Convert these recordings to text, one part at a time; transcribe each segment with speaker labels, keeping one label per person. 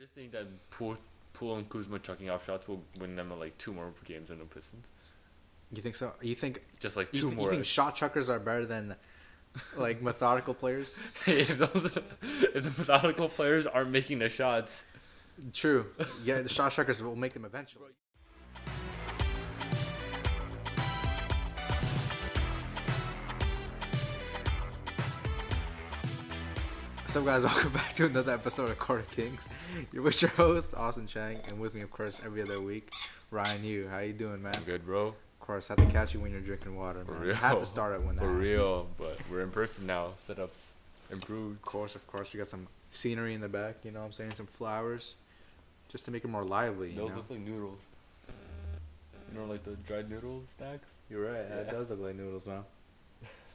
Speaker 1: just think that Pool, Pool and Kuzma chucking off shots will win them like two more games than the Pistons.
Speaker 2: You think so? You think
Speaker 1: Just like two
Speaker 2: you, th-
Speaker 1: more.
Speaker 2: you think shot chuckers are better than like methodical players?
Speaker 1: if, those, if the methodical players aren't making the shots,
Speaker 2: True. Yeah, the shot chuckers will make them eventually. What's up, guys? Welcome back to another episode of Court of Kings. You're with your host Austin Chang, and with me, of course, every other week, Ryan Yu. How you doing, man?
Speaker 3: I'm good, bro.
Speaker 2: Of course, have to catch you when you're drinking water.
Speaker 3: For
Speaker 2: Man.
Speaker 3: real.
Speaker 2: Have to start it when that.
Speaker 3: For
Speaker 2: happens.
Speaker 3: real, but we're in person now. Setups improved.
Speaker 2: Of course, of course, we got some scenery in the back. You know, what I'm saying some flowers, just to make it more lively. You
Speaker 1: those
Speaker 2: know?
Speaker 1: look like noodles. You know, like the dried noodle snacks?
Speaker 2: You're right. That
Speaker 1: Yeah.
Speaker 2: does look like noodles, huh?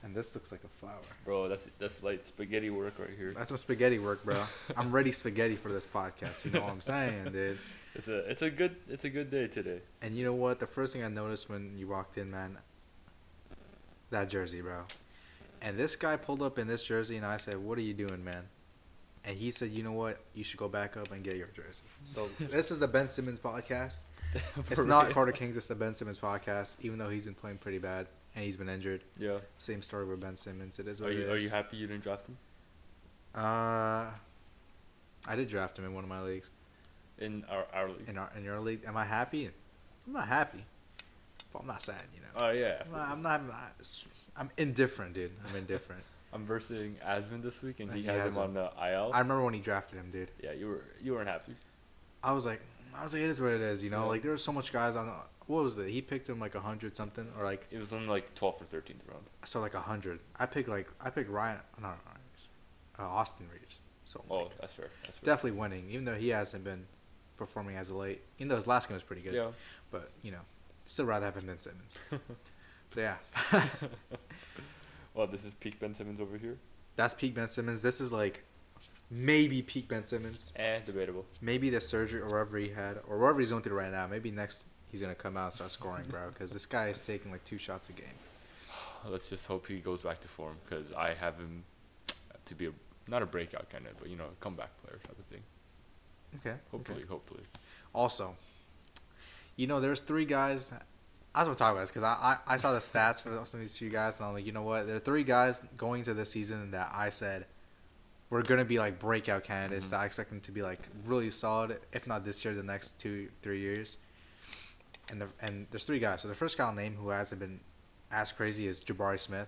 Speaker 2: And this looks like a flower.
Speaker 1: Bro, that's that's like spaghetti work right here.
Speaker 2: That's some spaghetti work, bro. I'm ready spaghetti for this podcast. You know what I'm saying, dude?
Speaker 1: It's a it's a good it's a good day today.
Speaker 2: And you know what? The first thing I noticed when you walked in, man, that jersey, bro. And this guy pulled up in this jersey, and I said, "What are you doing, man?" And he said, "You know what? You should go back up and get your jersey." So this is the Ben Simmons podcast. It's
Speaker 1: For
Speaker 2: not
Speaker 1: real.
Speaker 2: Carter Kings. It's the Ben Simmons podcast. Even though he's been playing pretty bad and he's been injured,
Speaker 1: Yeah.
Speaker 2: same story with Ben Simmons. It is what
Speaker 1: Are
Speaker 2: it
Speaker 1: you are you
Speaker 2: is.
Speaker 1: happy you didn't draft him
Speaker 2: Uh, I did draft him in one of my leagues
Speaker 1: in our our league?
Speaker 2: in our in your league. Am I happy? I'm not happy, but I'm not sad. You know,
Speaker 1: Oh yeah.
Speaker 2: I'm not. I'm, not, I'm, not- I'm indifferent, dude. I'm indifferent.
Speaker 1: I'm versing Asmund this week, and
Speaker 2: And
Speaker 1: he,
Speaker 2: he
Speaker 1: has,
Speaker 2: has
Speaker 1: him on
Speaker 2: him.
Speaker 1: the IL.
Speaker 2: I remember when he drafted him, dude.
Speaker 1: yeah, you were you weren't happy.
Speaker 2: I was like, I was like, it is what it is. You know,
Speaker 1: Yeah.
Speaker 2: like there were so much guys on. What was it? He picked him like a hundred something, or like
Speaker 1: It was in like 12th or 13th round.
Speaker 2: so like a hundred. I picked like I picked Ryan. No, not Ryan. Reeves, Uh, Austin Reeves. So like,
Speaker 1: Oh, that's fair. That's fair.
Speaker 2: definitely winning, even though he hasn't been performing as of late. Even though his last game was pretty good.
Speaker 1: Yeah.
Speaker 2: But you know, still rather have him than Simmons. so yeah,
Speaker 1: Well, this is peak Ben Simmons over here,
Speaker 2: that's peak Ben Simmons. This is like maybe peak Ben Simmons.
Speaker 1: and debatable.
Speaker 2: Maybe the surgery or whatever he had or whatever he's going through right now. Maybe next he's gonna come out and start scoring, bro. Because this guy is taking like two shots a game.
Speaker 1: Let's just hope he goes back to form because I have him to be a not a breakout kind of, but you know, a comeback player type of thing.
Speaker 2: Okay.
Speaker 1: Hopefully, hopefully.
Speaker 2: Also, you know, there's three guys. I was gonna talk about this because I, I I saw the stats for some of these few guys, and I'm like, you know what? There are three guys going to this season that I said we're gonna be like breakout candidates.
Speaker 1: Mhm.
Speaker 2: That I expect them to be like really solid, if not this year, the next two three years. And the, and there's three guys. So the first guy I'll name who hasn't been as crazy is Jabari Smith.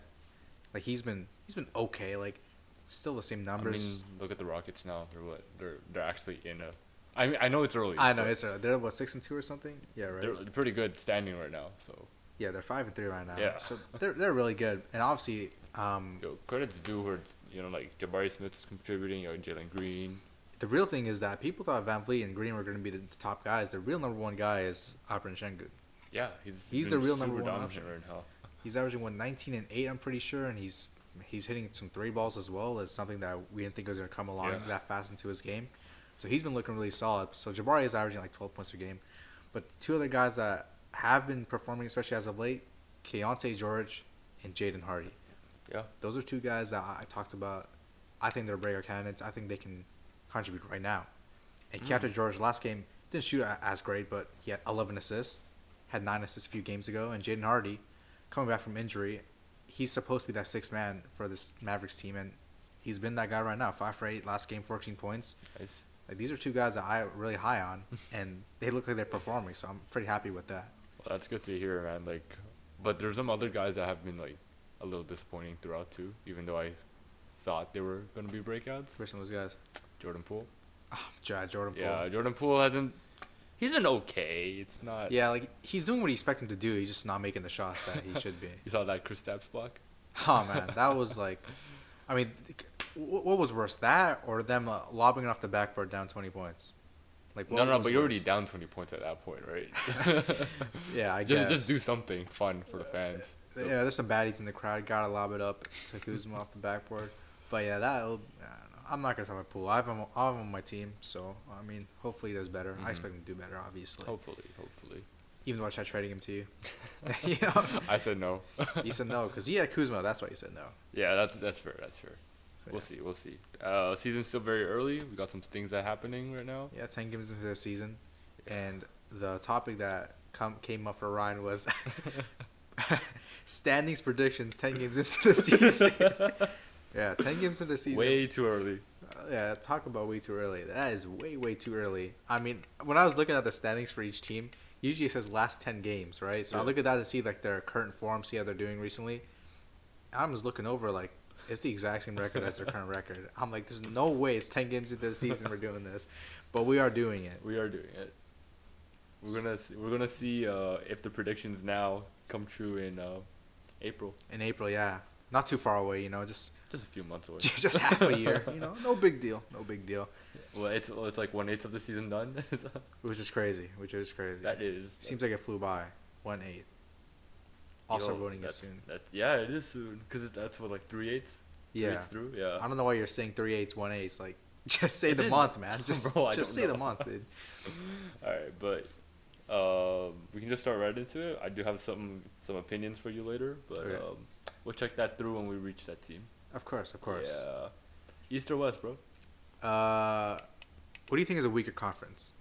Speaker 2: Like he's been he's been okay. Like still the same numbers.
Speaker 1: I mean, look at the Rockets now. They're what? They're they're actually in a. I mean, I know it's early.
Speaker 2: I know
Speaker 1: but
Speaker 2: it's uh, they're what six and two or something. Yeah, right.
Speaker 1: they're pretty good standing right now. So
Speaker 2: Yeah, they're five and three right now.
Speaker 1: Yeah.
Speaker 2: So they're they're really good. And obviously, um,
Speaker 1: yo, credits due where it's, you know like Jabari Smith is contributing, or Jalen Green.
Speaker 2: the real thing is that people thought Van Vliet and Green were going to be the top guys. The real number one guy is Alperen Şengün.
Speaker 1: Yeah, he's
Speaker 2: He's
Speaker 1: been
Speaker 2: the real number
Speaker 1: super
Speaker 2: one
Speaker 1: dominant
Speaker 2: option.
Speaker 1: right now.
Speaker 2: He's averaging one nineteen and eight. I'm pretty sure, and he's he's hitting some three balls as well. As something that we didn't think was going to come along
Speaker 1: Yeah.
Speaker 2: that fast into his game. So he's been looking really solid. So Jabari is averaging like 12 points per game, but the two other guys that have been performing, especially as of late, Keontae George and Jaden Hardy.
Speaker 1: Yeah.
Speaker 2: Those are two guys that I I talked about. I think they're breakout candidates. I think they can contribute right now. And Captain George last game didn't shoot a- as great, but he had 11 assists, had nine assists a few games ago. And Jaden Hardy, coming back from injury, he's supposed to be that sixth man for this Mavericks team, and he's been that guy right now. Five for eight last game, 14 points.
Speaker 1: Nice.
Speaker 2: Like these are two guys that I really high on, and they look like they're performing. So I'm pretty happy with that.
Speaker 1: Well, that's good to hear, man. Like, but there's some other guys that have been like a little disappointing throughout too. Even though I thought they were gonna be breakouts.
Speaker 2: Which one of those guys?
Speaker 1: Jordan Poole.
Speaker 2: Oh, Ja- Jordan Poole.
Speaker 1: Yeah, Jordan Poole hasn't. He's been okay. It's not.
Speaker 2: Yeah, like he's doing what you expect him to do. He's just not making the shots that he should be.
Speaker 1: You saw that Chris Stapps block.
Speaker 2: Oh man, that was like, I mean, th- wh- what was worse, that or them uh, lobbing it off the backboard down twenty points? Like
Speaker 1: no, no,
Speaker 2: was
Speaker 1: but you're already
Speaker 2: worse?
Speaker 1: down 20 points at that point, right?
Speaker 2: Yeah, I
Speaker 1: just,
Speaker 2: guess.
Speaker 1: just do something fun for the fans.
Speaker 2: Yeah, there's some baddies in the crowd. Gotta lob it up to Kuzma off the backboard. But yeah, that I don't know. I'm not gonna talk about pool. I have him. I have him on my team, so I mean, hopefully he does better.
Speaker 1: Mhm.
Speaker 2: I expect him to do better, obviously.
Speaker 1: Hopefully, hopefully.
Speaker 2: Even though I tried trading him to you, you know,
Speaker 1: I said no.
Speaker 2: he said no because he had Kuzma. That's why he said no.
Speaker 1: Yeah, that's that's fair. That's fair.
Speaker 2: So,
Speaker 1: We'll see. We'll see. Uh, season's still very early. We got some things that happening right now.
Speaker 2: yeah, ten games into the season, and the topic that come came up for Ryan was standings predictions ten games into the season. yeah, ten games into the season.
Speaker 1: Way too early.
Speaker 2: Uh, yeah, talk about way too early. That is way way too early. I mean, when I was looking at the standings for each team, usually it says last ten games, right? So I
Speaker 1: Yeah.
Speaker 2: look at that to see like their current form, see how they're doing recently. I'm just looking over like it's the exact same record as their current record. I'm like, there's no way it's ten games into the season we're doing this, but we are doing it.
Speaker 1: We are doing it. We're gonna see, we're gonna see uh, if the predictions now come true in uh, April.
Speaker 2: in April. Yeah, not too far away. You know, just
Speaker 1: Just a few months away.
Speaker 2: just half a year. You know, no big deal. No big deal.
Speaker 1: well, it's well, it's like one eighth of the season done.
Speaker 2: Which is crazy. Which is crazy.
Speaker 1: that is
Speaker 2: Seems like it flew by. One eight. Also
Speaker 1: yo,
Speaker 2: voting is
Speaker 1: that's-
Speaker 2: soon.
Speaker 1: That, yeah, it is soon because that's what like three eighths. Three
Speaker 2: Yeah.
Speaker 1: eighths through. Yeah.
Speaker 2: I don't know why you're saying three eights, one eights. Like, just say
Speaker 1: I
Speaker 2: the
Speaker 1: didn't-
Speaker 2: month, man. Just
Speaker 1: Bro, I
Speaker 2: just
Speaker 1: don't
Speaker 2: say the
Speaker 1: know.
Speaker 2: month, dude.
Speaker 1: All right, but um, we can just start right into it. I do have some some opinions for you later, but
Speaker 2: Okay.
Speaker 1: um, we'll check that through when we reach that team.
Speaker 2: Of course, of course.
Speaker 1: Yeah. East or West, bro?
Speaker 2: Uh, what do you think is a weaker conference?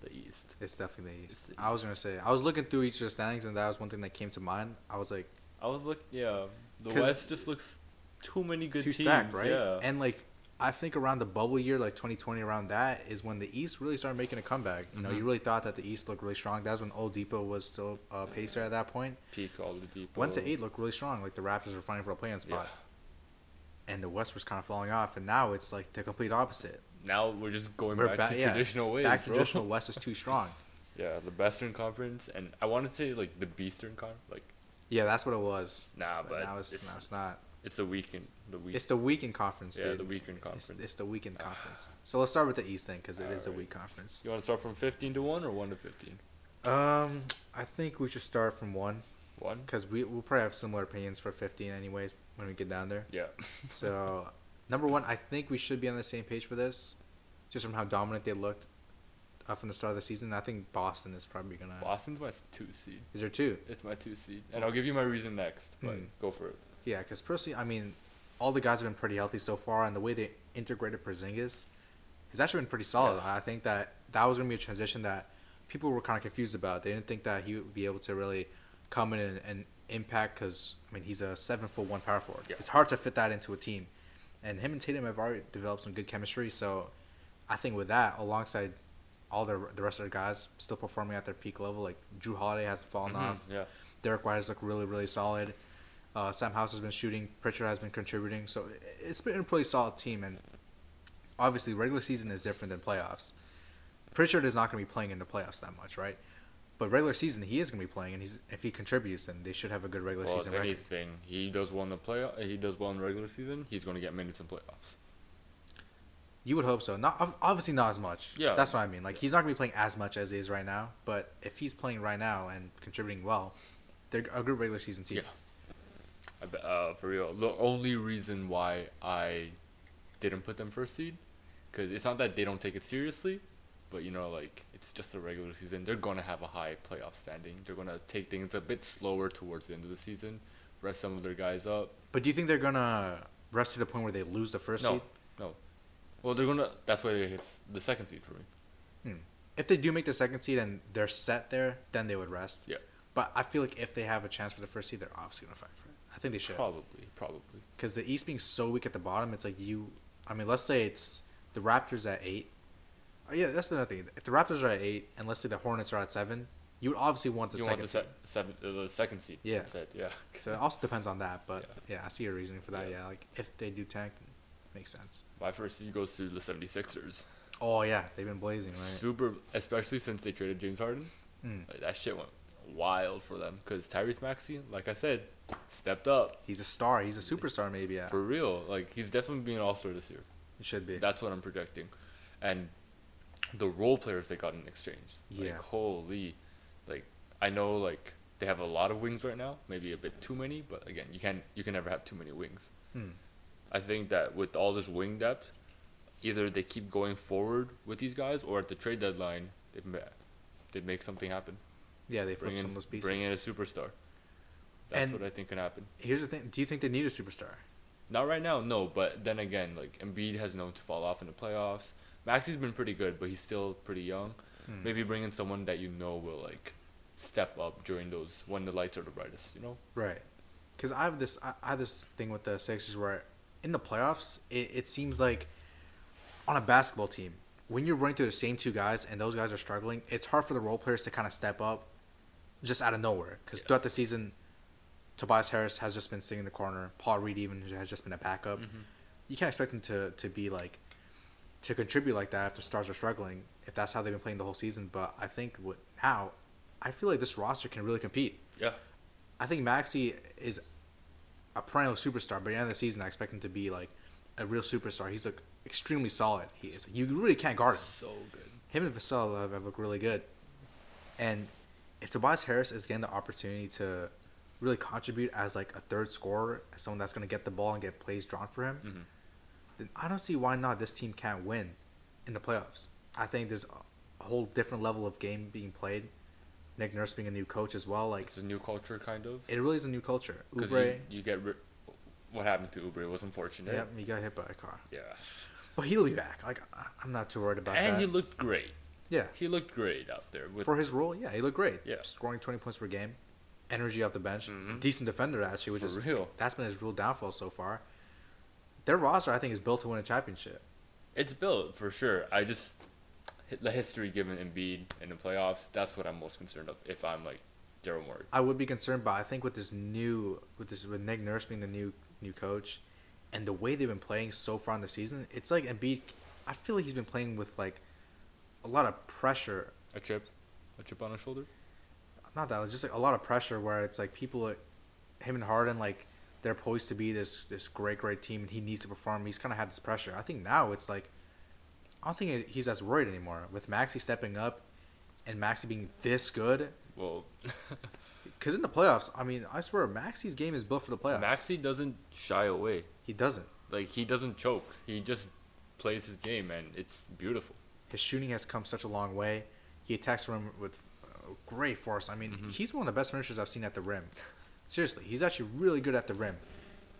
Speaker 1: The East.
Speaker 2: It's definitely the East.
Speaker 1: It's the
Speaker 2: I was gonna say. I was looking through each of the standings, and that was one thing that came to mind. I was like,
Speaker 1: I was look. Yeah, the
Speaker 2: 'Cause-
Speaker 1: West just looks too many good
Speaker 2: two
Speaker 1: teams.
Speaker 2: stacked, right?
Speaker 1: Yeah.
Speaker 2: And like I think around the bubble year, like 2020, around that is when the East really started making a comeback. You know,
Speaker 1: Mhm.
Speaker 2: you really thought that the East looked really strong. That was when Old Depot was still a pacer at that point.
Speaker 1: Peak all the deep.
Speaker 2: One to eight looked really strong. Like the Raptors were fighting for a playing spot, and the West was kind of falling off. And now it's like the complete opposite.
Speaker 1: Now we're just going
Speaker 2: We're
Speaker 1: back,
Speaker 2: ba-
Speaker 1: to
Speaker 2: yeah,
Speaker 1: traditional ways,
Speaker 2: Back to
Speaker 1: bro.
Speaker 2: traditional West is too strong.
Speaker 1: Yeah, the Western Conference, and I want to say like the Beastern Conference. Like,
Speaker 2: Yeah, that's what it was.
Speaker 1: nah,
Speaker 2: But
Speaker 1: but
Speaker 2: now it's,
Speaker 1: it's,
Speaker 2: now it's not.
Speaker 1: it's a weekend. The week.
Speaker 2: It's the weekend conference,
Speaker 1: yeah,
Speaker 2: dude.
Speaker 1: the weekend
Speaker 2: It's,
Speaker 1: conference.
Speaker 2: it's the weekend conference. So let's start with the East thing because it is the
Speaker 1: Alright.
Speaker 2: week conference.
Speaker 1: you want to start from fifteen to one or one to fifteen?
Speaker 2: Um, I think we should start from one.
Speaker 1: One.
Speaker 2: because we we'll probably have similar opinions for 15 anyways when we get down there.
Speaker 1: Yeah.
Speaker 2: So, number one, I think we should be on the same page for this, just from how dominant they looked uh, from the start of the season. I think Boston is probably gonna.
Speaker 1: Boston's my two seed.
Speaker 2: Is there two?
Speaker 1: It's my two seed, and I'll give you my reason next. But
Speaker 2: Hmm.
Speaker 1: go for it.
Speaker 2: Yeah, because personally, I mean, all the guys have been pretty healthy so far, and the way they integrated Porzingis has actually been pretty solid. I think that that was going to be a transition that people were kind of confused about. They didn't think that he would be able to really come in and, and impact because, I mean, he's a seven foot one power forward.
Speaker 1: Yeah.
Speaker 2: It's hard to fit that into a team. And him and Tatum have already developed some good chemistry, so I think with that, alongside all the, the rest of the guys still performing at their peak level, like Drew Holiday hasn't fallen
Speaker 1: Mhm,
Speaker 2: off.
Speaker 1: Yeah.
Speaker 2: Derek White has looked really, really solid. Uh, Sam House has been shooting. Pritchard has been contributing. So i- it's been a pretty solid team. And obviously, regular season is different than playoffs. Pritchard is not going to be playing in the playoffs that much, right? But regular season, he is going to be playing, and he's if he contributes, then they should have a good regular
Speaker 1: Well, if
Speaker 2: season record.
Speaker 1: anything, he does well in the play. He does well in regular season. He's going to get minutes in playoffs.
Speaker 2: You would hope so. Not ob- obviously not as much.
Speaker 1: Yeah.
Speaker 2: that's what I mean. Like he's not going to be playing as much as he is right now. But if he's playing right now and contributing well, they're a good regular season team.
Speaker 1: Yeah. I bet, uh, for real, the only reason why I didn't put them first seed, because it's not that they don't take it seriously, but you know, like it's just a regular season. They're gonna have a high playoff standing. They're gonna take things a bit slower towards the end of the season, rest some of their guys up.
Speaker 2: But do you think they're going to rest to the point where they lose the first
Speaker 1: no,
Speaker 2: seed?
Speaker 1: no. Well, they're gonna. That's why they hit the second seed for me.
Speaker 2: if they do make the second seed and they're set there, then they would rest.
Speaker 1: Yeah.
Speaker 2: But I feel like if they have a chance for the first seed, they're obviously gonna fight for it. I think they should
Speaker 1: Probably, probably.
Speaker 2: because the East being so weak at the bottom, it's like you. I mean, let's say it's the Raptors at eight. Oh, yeah, that's another thing. If the Raptors are at eight, and let's say the Hornets are at seven, you would obviously want the
Speaker 1: you
Speaker 2: second.
Speaker 1: want the se- seven, uh, the second seed.
Speaker 2: Yeah.
Speaker 1: instead, yeah.
Speaker 2: seed. So it also depends on that, but yeah, I see your reasoning for that.
Speaker 1: Yeah.
Speaker 2: Yeah. like if they do tank, makes sense.
Speaker 1: My first seed goes to the 76ers.
Speaker 2: Oh yeah, they've been blazing, right?
Speaker 1: Super, especially since they traded James Harden.
Speaker 2: Mm.
Speaker 1: Like, that shit went wild for them because Tyrese Maxey, like I said, stepped up
Speaker 2: He's a star. He's a superstar, maybe. Yeah,
Speaker 1: for real. Like he's definitely being an all star this year.
Speaker 2: he should be.
Speaker 1: That's what I'm projecting, and the role players they got in exchange. Like,
Speaker 2: Yeah.
Speaker 1: holy, like I know like they have a lot of wings right now, maybe a bit too many, but again, you can you can never have too many wings.
Speaker 2: Hmm.
Speaker 1: I think that with all this wing depth, either they keep going forward with these guys, or at the trade deadline, they ma- they make something happen.
Speaker 2: Yeah, they
Speaker 1: Bring
Speaker 2: flipped
Speaker 1: in,
Speaker 2: some of those pieces.
Speaker 1: bring in a superstar. That's
Speaker 2: And-
Speaker 1: what I think can happen.
Speaker 2: Here's the thing. Do you think they need a superstar?
Speaker 1: Not right now, no. But then again, like Embiid has known to fall off in the playoffs. Maxi's been pretty good, but he's still pretty young.
Speaker 2: Hmm.
Speaker 1: Maybe bring in someone that you know will like step up during those when the lights are the brightest. You know.
Speaker 2: Right. Because I have this, I, I have this thing with the Sixers where, in the playoffs, it, it seems like, on a basketball team, when you're running through the same two guys and those guys are struggling, it's hard for the role players to kind of step up, just out of nowhere. Because throughout the season, Tobias Harris has just been sitting in the corner. Paul Reed even has just been a backup. You can't expect them to to be like, to contribute like that if the stars are struggling. If that's how they've been playing the whole season, but I think what now, I feel like this roster can really compete.
Speaker 1: Yeah.
Speaker 2: I think Maxi is a perennial superstar, but at the end of the season, I expect him to be like a real superstar. He's like extremely solid. He is. You really can't guard him.
Speaker 1: So good.
Speaker 2: Him and Vassell have, have looked really good, and if Tobias Harris is getting the opportunity to really contribute as like a third scorer, as someone that's going to get the ball and get plays drawn for him,
Speaker 1: Mhm.
Speaker 2: then I don't see why not this team can't win in the playoffs. I think there's a whole different level of game being played. Nick Nurse being a new coach as well, like
Speaker 1: It's a new culture, kind of.
Speaker 2: it really is a new culture.
Speaker 1: Because
Speaker 2: Oubre,
Speaker 1: you, you get ri- what happened to Uber. It was unfortunate.
Speaker 2: Yep, he got hit by a car.
Speaker 1: Yeah.
Speaker 2: But he'll be back. Like I- I'm not too worried about
Speaker 1: and
Speaker 2: that.
Speaker 1: he looked great.
Speaker 2: yeah,
Speaker 1: He looked great out there with
Speaker 2: for his role, yeah, he looked great.
Speaker 1: Yeah.
Speaker 2: scoring 20 points per game, energy off the bench,
Speaker 1: Mhm.
Speaker 2: decent defender actually, which
Speaker 1: for
Speaker 2: is
Speaker 1: real.
Speaker 2: that's been his real downfall so far. Their roster, I think, is built to win a championship.
Speaker 1: It's built for sure. I just hi- the history given Embiid in the playoffs. That's what I'm most concerned of. If I'm like Daryl Morey,
Speaker 2: I would be concerned, but I think with this new, with this, with Nick Nurse being the new new coach, and the way they've been playing so far in the season, it's like Embiid. I feel like he's been playing with like a lot of pressure
Speaker 1: a chip, a chip on his shoulder.
Speaker 2: not that just like a lot of pressure where it's like people like, him and Harden like they're poised to be this this great great team and he needs to perform he's kind of had this pressure I think now it's like I don't think he's as worried anymore with Maxi stepping up and Maxi being this good
Speaker 1: Well,
Speaker 2: because in the playoffs I mean I swear Maxi's game is built for the playoffs
Speaker 1: Maxi doesn't shy away.
Speaker 2: he doesn't
Speaker 1: Like he doesn't choke. He just plays his game, and it's beautiful.
Speaker 2: his shooting has come such a long way he attacks the rim with uh, great force I mean
Speaker 1: Mm-hmm.
Speaker 2: he's one of the best finishers I've seen at the rim seriously he's actually really good at the rim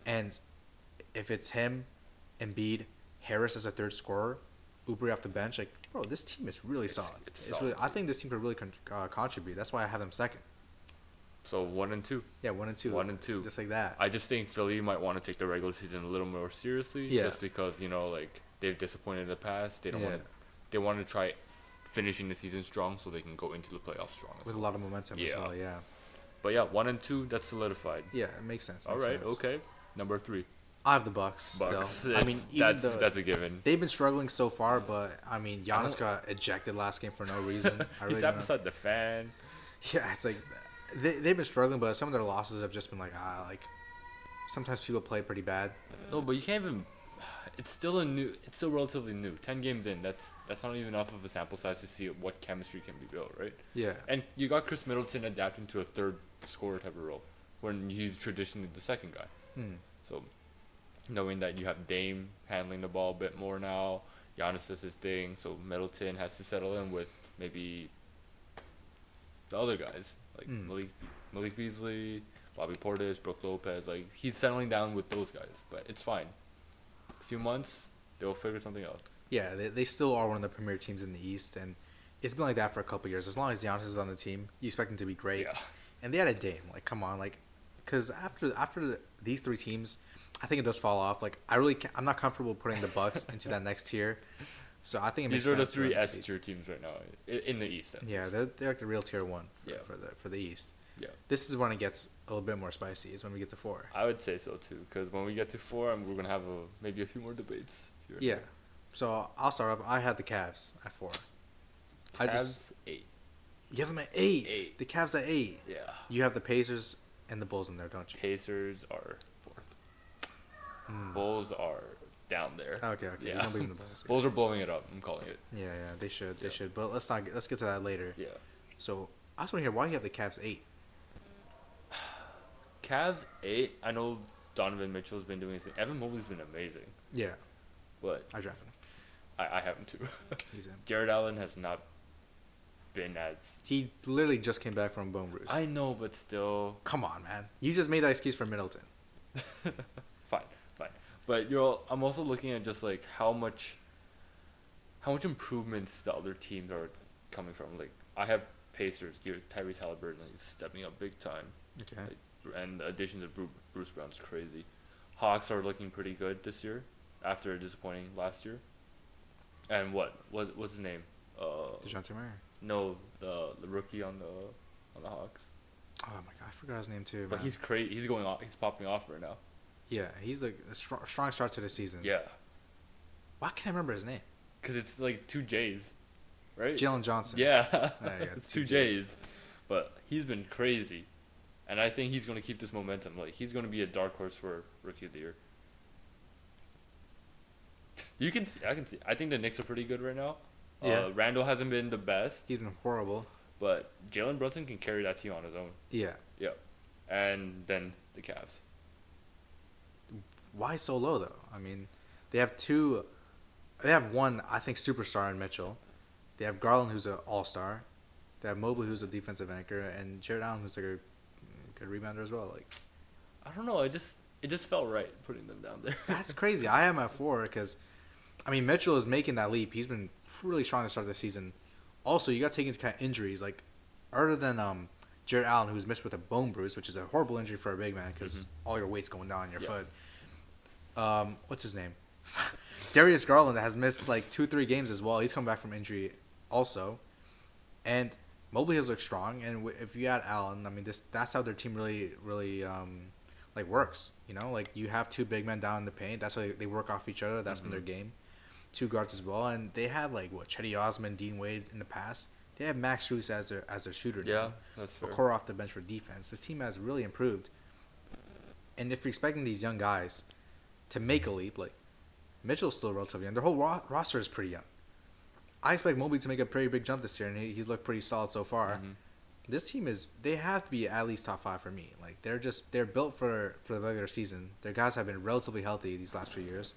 Speaker 2: And if it's him, Embiid, Harris as a third scorer, Oubre off the bench, like bro, this team is really
Speaker 1: It's-
Speaker 2: solid.
Speaker 1: it's
Speaker 2: It's,
Speaker 1: solid
Speaker 2: really, I
Speaker 1: team.
Speaker 2: think this team could really con- uh, contribute. That's why I have them second.
Speaker 1: So one and two.
Speaker 2: Yeah, one and two.
Speaker 1: One and two.
Speaker 2: just like that.
Speaker 1: I just think Philly might want to take the regular season a little more seriously,
Speaker 2: Yeah.
Speaker 1: just because you know like they've disappointed in the past. They don't
Speaker 2: Yeah.
Speaker 1: want to. They want to try finishing the season strong so they can go into the playoffs strong. as
Speaker 2: with a
Speaker 1: well.
Speaker 2: lot of momentum as
Speaker 1: Yeah.
Speaker 2: well. Yeah,
Speaker 1: But yeah, one and two, that's solidified.
Speaker 2: yeah, it makes sense.
Speaker 1: All
Speaker 2: makes
Speaker 1: right,
Speaker 2: sense.
Speaker 1: okay. Number three,
Speaker 2: I have the Bucks.
Speaker 1: Bucks.
Speaker 2: Still, I
Speaker 1: That's-
Speaker 2: mean, even
Speaker 1: that's
Speaker 2: though
Speaker 1: that's a given.
Speaker 2: they've been struggling so far, but I mean, Giannis got ejected last game for no reason. I
Speaker 1: He's
Speaker 2: really
Speaker 1: sat
Speaker 2: don't know.
Speaker 1: beside the fan.
Speaker 2: Yeah, it's like they they've been struggling, but some of their losses have just been like ah, like sometimes people play pretty bad.
Speaker 1: No, but you can't even. It's still a new. It's still relatively new. Ten games in. That's that's not even enough of a sample size to see what chemistry can be built, right?
Speaker 2: Yeah.
Speaker 1: And you got Chris Middleton adapting to a third scorer type of role, when he's traditionally the second guy.
Speaker 2: Hmm.
Speaker 1: So, knowing that you have Dame handling the ball a bit more now, Giannis does his thing, so Middleton has to settle in with maybe the other guys like
Speaker 2: Mm.
Speaker 1: Malik, Malik Beasley, Bobby Portis, Brooke Lopez. Like he's settling down with those guys, but it's fine. A few months, they'll figure something out.
Speaker 2: Yeah, they, they still are one of the premier teams in the East, and it's been like that for a couple years. As long as Giannis is on the team, you expect him to be great.
Speaker 1: Yeah.
Speaker 2: And they had a Dame. Like, come on, like, because after after the, these three teams, I think it does fall off. Like, I really can I'm not comfortable putting the Bucks into that next tier. So I think it makes
Speaker 1: These are the
Speaker 2: sense for
Speaker 1: three
Speaker 2: them to
Speaker 1: S
Speaker 2: be-
Speaker 1: tier teams right now i- in the East. at
Speaker 2: Yeah,
Speaker 1: least.
Speaker 2: they're, they're like the real tier one. For,
Speaker 1: Yeah.
Speaker 2: for the for the East.
Speaker 1: Yeah.
Speaker 2: This is when it gets a little bit more spicy. Is when we get to four.
Speaker 1: I would say so too, because when we get to four, I'm, we're gonna have a, maybe a few more debates. Here and
Speaker 2: Yeah.
Speaker 1: there.
Speaker 2: So I'll start off. I had the Cavs at four. I just
Speaker 1: Cavs, eight.
Speaker 2: you have them at eight.
Speaker 1: Eight.
Speaker 2: The Cavs at eight.
Speaker 1: Yeah.
Speaker 2: You have the Pacers and the Bulls in there, don't you?
Speaker 1: Pacers are fourth.
Speaker 2: Hmm. Ah,
Speaker 1: Bulls are down there.
Speaker 2: Okay, okay.
Speaker 1: Yeah.
Speaker 2: You don't believe in the Bulls.
Speaker 1: Bulls are blowing it up. I'm calling it.
Speaker 2: Yeah, yeah, they should, they
Speaker 1: Yeah.
Speaker 2: should. But let's not. Get, let's get to that later.
Speaker 1: Yeah.
Speaker 2: So I just want to hear why you have the Cavs eight.
Speaker 1: Cavs eight. I know Donovan Mitchell's been doing his thing. Evan Mobley's been amazing,
Speaker 2: Yeah,
Speaker 1: but
Speaker 2: I drafted him.
Speaker 1: I, I have him too.
Speaker 2: He's in.
Speaker 1: Jared Allen has not been as.
Speaker 2: He literally just came back from bone bruise.
Speaker 1: I know, but still,
Speaker 2: Come on, man. You just made that excuse for Middleton.
Speaker 1: fine, fine. But you're. All, I'm also looking at just like how much. How much improvements the other teams are coming from. Like I have Pacers. You Tyrese Halliburton is stepping up big time,
Speaker 2: Okay.
Speaker 1: and the addition of Bruce, Bruce Brown's crazy. Hawks are looking pretty good this year, after disappointing last year. And what what what's his name? Uh,
Speaker 2: Dejounte Murray.
Speaker 1: no, the the rookie on the on the Hawks.
Speaker 2: Oh my god, I forgot his name too.
Speaker 1: But
Speaker 2: man.
Speaker 1: he's crazy. He's going off. He's popping off right now.
Speaker 2: yeah, he's like a strong, strong start to the season.
Speaker 1: Yeah,
Speaker 2: Why can't I remember his name?
Speaker 1: because it's like two J's, right?
Speaker 2: Jalen Johnson.
Speaker 1: Yeah,
Speaker 2: Yeah, yeah,
Speaker 1: it's
Speaker 2: two
Speaker 1: two
Speaker 2: Js.
Speaker 1: J's. But he's been crazy, and I think he's going to keep this momentum. Like he's going to be a dark horse for rookie of the year. You can see. I can see. I think the Knicks are pretty good right now.
Speaker 2: Yeah.
Speaker 1: Uh, Randall hasn't been the best,
Speaker 2: He's been horrible.
Speaker 1: but Jalen Brunson can carry that team on his own.
Speaker 2: Yeah.
Speaker 1: And then the Cavs.
Speaker 2: Why so low though? I mean, they have two. They have one, I think, superstar in Mitchell. They have Garland, who's an all-star. They have Mobley, who's a defensive anchor, and Jared Allen, who's like a good rebounder as well. Like
Speaker 1: I don't know. I just it just felt right putting them down there.
Speaker 2: That's crazy. I am at four because, I mean, Mitchell is making that leap. He's been really strong to start the season. Also, you got to take into account injuries. Like, other than um, Jared Allen, who's missed with a bone bruise, which is a horrible injury for a big man because all your weight's going down your
Speaker 1: Yeah.
Speaker 2: foot. Um, what's his name? Darius Garland has missed like two, three games as well. He's come back from injury also, and Mobley has looked strong. And w- if you add Allen, I mean, this that's how their team really, really um, like works. You know, like you have two big men down in the paint. That's how they, they work off each other. That's been their game. Two guards as well, and they had like what Chetty Osman, Dean Wade in the past. They have Max Struess as their as their shooter.
Speaker 1: yeah,
Speaker 2: now.
Speaker 1: that's fair.
Speaker 2: But core off the bench for defense. This team has really improved. And if you're expecting these young guys to make a leap, like Mitchell's still relatively young, their whole ro- roster is pretty young. I expect Mobley to make a pretty big jump this year, and he, he's looked pretty solid so far.
Speaker 1: Mhm.
Speaker 2: This team is they have to be at least top five for me. Like they're just they're built for for the regular season. Their guys have been relatively healthy these last few years.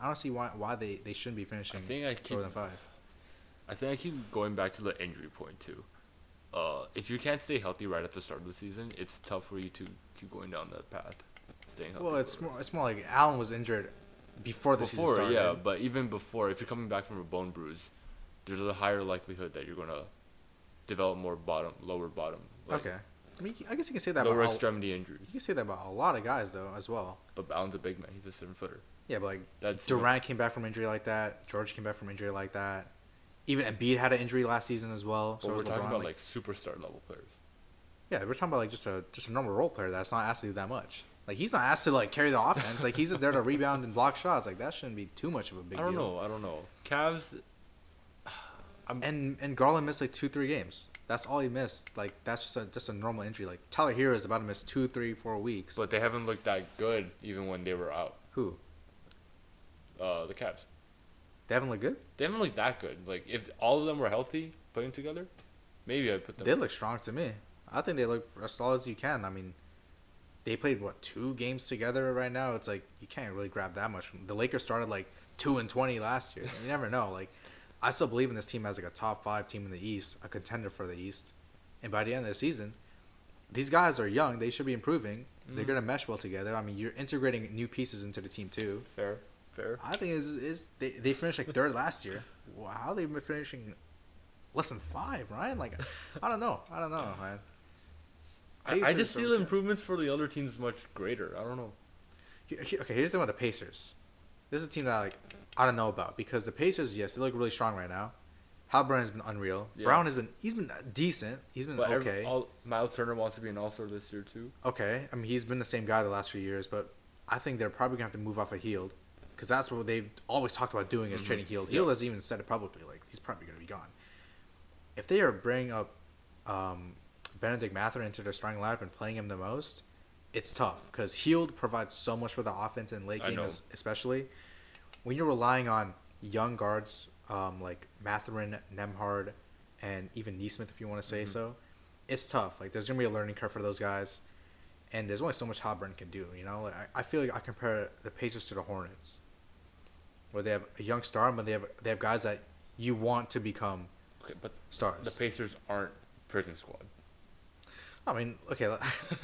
Speaker 2: I don't see why why they, they shouldn't be finishing
Speaker 1: think I keep-
Speaker 2: lower than five.
Speaker 1: I think I keep going back to the injury point too. Uh, if you can't stay healthy right at the start of the season, it's tough for you to keep going down that path, staying healthy.
Speaker 2: Well, it's
Speaker 1: for the
Speaker 2: more it's more like Allen was injured before the
Speaker 1: rest.
Speaker 2: season
Speaker 1: before,
Speaker 2: started.
Speaker 1: yeah, but even before, if you're coming back from a bone bruise, there's a higher likelihood that you're gonna develop more bottom, lower bottom, like,
Speaker 2: okay. I mean, I guess you can say that
Speaker 1: lower
Speaker 2: about a-
Speaker 1: extremity
Speaker 2: you
Speaker 1: injuries.
Speaker 2: can say that about a lot of guys though as well.
Speaker 1: But Allen's a big man; he's a seven footer.
Speaker 2: Yeah, but like
Speaker 1: That's
Speaker 2: Durant came back from injury like that. George came back from injury like that. Even Embiid had an injury last season as well.
Speaker 1: But we're
Speaker 2: was
Speaker 1: talking
Speaker 2: LeBron,
Speaker 1: about like superstar level players.
Speaker 2: yeah, we're talking about like just a just a normal role player that's not asked to do that much. Like he's not asked to like carry the offense. Like he's just there to rebound and block shots. Like that shouldn't be too much of a big
Speaker 1: I don't
Speaker 2: deal.
Speaker 1: know. I don't know. Cavs.
Speaker 2: And and Garland missed like two three games. That's all he missed. Like that's just a just a normal injury. Like Tyler Hero is about to miss two three four weeks.
Speaker 1: But they haven't looked that good even when they were out.
Speaker 2: who?
Speaker 1: Uh, the Cavs.
Speaker 2: They haven't looked good.
Speaker 1: They haven't looked that good. Like if all of them were healthy playing together, maybe I'd put them.
Speaker 2: They look strong to me. I think they look as solid as you can. I mean, they played what two games together right now. It's like you can't really grab that much. The Lakers started like two and twenty last year. You never know. Like, I still believe in this team as like a top five team in the East, a contender for the East. And by the end of the season, these guys are young. They should be improving. They're gonna mesh well together. I mean, you're integrating new pieces into the team too.
Speaker 1: fair, fair.
Speaker 2: I think is is they, they finished like third last year. Wow, how they been finishing less than five, right? Like, I don't know. I don't know, man.
Speaker 1: I,
Speaker 2: Pacers
Speaker 1: I just
Speaker 2: are
Speaker 1: see the
Speaker 2: okay.
Speaker 1: improvements for the other teams much greater. I don't know.
Speaker 2: He- he- Okay, here's the one with the Pacers. This is a team that like I don't know about because the Pacers, yes, they look really strong right now. Halburn's been unreal.
Speaker 1: Yeah.
Speaker 2: Brown has been he's been decent. He's been
Speaker 1: But
Speaker 2: okay.
Speaker 1: every- all, Miles Turner wants to be an All Star this year too.
Speaker 2: okay. I mean, he's been the same guy the last few years, but I think they're probably gonna have to move off a Heald because that's what they've always talked about doing is
Speaker 1: Mm-hmm.
Speaker 2: trading Heald. Heald has even said it publicly, like he's probably gonna be gone. If they are bringing up um, Benedict Mather into their starting lineup and playing him the most, it's tough because Heald provides so much for the offense and late
Speaker 1: I
Speaker 2: game,
Speaker 1: know.
Speaker 2: es- especially when you're relying on young guards um, like Matherin, Nemhard, and even Neesmith, if you want to say
Speaker 1: Mm-hmm.
Speaker 2: so, it's tough. Like, there's going to be a learning curve for those guys, and there's only so much Hobburn can do, you know? Like, I, I feel like I compare the Pacers to the Hornets, where they have a young star, but they have, they have guys that you want to become
Speaker 1: Okay, but
Speaker 2: stars.
Speaker 1: the Pacers aren't prison squad.
Speaker 2: I mean, okay,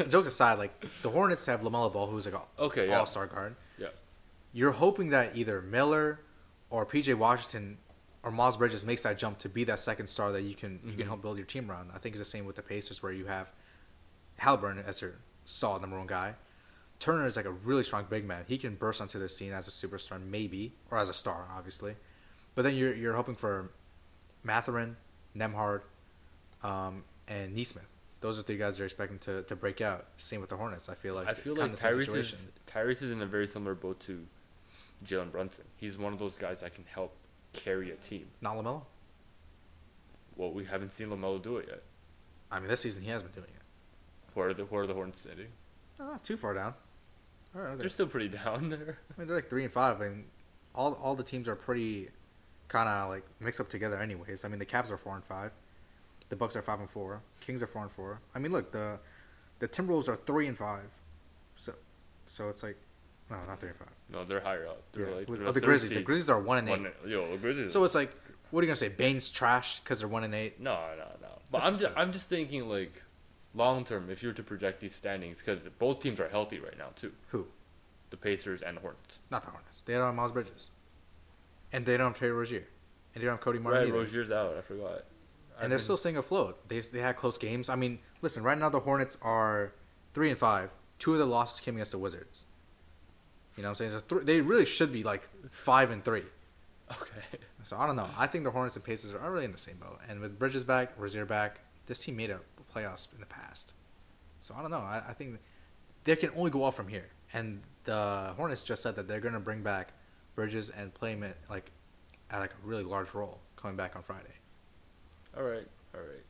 Speaker 2: jokes aside, like, the Hornets have LaMelo Ball, who's like an
Speaker 1: Okay, yeah.
Speaker 2: all star guard.
Speaker 1: Yeah.
Speaker 2: you're hoping that either Miller or PJ Washington or Miles Bridges makes that jump to be that second star that you can you can
Speaker 1: Mm-hmm.
Speaker 2: help build your team around. I think it's the same with the Pacers where you have Halliburton as your solid number one guy. Turner is like a really strong big man. He can burst onto the scene as a superstar, maybe, or as a star, obviously. But then you're you're hoping for Matherin, Nemhard, um, and Neesmith. Those are three guys you're expecting to, to break out. Same with the Hornets. I feel like
Speaker 1: I feel
Speaker 2: kinda
Speaker 1: like
Speaker 2: the same
Speaker 1: Tyrese is,
Speaker 2: situation.
Speaker 1: Tyrese is in a very similar boat to Jalen Brunson. He's one of those guys that can help carry a team.
Speaker 2: not Lamelo.
Speaker 1: Well, we haven't seen Lamelo do it yet.
Speaker 2: I mean, this season he has been doing it.
Speaker 1: Who are the Who are the Hornets sitting?
Speaker 2: Oh, not too far down. Where are they?
Speaker 1: They're still pretty down there.
Speaker 2: I mean, they're like three and five, and all all the teams are pretty kind of like mixed up together, anyways. I mean, the Cavs are four and five, the Bucks are five and four, Kings are four and four. I mean, look, the the Timberwolves are three and five, so so it's like no, not three and five.
Speaker 1: No, they're higher up. They're
Speaker 2: Yeah,
Speaker 1: like
Speaker 2: with,
Speaker 1: they're
Speaker 2: oh, the
Speaker 1: third
Speaker 2: Grizzlies, the
Speaker 1: seed.
Speaker 2: Grizzlies are one and eight.
Speaker 1: One- Yo, the Grizzlies.
Speaker 2: So it's like, what are you gonna say? Bane's trash because they're one and eight.
Speaker 1: no, no, no. But
Speaker 2: That's
Speaker 1: I'm just
Speaker 2: insane.
Speaker 1: I'm just thinking like long term. If you were to project these standings, because both teams are healthy right now too.
Speaker 2: Who?
Speaker 1: The Pacers and the Hornets.
Speaker 2: Not the Hornets. They don't have Miles Bridges, and they don't have Terry Rozier, and they don't have Cody Martin.
Speaker 1: Right,
Speaker 2: either.
Speaker 1: Rozier's out. I forgot. I
Speaker 2: and
Speaker 1: mean,
Speaker 2: they're still staying afloat. They they had close games. I mean, listen, right now the Hornets are three and five. Two of the losses came against the Wizards. You know what I'm saying? So thr they really should be like five and three.
Speaker 1: okay.
Speaker 2: So I don't know. I think the Hornets and Pacers are really in the same boat. And with Bridges back, Rozier back, this team made a playoffs in the past. So I don't know. I, I think they can only go off from here. And the Hornets just said that they're going to bring back Bridges and play him at like at like a really large role coming back on Friday.
Speaker 1: All right. All right.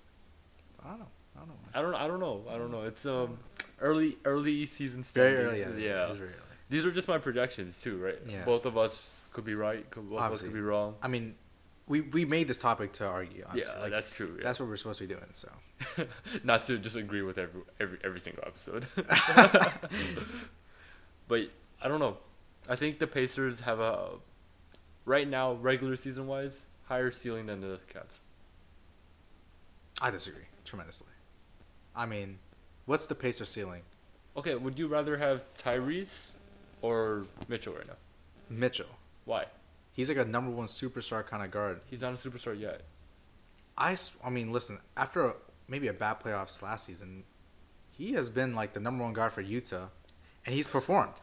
Speaker 2: I don't know. I don't know.
Speaker 1: I don't. I don't know. I don't know. It's um early early season.
Speaker 2: Very early.
Speaker 1: standings.
Speaker 2: Yeah. it
Speaker 1: Yeah.
Speaker 2: was very early.
Speaker 1: These are just my projections too, right?
Speaker 2: Yeah.
Speaker 1: Both of us could be right. Could, both of us
Speaker 2: Obviously.
Speaker 1: could be wrong.
Speaker 2: I mean, we we made this topic to argue. Obviously.
Speaker 1: Yeah,
Speaker 2: like,
Speaker 1: that's true. Yeah.
Speaker 2: that's what we're supposed to be doing. So
Speaker 1: Not to just agree with every every every single episode. but I don't know. I think the Pacers have a right now regular season wise higher ceiling than the Caps.
Speaker 2: I disagree tremendously. I mean, what's the Pacer ceiling?
Speaker 1: Okay, would you rather have Tyrese or Mitchell right now?
Speaker 2: Mitchell.
Speaker 1: Why?
Speaker 2: He's like a number one superstar kind of guard.
Speaker 1: He's not a superstar yet.
Speaker 2: I, s- I mean, listen, after a, maybe a bad playoffs last season, he has been like the number one guard for Utah, and he's performed.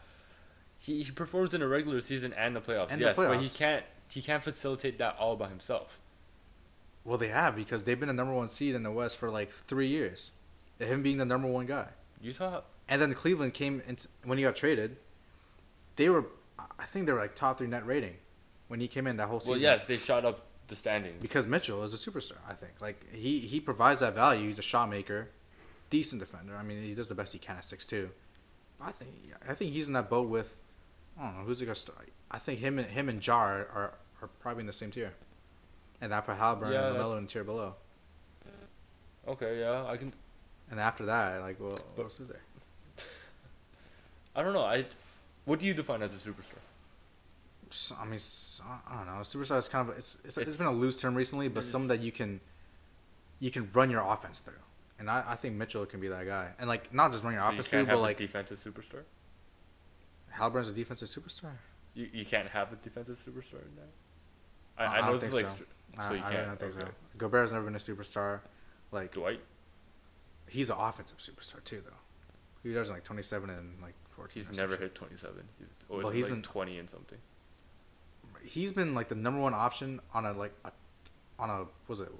Speaker 1: He, he performs in a regular season and the playoffs.
Speaker 2: And the
Speaker 1: yes, but he
Speaker 2: playoffs.
Speaker 1: can't he can't facilitate that all by himself.
Speaker 2: Well, they have because they've been the number one seed in the West for like three years. Him being the number one guy.
Speaker 1: Utah,
Speaker 2: And then Cleveland came into, when he got traded. They were, I think they were like top three net rating when he came in that whole season.
Speaker 1: well, yes, they shot up the standings.
Speaker 2: because Mitchell is a superstar. I think like he he provides that value. He's a shot maker, decent defender. I mean, he does the best he can at six two. I think I think he's in that boat with, I don't know who's gonna start. I think him and him and Jar are are probably in the same tier, and I put Halliburton
Speaker 1: Yeah,
Speaker 2: and
Speaker 1: that's-
Speaker 2: Melo in tier below.
Speaker 1: Okay, yeah, I can.
Speaker 2: And after that, like, well, what else is there?
Speaker 1: I don't know. I, what do you define as a superstar?
Speaker 2: So, I mean, s- I don't know. Superstar is kind of it's it's, it's
Speaker 1: It's-
Speaker 2: been a loose term recently, but
Speaker 1: it
Speaker 2: some
Speaker 1: is.
Speaker 2: that you can you can run your offense through. And I, I think Mitchell can be that guy. And like not just run your
Speaker 1: So
Speaker 2: offense
Speaker 1: you
Speaker 2: through,
Speaker 1: can't
Speaker 2: but
Speaker 1: have
Speaker 2: like
Speaker 1: a defensive superstar.
Speaker 2: Halliburton's a defensive superstar.
Speaker 1: You, you can't have a defensive superstar in that.
Speaker 2: Uh,
Speaker 1: I,
Speaker 2: I
Speaker 1: I know
Speaker 2: don't
Speaker 1: it's
Speaker 2: think
Speaker 1: like
Speaker 2: so.
Speaker 1: str-
Speaker 2: I,
Speaker 1: So you
Speaker 2: I
Speaker 1: can't,
Speaker 2: don't think so.
Speaker 1: okay.
Speaker 2: Gobert's never been a superstar. Like
Speaker 1: Dwight.
Speaker 2: he's an offensive superstar too, though. He does like twenty seven and like fourteen.
Speaker 1: He's
Speaker 2: or some
Speaker 1: never
Speaker 2: shit.
Speaker 1: hit twenty seven. He's always
Speaker 2: Well, he's
Speaker 1: like
Speaker 2: been-
Speaker 1: twenty and something.
Speaker 2: He's been like the number one option on a like a, on a was it?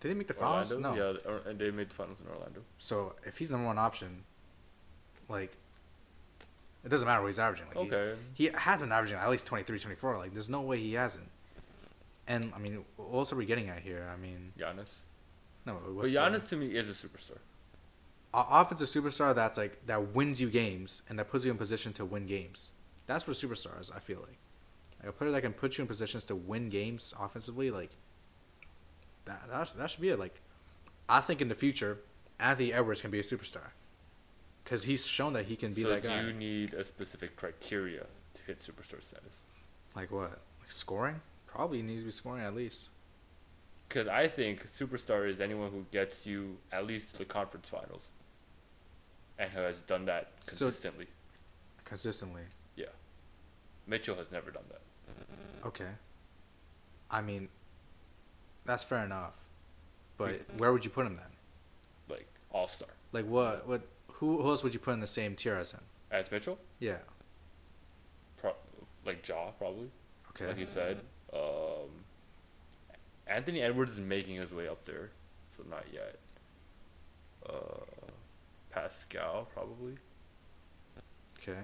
Speaker 2: Did they make the finals?
Speaker 1: Orlando.
Speaker 2: No.
Speaker 1: Yeah, or- and they made the finals in Orlando.
Speaker 2: So if he's number one option, like it doesn't matter what he's averaging. Like, he-
Speaker 1: Okay.
Speaker 2: He, has been averaging at least 23, 24. Like there's no way he hasn't. And I mean, what else are we getting at here? I mean,
Speaker 1: Giannis.
Speaker 2: no.
Speaker 1: But
Speaker 2: What's the-
Speaker 1: Giannis to me is a superstar.
Speaker 2: a offensive superstar that's like that wins you games and that puts you in position to win games. That's what a superstar is. I feel like. Like a player that can put you in positions to win games offensively, like that. That, sh- that should be it. Like, I think in the future, Anthony Edwards can be a superstar because he's shown that he can be
Speaker 1: so
Speaker 2: that
Speaker 1: do
Speaker 2: guy.
Speaker 1: you need a specific criteria to hit superstar status?
Speaker 2: Like what? Like scoring? Probably needs to be scoring at least.
Speaker 1: Because I think superstar is anyone who gets you at least to the conference finals, and who has done that
Speaker 2: So-
Speaker 1: consistently.
Speaker 2: consistently.
Speaker 1: Yeah. Mitchell has never done that.
Speaker 2: Okay. I mean, that's fair enough, but where would you put him then?
Speaker 1: Like all star
Speaker 2: Like what? What? Who, who else would you put in the same tier as him?
Speaker 1: as Mitchell,
Speaker 2: Yeah.
Speaker 1: pro- like Jaw probably.
Speaker 2: Okay.
Speaker 1: Like you said, um, Anthony Edwards is making his way up there, so not yet. Uh, Pascal probably.
Speaker 2: Okay.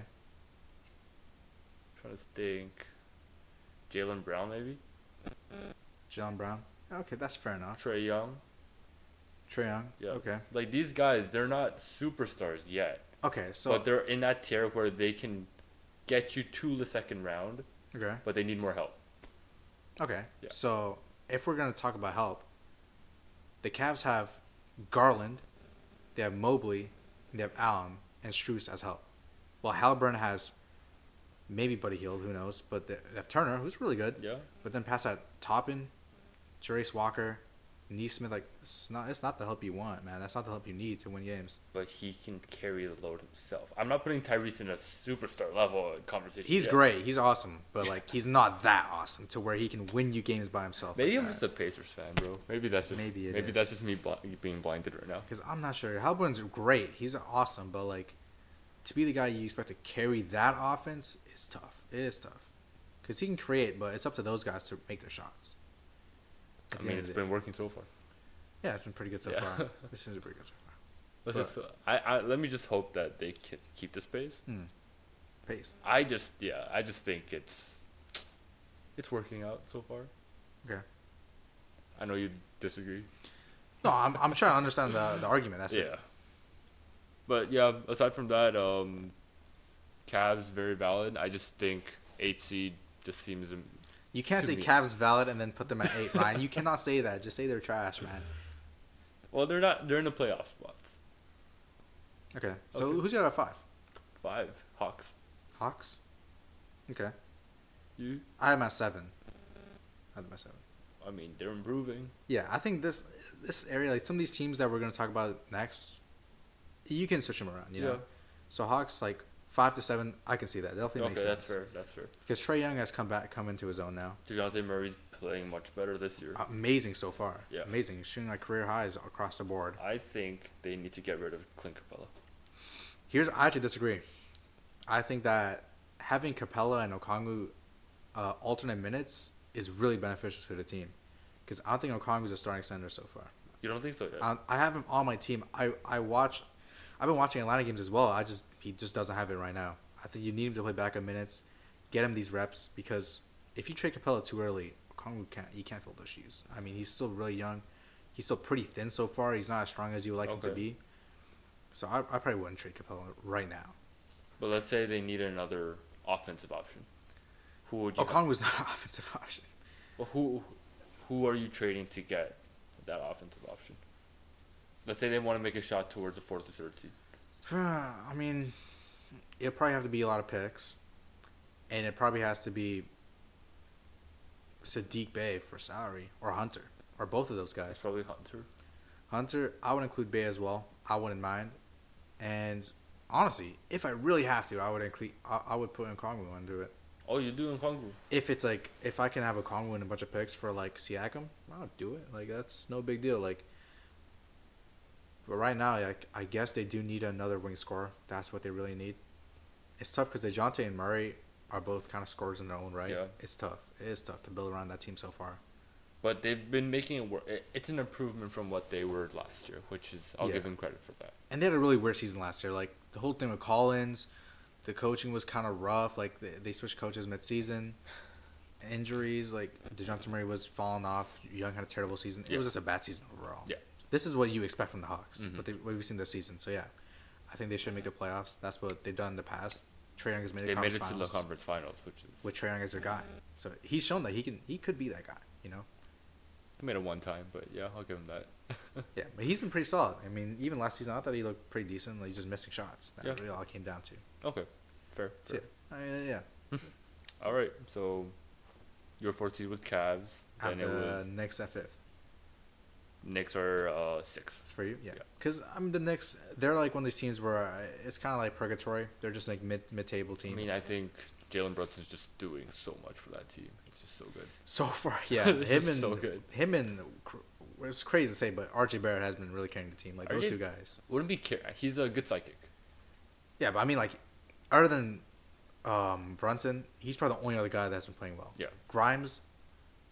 Speaker 1: trying to think. Jalen Brown maybe.
Speaker 2: John Brown. Okay, that's fair enough.
Speaker 1: Trey Young.
Speaker 2: Trae Young.
Speaker 1: Yeah.
Speaker 2: Okay.
Speaker 1: Like these guys, they're not superstars yet,
Speaker 2: Okay. So.
Speaker 1: but they're in that tier where they can get you to the second round,
Speaker 2: okay.
Speaker 1: but they need more help.
Speaker 2: Okay.
Speaker 1: Yeah.
Speaker 2: So if we're gonna talk about help, the Cavs have Garland, they have Mobley, and they have Allen and Struess as help. Well, Halliburton has maybe Buddy Hield, who knows? But they they have Turner, who's really good.
Speaker 1: Yeah.
Speaker 2: But then past that, Toppin, Jarace Walker, Neesmith. Like it's not it's not the help you want, man. That's not the help you need to win games.
Speaker 1: But he can carry the load himself. I'm not putting Tyrese in a superstar level conversation.
Speaker 2: He's
Speaker 1: yet.
Speaker 2: great. He's awesome, but like he's not that awesome to where he can win you games by himself.
Speaker 1: Maybe
Speaker 2: like
Speaker 1: I'm
Speaker 2: that.
Speaker 1: just a Pacers fan, bro. Maybe that's just
Speaker 2: Maybe
Speaker 1: maybe,
Speaker 2: it is.
Speaker 1: that's just me bl- being blinded right now.
Speaker 2: Because I'm not sure. Halburn's great. He's awesome, but like to be the guy you expect to carry that offense is tough. It is tough. Because he can create, but it's up to those guys to make their shots.
Speaker 1: I
Speaker 2: At the
Speaker 1: mean,
Speaker 2: end of
Speaker 1: it's
Speaker 2: the-
Speaker 1: been working so far.
Speaker 2: yeah, it's been pretty good so
Speaker 1: Yeah.
Speaker 2: far. This is pretty good so far.
Speaker 1: Let's
Speaker 2: But-
Speaker 1: just I, I let me just hope that they can keep the space.
Speaker 2: Pace.
Speaker 1: I just yeah, I just think it's it's working out so far.
Speaker 2: Okay.
Speaker 1: I know you disagree.
Speaker 2: No, I'm, I'm trying to understand the, the argument. That's
Speaker 1: yeah.
Speaker 2: it.
Speaker 1: But yeah, aside from that, um, Cavs very valid. I just think eight seed just seems im-
Speaker 2: You can't
Speaker 1: To
Speaker 2: say
Speaker 1: me.
Speaker 2: Cavs valid and then put them at eight, Ryan. You cannot say that. Just say they're trash, man.
Speaker 1: well. They're not. They're in the playoff spots.
Speaker 2: Okay. So
Speaker 1: Okay.
Speaker 2: who's your at five?
Speaker 1: Five Hawks.
Speaker 2: Hawks? Okay.
Speaker 1: You.
Speaker 2: I am at seven. I am at seven.
Speaker 1: I mean, they're improving.
Speaker 2: Yeah, I think this this area, like some of these teams that we're gonna talk about next, you can switch them around. You know,
Speaker 1: Yeah.
Speaker 2: so Hawks like five to seven, I can see that. That definitely
Speaker 1: okay,
Speaker 2: makes
Speaker 1: that's
Speaker 2: sense
Speaker 1: fair. That's fair.
Speaker 2: because Trey Young has come back, come into his own now.
Speaker 1: Dejounte Murray's playing much better this
Speaker 2: Uh,
Speaker 1: year.
Speaker 2: Amazing so far.
Speaker 1: Yeah.
Speaker 2: amazing. He's shooting like career highs across the board.
Speaker 1: I think they need to get rid of Clint Capella.
Speaker 2: Here's I actually disagree. I think that having Capella and Okongwu uh, alternate minutes is really beneficial to the team because I don't think Okongwu's a starting center so far.
Speaker 1: You don't think so? Yet?
Speaker 2: I, Um, I have him on my team. I I watch. I've been watching Atlanta games as well. I just he just doesn't have it right now. I think you need him to play backup minutes, get him these reps because if you trade Capella too early, Kongu can't he can't fill those shoes. I mean he's still really young, he's still pretty thin so far. He's not as strong as you would like him to
Speaker 1: Okay.
Speaker 2: be. So I, I probably wouldn't trade Capella right now.
Speaker 1: but let's say they need another offensive option. Who would you? have?
Speaker 2: Okongwu's not an offensive option.
Speaker 1: Well, who who are you trading to get that offensive option? Let's say they want to make a shot towards the fourth or third seed.
Speaker 2: I mean, it'll probably have to be a lot of picks, and it probably has to be Sadiq Bay for salary or Hunter or both of those
Speaker 1: It's
Speaker 2: guys.
Speaker 1: probably Hunter.
Speaker 2: Hunter, I would include Bay as well. I wouldn't mind. And honestly, if I really have to, I would include. I, I would put in Kongwu and do it.
Speaker 1: Oh, you're doing Kongu.
Speaker 2: If it's like if I can have a Kongwu and a bunch of picks for like Siakam, I'll do it. Like that's no big deal. Like. But right now, like, I guess they do need another wing scorer. That's what they really need. It's tough because DeJounte and Murray are both kind of scorers in their own right.
Speaker 1: Yeah.
Speaker 2: It's tough. It is tough to build around that team so far.
Speaker 1: But they've been making it work. It's an improvement from what they were last year, which is I'll
Speaker 2: Yeah.
Speaker 1: give them credit for that.
Speaker 2: And they had a really weird season last year. Like, the whole thing with Collins, the coaching was kind of rough. Like, they, they switched coaches mid-season. Injuries, like, DeJounte Murray was falling off. Young had a terrible season. It
Speaker 1: Yeah.
Speaker 2: was just a bad season overall.
Speaker 1: Yeah.
Speaker 2: This is what you expect from the Hawks,
Speaker 1: Mhm.
Speaker 2: what, they, what we've seen this season. So, yeah, I think they should make the playoffs. That's what they've done in the past. Trae Young has made it,
Speaker 1: They made
Speaker 2: conference
Speaker 1: it to the
Speaker 2: finals.
Speaker 1: conference finals, which is
Speaker 2: with Trae Young as their guy. So he's shown that he can he could be that guy, you know.
Speaker 1: they made it one time. But yeah, I'll give them that.
Speaker 2: Yeah, but he's been pretty solid. I mean, even last season I thought he looked pretty decent. Like he's just missing shots. That
Speaker 1: Yeah.
Speaker 2: really all it came down to.
Speaker 1: Okay, fair.
Speaker 2: So,
Speaker 1: fair.
Speaker 2: yeah, I mean, yeah.
Speaker 1: All right, so your fourth seed was Cavs.
Speaker 2: At
Speaker 1: Then it
Speaker 2: the
Speaker 1: was
Speaker 2: Knicks at fifth
Speaker 1: Knicks are uh, sixth.
Speaker 2: for you, yeah.
Speaker 1: Yeah.
Speaker 2: Because I mean, the Knicks they're like one of these teams where uh, it's kind of like purgatory. They're just like mid mid table team.
Speaker 1: I mean, I think Jalen Brunson's just doing so much for that team. It's just so good.
Speaker 2: So far, yeah,
Speaker 1: This
Speaker 2: him
Speaker 1: is
Speaker 2: and
Speaker 1: so good.
Speaker 2: him and it's crazy to say, but RJ Barrett has been really carrying the team. Like those
Speaker 1: RJ
Speaker 2: two guys.
Speaker 1: Wouldn't be care. He's a good psychic.
Speaker 2: Yeah, but I mean, like, other than um, Brunson, he's probably the only other guy that's been playing well.
Speaker 1: Yeah.
Speaker 2: Grimes,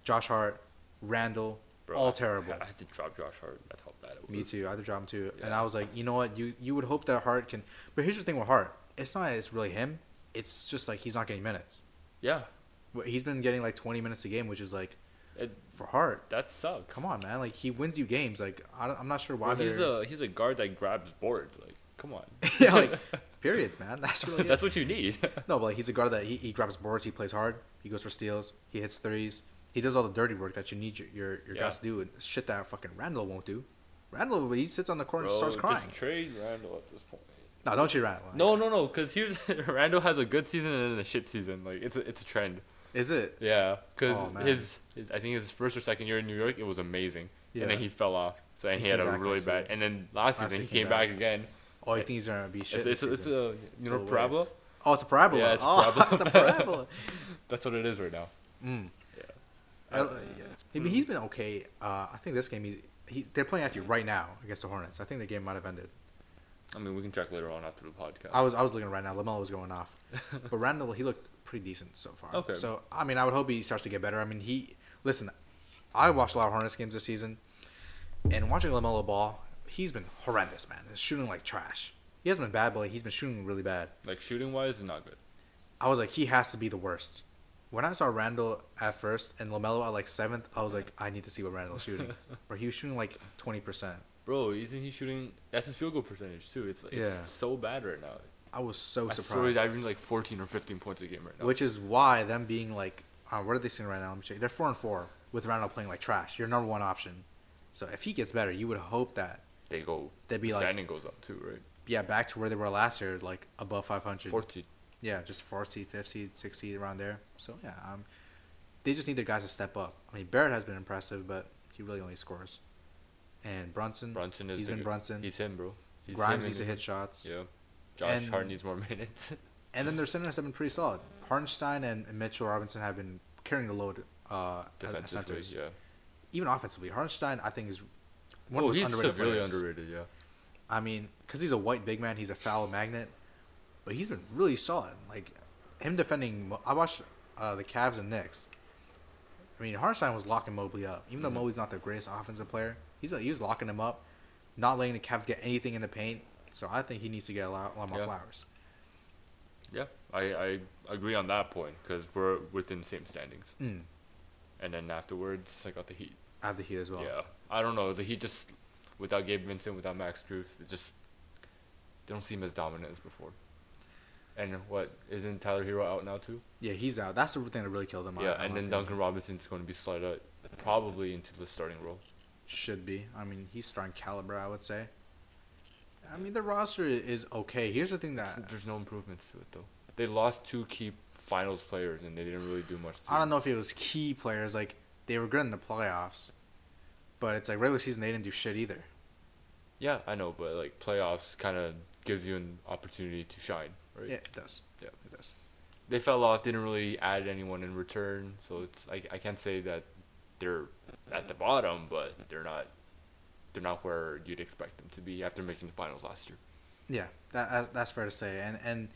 Speaker 2: Josh Hart, Randall, all
Speaker 1: I-
Speaker 2: terrible.
Speaker 1: I, had to drop Josh Hart. That's how bad it was.
Speaker 2: Me too. I had to drop him too, and
Speaker 1: Yeah.
Speaker 2: I was like, you know what? You you would hope that Hart can, but here's the thing with Hart. It's not. that It's really him. It's just like he's not getting minutes.
Speaker 1: Yeah,
Speaker 2: But He's been getting like 20 minutes a game, which is like
Speaker 1: it,
Speaker 2: for Hart.
Speaker 1: that sucks.
Speaker 2: Come on, man! Like he wins you games. Like I don't, I'm not sure why
Speaker 1: Well, he's
Speaker 2: they're.
Speaker 1: a he's a guard that grabs boards. Like, come on.
Speaker 2: yeah, like period, man. That's really it.
Speaker 1: That's what you need.
Speaker 2: No, but like, he's a guard that he, he grabs boards, he plays hard, he goes for steals, he hits threes, he does all the dirty work that you need your your, your
Speaker 1: Yeah.
Speaker 2: guys to do, and shit that fucking Randall won't do. Randall, he sits on the corner
Speaker 1: Bro,
Speaker 2: and starts
Speaker 1: just
Speaker 2: crying.
Speaker 1: trade Randall at this point.
Speaker 2: no, don't you Randall?
Speaker 1: No, no, no. Because here's Randall has a good season and then a shit season. Like it's a, it's a trend.
Speaker 2: Is it?
Speaker 1: Yeah, because
Speaker 2: Oh, man.
Speaker 1: his, his I think his first or second year in New York, it was amazing. And then
Speaker 2: Yeah.
Speaker 1: he fell off. So and
Speaker 2: He
Speaker 1: he, had
Speaker 2: came
Speaker 1: a
Speaker 2: back
Speaker 1: really
Speaker 2: next
Speaker 1: bad.
Speaker 2: season.
Speaker 1: And then last,
Speaker 2: Last
Speaker 1: season
Speaker 2: year
Speaker 1: he
Speaker 2: he came
Speaker 1: came back, again.
Speaker 2: Oh, you think he's gonna be shit?
Speaker 1: It's it's,
Speaker 2: this
Speaker 1: it's
Speaker 2: season?
Speaker 1: a you
Speaker 2: It's
Speaker 1: know
Speaker 2: a wave.
Speaker 1: parabola.
Speaker 2: oh, it's a parabola.
Speaker 1: Yeah, it's a
Speaker 2: oh,
Speaker 1: parabola.
Speaker 2: it's a parabola.
Speaker 1: That's what it is right now.
Speaker 2: Mm.
Speaker 1: Yeah.
Speaker 2: I- yeah. He- He's been okay. Uh, I think this game he's he, they're playing actually right now against the Hornets. I think the game might have ended.
Speaker 1: I mean, we can check later on after the podcast.
Speaker 2: I was I was looking right now. Lamelo was going off, but Randall he looked pretty decent so far.
Speaker 1: Okay.
Speaker 2: So I mean, I would hope he starts to get better. I mean, he listen. I watched a lot of Hornets games this season, and watching Lamelo ball, he's been horrendous, man. He's shooting like trash. He hasn't been bad, but like, he's been shooting really bad.
Speaker 1: like shooting wise, is not good.
Speaker 2: I was like, he has to be the worst. When I saw Randall at first and Lamelo at like seventh, I was like, I need to see what Randall's shooting. or he was shooting like twenty percent.
Speaker 1: Bro, isn't he shooting? That's his field goal percentage too. It's like
Speaker 2: Yeah.
Speaker 1: it's so bad right now.
Speaker 2: I was so
Speaker 1: I
Speaker 2: surprised.
Speaker 1: saw he's averaging like 14 or 15 points a game right now.
Speaker 2: Which is why them being like, uh, what are they sitting right now? Let me check. They're four and four with Randall playing like trash. Your number one option. So if he gets better, you would hope that
Speaker 1: they go.
Speaker 2: they'd be
Speaker 1: the
Speaker 2: like,
Speaker 1: standing goes up too, right?
Speaker 2: yeah, back to where they were last year, like above 500.
Speaker 1: 14.
Speaker 2: Yeah, just four seed, fifth seed, six seed around there. So yeah, um, they just need their guys to step up. I mean, Barrett has been impressive, but he really only scores. And Brunson,
Speaker 1: Brunson is
Speaker 2: he's
Speaker 1: the
Speaker 2: been
Speaker 1: g-
Speaker 2: Brunson.
Speaker 1: He's him, bro. He's
Speaker 2: Grimes
Speaker 1: him
Speaker 2: needs to
Speaker 1: and-
Speaker 2: hit shots.
Speaker 1: Yeah. Josh
Speaker 2: And-
Speaker 1: Hart needs more minutes.
Speaker 2: And then their centers have been pretty solid. Hartenstein and Mitchell Robinson have been carrying the load uh, as
Speaker 1: Defensively,
Speaker 2: centers.
Speaker 1: yeah.
Speaker 2: even offensively, Hartenstein I think is one
Speaker 1: oh,
Speaker 2: of those
Speaker 1: he's
Speaker 2: underrated
Speaker 1: severely
Speaker 2: players.
Speaker 1: underrated, yeah.
Speaker 2: I mean, because he's a white big man, he's a foul magnet, but he's been really solid. Like him defending, Mo- I watched uh, the Cavs and Knicks. I mean, Hartenstein was locking Mobley up, even
Speaker 1: Mm-hmm.
Speaker 2: though Mobley's not the greatest offensive player. He's he was locking him up, not letting the Cavs get anything in the paint. So I think he needs to get a lot, a lot more
Speaker 1: Yeah.
Speaker 2: flowers.
Speaker 1: Yeah, I, I agree on that point because we're within the same standings.
Speaker 2: Mm,
Speaker 1: And then afterwards, I got the Heat.
Speaker 2: I have the Heat as well.
Speaker 1: Yeah, I don't know. The Heat just, without Gabe Vincent, without Max Drews, they just they don't seem as dominant as before. And what isn't Tyler Hero out now too?
Speaker 2: Yeah, he's out. That's the thing that really killed him. I-
Speaker 1: yeah,
Speaker 2: I
Speaker 1: and then
Speaker 2: think.
Speaker 1: Duncan Robinson's going to be slid out probably into the starting role.
Speaker 2: should be. I mean, he's starting caliber, I would say. I mean, the roster i- is okay. Here's the thing
Speaker 1: It's-
Speaker 2: that
Speaker 1: There's no improvements to it though. They lost two key finals players and they didn't really do much. To
Speaker 2: I don't know if it was key players. Like they were good in the playoffs, but it's like regular season they didn't do shit either.
Speaker 1: Yeah, I know, but like playoffs kind of gives you an opportunity to shine, right?
Speaker 2: Yeah, it does.
Speaker 1: Yeah.
Speaker 2: it does.
Speaker 1: They fell off, didn't really add anyone in return, so it's I, I can't say that they're at the bottom, but they're not they're not where you'd expect them to be after making the finals last year.
Speaker 2: Yeah, that, that that's fair to say. And and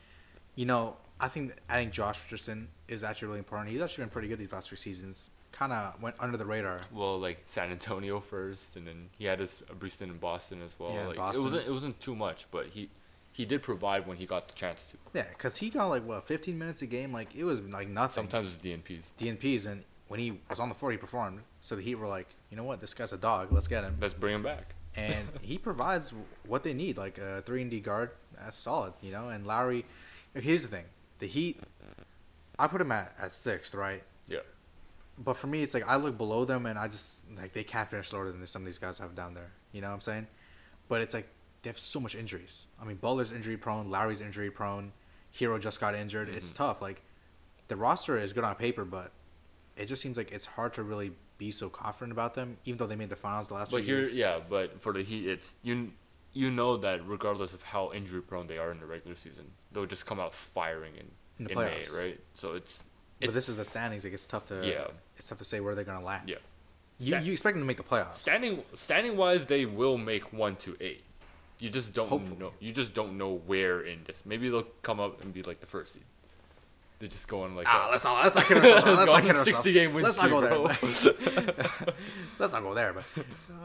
Speaker 2: you know, I think I think Josh Richardson is actually really important. He's actually been pretty good these last few seasons. Kind of went under the radar.
Speaker 1: Well, like San Antonio first, and then he had his a brief stint in Boston as well.
Speaker 2: Yeah,
Speaker 1: like
Speaker 2: Boston.
Speaker 1: it wasn't it wasn't too much, but he he did provide when he got the chance to.
Speaker 2: Yeah, because he got like what 15 minutes a game. Like it was like nothing.
Speaker 1: Sometimes it's DNPs.
Speaker 2: DNPs, and when he was on the floor, he performed. So the Heat were like, you know what, this guy's a dog. Let's get him.
Speaker 1: Let's bring him back.
Speaker 2: And he provides what they need, like a three and D guard. That's solid, you know. And Lowry, okay, here's the thing: the Heat, I put him at at sixth, right?
Speaker 1: Yeah.
Speaker 2: But for me, it's like I look below them, and I just like they can't finish lower than some of these guys have down there. You know what I'm saying? But it's like they have so much injuries. I mean, Butler's injury prone, Lowry's injury prone, Hero just got injured. It's
Speaker 1: Mm-hmm.
Speaker 2: tough. Like the roster is good on paper, but it just seems like it's hard to really be so confident about them, even though they made the finals the last.
Speaker 1: But
Speaker 2: few
Speaker 1: here,
Speaker 2: years.
Speaker 1: yeah, but for the Heat, it's you. You know that regardless of how injury prone they are in the regular season, they'll just come out firing and
Speaker 2: In the
Speaker 1: in May,
Speaker 2: playoffs.
Speaker 1: right? So it's
Speaker 2: but this is the standings. Like it's tough to
Speaker 1: Yeah.
Speaker 2: it's tough to say where they're gonna land.
Speaker 1: Yeah.
Speaker 2: You,
Speaker 1: Stan-
Speaker 2: you expect them to make the playoffs.
Speaker 1: standing standing wise, they will make one to eight. You just don't
Speaker 2: Hopefully.
Speaker 1: know. You just don't know where in this. Maybe they'll come up and be like the first seed. They just go on like
Speaker 2: Ah,
Speaker 1: a-
Speaker 2: let's not let's not kid ourselves. Let's,
Speaker 1: go
Speaker 2: not
Speaker 1: on
Speaker 2: kid
Speaker 1: a
Speaker 2: ourselves.
Speaker 1: 60 game win
Speaker 2: Let's not
Speaker 1: streak,
Speaker 2: go
Speaker 1: bro.
Speaker 2: there. but- let's not go there. But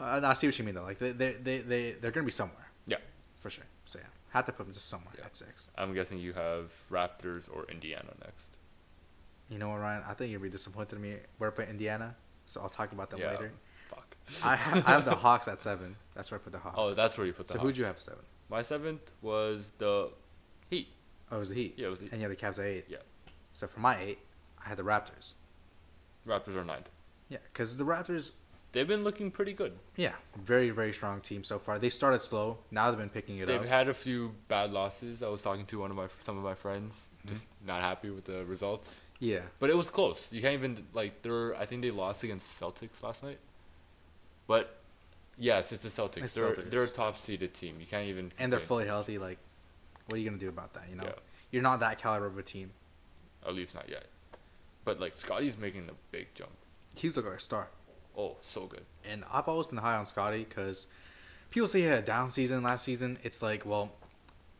Speaker 2: uh, no, I see what you mean though. Like they they they they they're gonna be somewhere
Speaker 1: yeah.
Speaker 2: for sure. So yeah, had to put them just somewhere
Speaker 1: Yeah.
Speaker 2: at six.
Speaker 1: I'm guessing you have Raptors or Indiana next.
Speaker 2: You know what, Ryan? I think you'll be disappointed in me. We're playing Indiana, so I'll talk about them
Speaker 1: Yeah.
Speaker 2: later.
Speaker 1: Fuck.
Speaker 2: I have, I have the Hawks at seven. That's where I put the Hawks.
Speaker 1: Oh, that's where you put the.
Speaker 2: so. Who'd you
Speaker 1: Hawks.
Speaker 2: have at seven?
Speaker 1: My seventh was the Heat.
Speaker 2: Oh, it was the Heat.
Speaker 1: Yeah, it was the Heat.
Speaker 2: And you had the Cavs at eight.
Speaker 1: Yeah.
Speaker 2: So for my eight, I had the Raptors.
Speaker 1: Raptors are ninth.
Speaker 2: Yeah, because the Raptors,
Speaker 1: They've been looking pretty good.
Speaker 2: yeah, very very strong team so far. They started slow. Now they've been picking it
Speaker 1: They've
Speaker 2: up.
Speaker 1: had a few bad losses. I was talking to one of my some of my friends,
Speaker 2: Mm-hmm.
Speaker 1: just not happy with the results.
Speaker 2: yeah.
Speaker 1: But it was close. You can't even like they're. I think they lost against Celtics last night. But yes, it's the Celtics.
Speaker 2: It's
Speaker 1: they're
Speaker 2: Celtics.
Speaker 1: they're a top seeded team. You can't even.
Speaker 2: and they're
Speaker 1: complain.
Speaker 2: fully healthy, like, what are you gonna do about that? You know,
Speaker 1: Yeah.
Speaker 2: you're not that caliber of a team.
Speaker 1: At least not yet. But like Scotty's making a big jump.
Speaker 2: He's looked like a star,
Speaker 1: Oh, so good.
Speaker 2: and I've always been high on Scotty because people say he had a down season last season. It's like, well,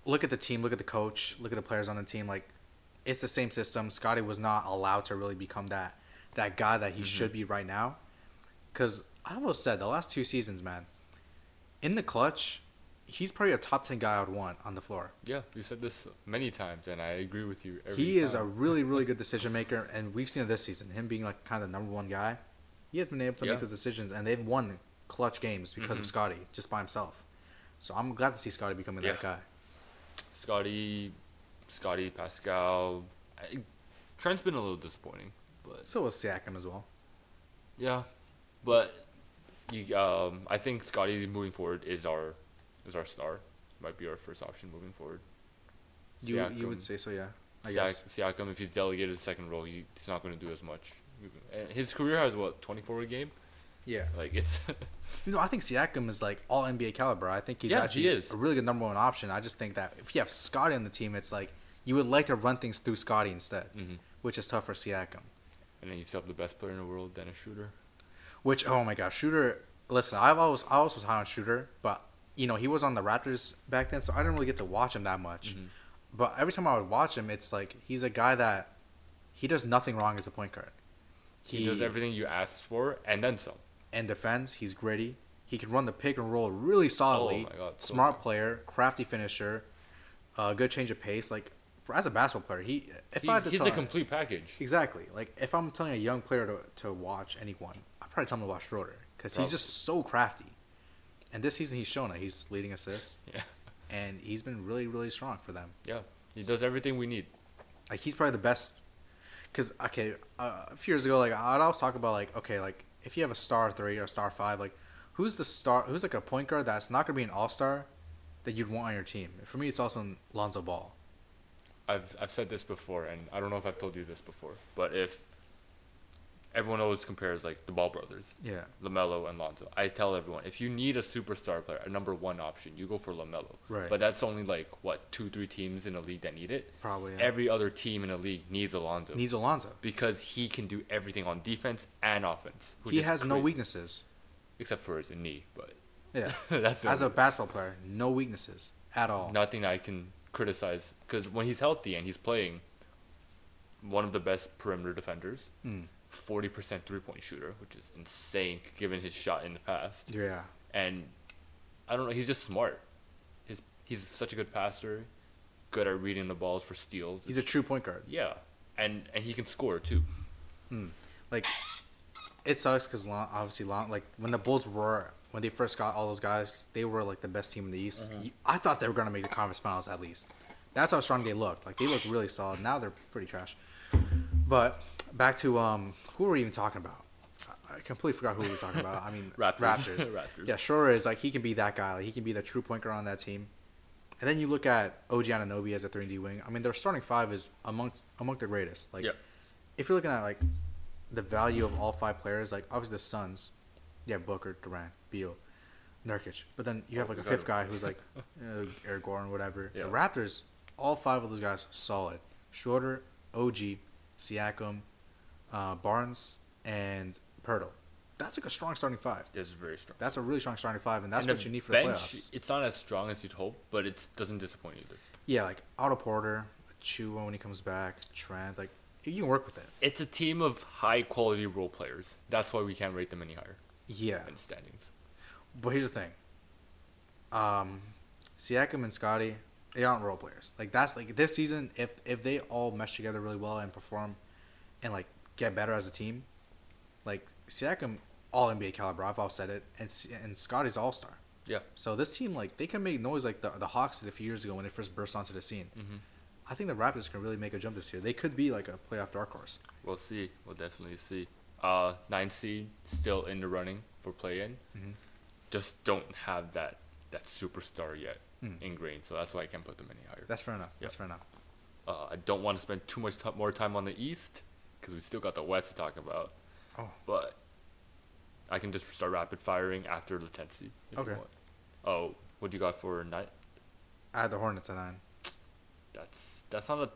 Speaker 2: look at the team, look at the coach, look at the players on the team. Like, it's the same system. Scotty was not allowed to really become that that guy that he should be right now. Because I almost said the last two seasons, man, in the clutch, he's probably a top ten guy I'd want on the floor.
Speaker 1: Yeah, you said this many times, and I agree with you. Every
Speaker 2: he is a
Speaker 1: time.
Speaker 2: really, really good decision maker, and we've seen it this season him being like kind of the number one guy. He has been able to
Speaker 1: Yeah. Mm-hmm.
Speaker 2: make those decisions, and they've won clutch games because of Scotty just by himself. So I'm glad to see Scotty becoming that
Speaker 1: Yeah.
Speaker 2: guy.
Speaker 1: Scotty, Scotty Pascal. I, Trent's been a little disappointing, but
Speaker 2: So was Siakam as well.
Speaker 1: Yeah, but you, um, I think Scotty moving forward is our is our star. Might be our first option moving forward.
Speaker 2: You you would
Speaker 1: Siakam-
Speaker 2: say so, yeah. I
Speaker 1: Siak-
Speaker 2: guess
Speaker 1: Siakam, if he's delegated the second role, he, he's not going to do as much. And his career has what twenty four a game.
Speaker 2: yeah.
Speaker 1: Like it's
Speaker 2: You know, I think Siakam is like all NBA caliber. I think he's
Speaker 1: Yeah, he
Speaker 2: actually
Speaker 1: is.
Speaker 2: a really good number one option. I just think that if you have Scotty on the team, it's like you would like to run things through Scotty instead,
Speaker 1: Mhm.
Speaker 2: which is tough for Siakam.
Speaker 1: and then you still have the best player in the world, then a shooter.
Speaker 2: Which oh my gosh, Shooter! Listen, I've always I always was high on Shooter, but you know he was on the Raptors back then, so I didn't really get to watch him that much.
Speaker 1: Mm-hmm.
Speaker 2: But every time I would watch him, it's like he's a guy that he does nothing wrong as a point guard.
Speaker 1: He, does everything you asked for and then some.
Speaker 2: and defends. He's gritty. He can run the pick and roll really solidly.
Speaker 1: Oh my God, so
Speaker 2: Smart
Speaker 1: good.
Speaker 2: player, crafty finisher, uh, good change of pace. Like for, as a basketball player, he if I
Speaker 1: He's,
Speaker 2: had to
Speaker 1: he's
Speaker 2: tell
Speaker 1: a complete package.
Speaker 2: Exactly. Like if I'm telling a young player to, to watch anyone, I'd probably tell him to watch Schroeder because he's
Speaker 1: Probably.
Speaker 2: just so crafty. And this season he's shown it. He's leading assists,
Speaker 1: Yeah,
Speaker 2: and he's been really, really strong for them.
Speaker 1: yeah. He does everything we need.
Speaker 2: Like he's probably the best. Because okay, uh, a few years ago, like I'd always talk about like okay, like if you have a star three or a star five, like who's the star? Who's like a point guard that's not gonna be an all star that you'd want on your team? For me, it's also Lonzo Ball.
Speaker 1: I've I've said this before, and I don't know if I've told you this before, but if everyone always compares like the Ball brothers,
Speaker 2: Yeah.
Speaker 1: Lamelo and Lonzo, I tell everyone if you need a superstar player, a number one option, you go for Lamelo.
Speaker 2: Right.
Speaker 1: But that's only like what two, three teams in a league that need it.
Speaker 2: Probably, yeah.
Speaker 1: Every other team in a league needs Alonzo
Speaker 2: Needs Alonzo.
Speaker 1: because he can do everything on defense and offense. which
Speaker 2: He
Speaker 1: is
Speaker 2: has no
Speaker 1: crazy,
Speaker 2: weaknesses.
Speaker 1: except for his knee, but
Speaker 2: Yeah.
Speaker 1: that's the
Speaker 2: As a
Speaker 1: only-
Speaker 2: basketball player, no weaknesses at all.
Speaker 1: nothing I can criticize because when he's healthy and he's playing, one of the best perimeter defenders,
Speaker 2: Hmm.
Speaker 1: forty percent three point shooter, which is insane given his shot in the past.
Speaker 2: Yeah.
Speaker 1: And I don't know, he's just smart. He's he's such a good passer, good at reading the balls for steals.
Speaker 2: He's a true point guard.
Speaker 1: yeah, and and he can score too.
Speaker 2: Like, it sucks because Lon, obviously Lon, like when the Bulls were when they first got all those guys, they were like the best team in the East.
Speaker 1: Mm-hmm.
Speaker 2: You- I thought they were gonna make the conference finals at least. That's how strong they looked. Like they looked really solid. Now they're pretty trash. But back to um, who were we even talking about? I- I completely forgot who we were talking about. I mean,
Speaker 1: Raptors.
Speaker 2: Raptors.
Speaker 1: Raptors.
Speaker 2: Yeah, Schroeder is like he can be that guy. Like, he can be the true point guard on that team. And then you look at OG Ananobi as a three and D wing. I mean, their starting five is amongst among the greatest. Like,
Speaker 1: Yeah.
Speaker 2: if you're looking at like the value of all five players, like obviously the Suns, yeah, Booker, Durant, Beal, Nurkic, but then you have
Speaker 1: Oh,
Speaker 2: like a
Speaker 1: we got
Speaker 2: fifth guy who's like uh, Eric Gordon, whatever.
Speaker 1: Yeah.
Speaker 2: The Raptors, all five of those guys, solid. Schroeder, OG, Siakam, uh, Barnes, and Pirtle. That's like a strong starting five.
Speaker 1: This is very strong.
Speaker 2: That's a really strong starting five, and that's
Speaker 1: And the
Speaker 2: what you need for the
Speaker 1: bench,
Speaker 2: playoffs.
Speaker 1: It's not as strong as you'd hope, but it doesn't disappoint either.
Speaker 2: Yeah, like Otto Porter, Chua when he comes back, Trent. Like you can work with it.
Speaker 1: It's a team of high quality role players. That's why we can't rate them any higher
Speaker 2: Yeah,
Speaker 1: in the standings.
Speaker 2: but here's the thing. Um, Siakam and Scotty, they aren't role players. Like that's like this season, if if they all mesh together really well and perform, and like get better as a team, like Siakam, all NBA caliber. I've all said it, and S- and Scotty's all star.
Speaker 1: Yeah.
Speaker 2: So this team, like they can make noise like the the Hawks did a few years ago when they first burst onto the scene.
Speaker 1: Mhm.
Speaker 2: I think the Raptors can really make a jump this year. They could be like a playoff dark horse.
Speaker 1: We'll see. We'll definitely see. Uh, nine seed still in the running for play in.
Speaker 2: Mhm.
Speaker 1: Just don't have that that superstar yet
Speaker 2: Mm.
Speaker 1: ingrained, so that's why I can't put them any higher.
Speaker 2: That's fair enough.
Speaker 1: Yeah.
Speaker 2: That's fair enough.
Speaker 1: Uh, I don't want to spend too much t- more time on the East because we still got the West to talk about.
Speaker 2: Oh.
Speaker 1: But I can just start rapid firing after the 10th seed. if you
Speaker 2: Okay.
Speaker 1: want. Oh, what do you got for night?
Speaker 2: I had the Hornets at nine.
Speaker 1: That's that's not a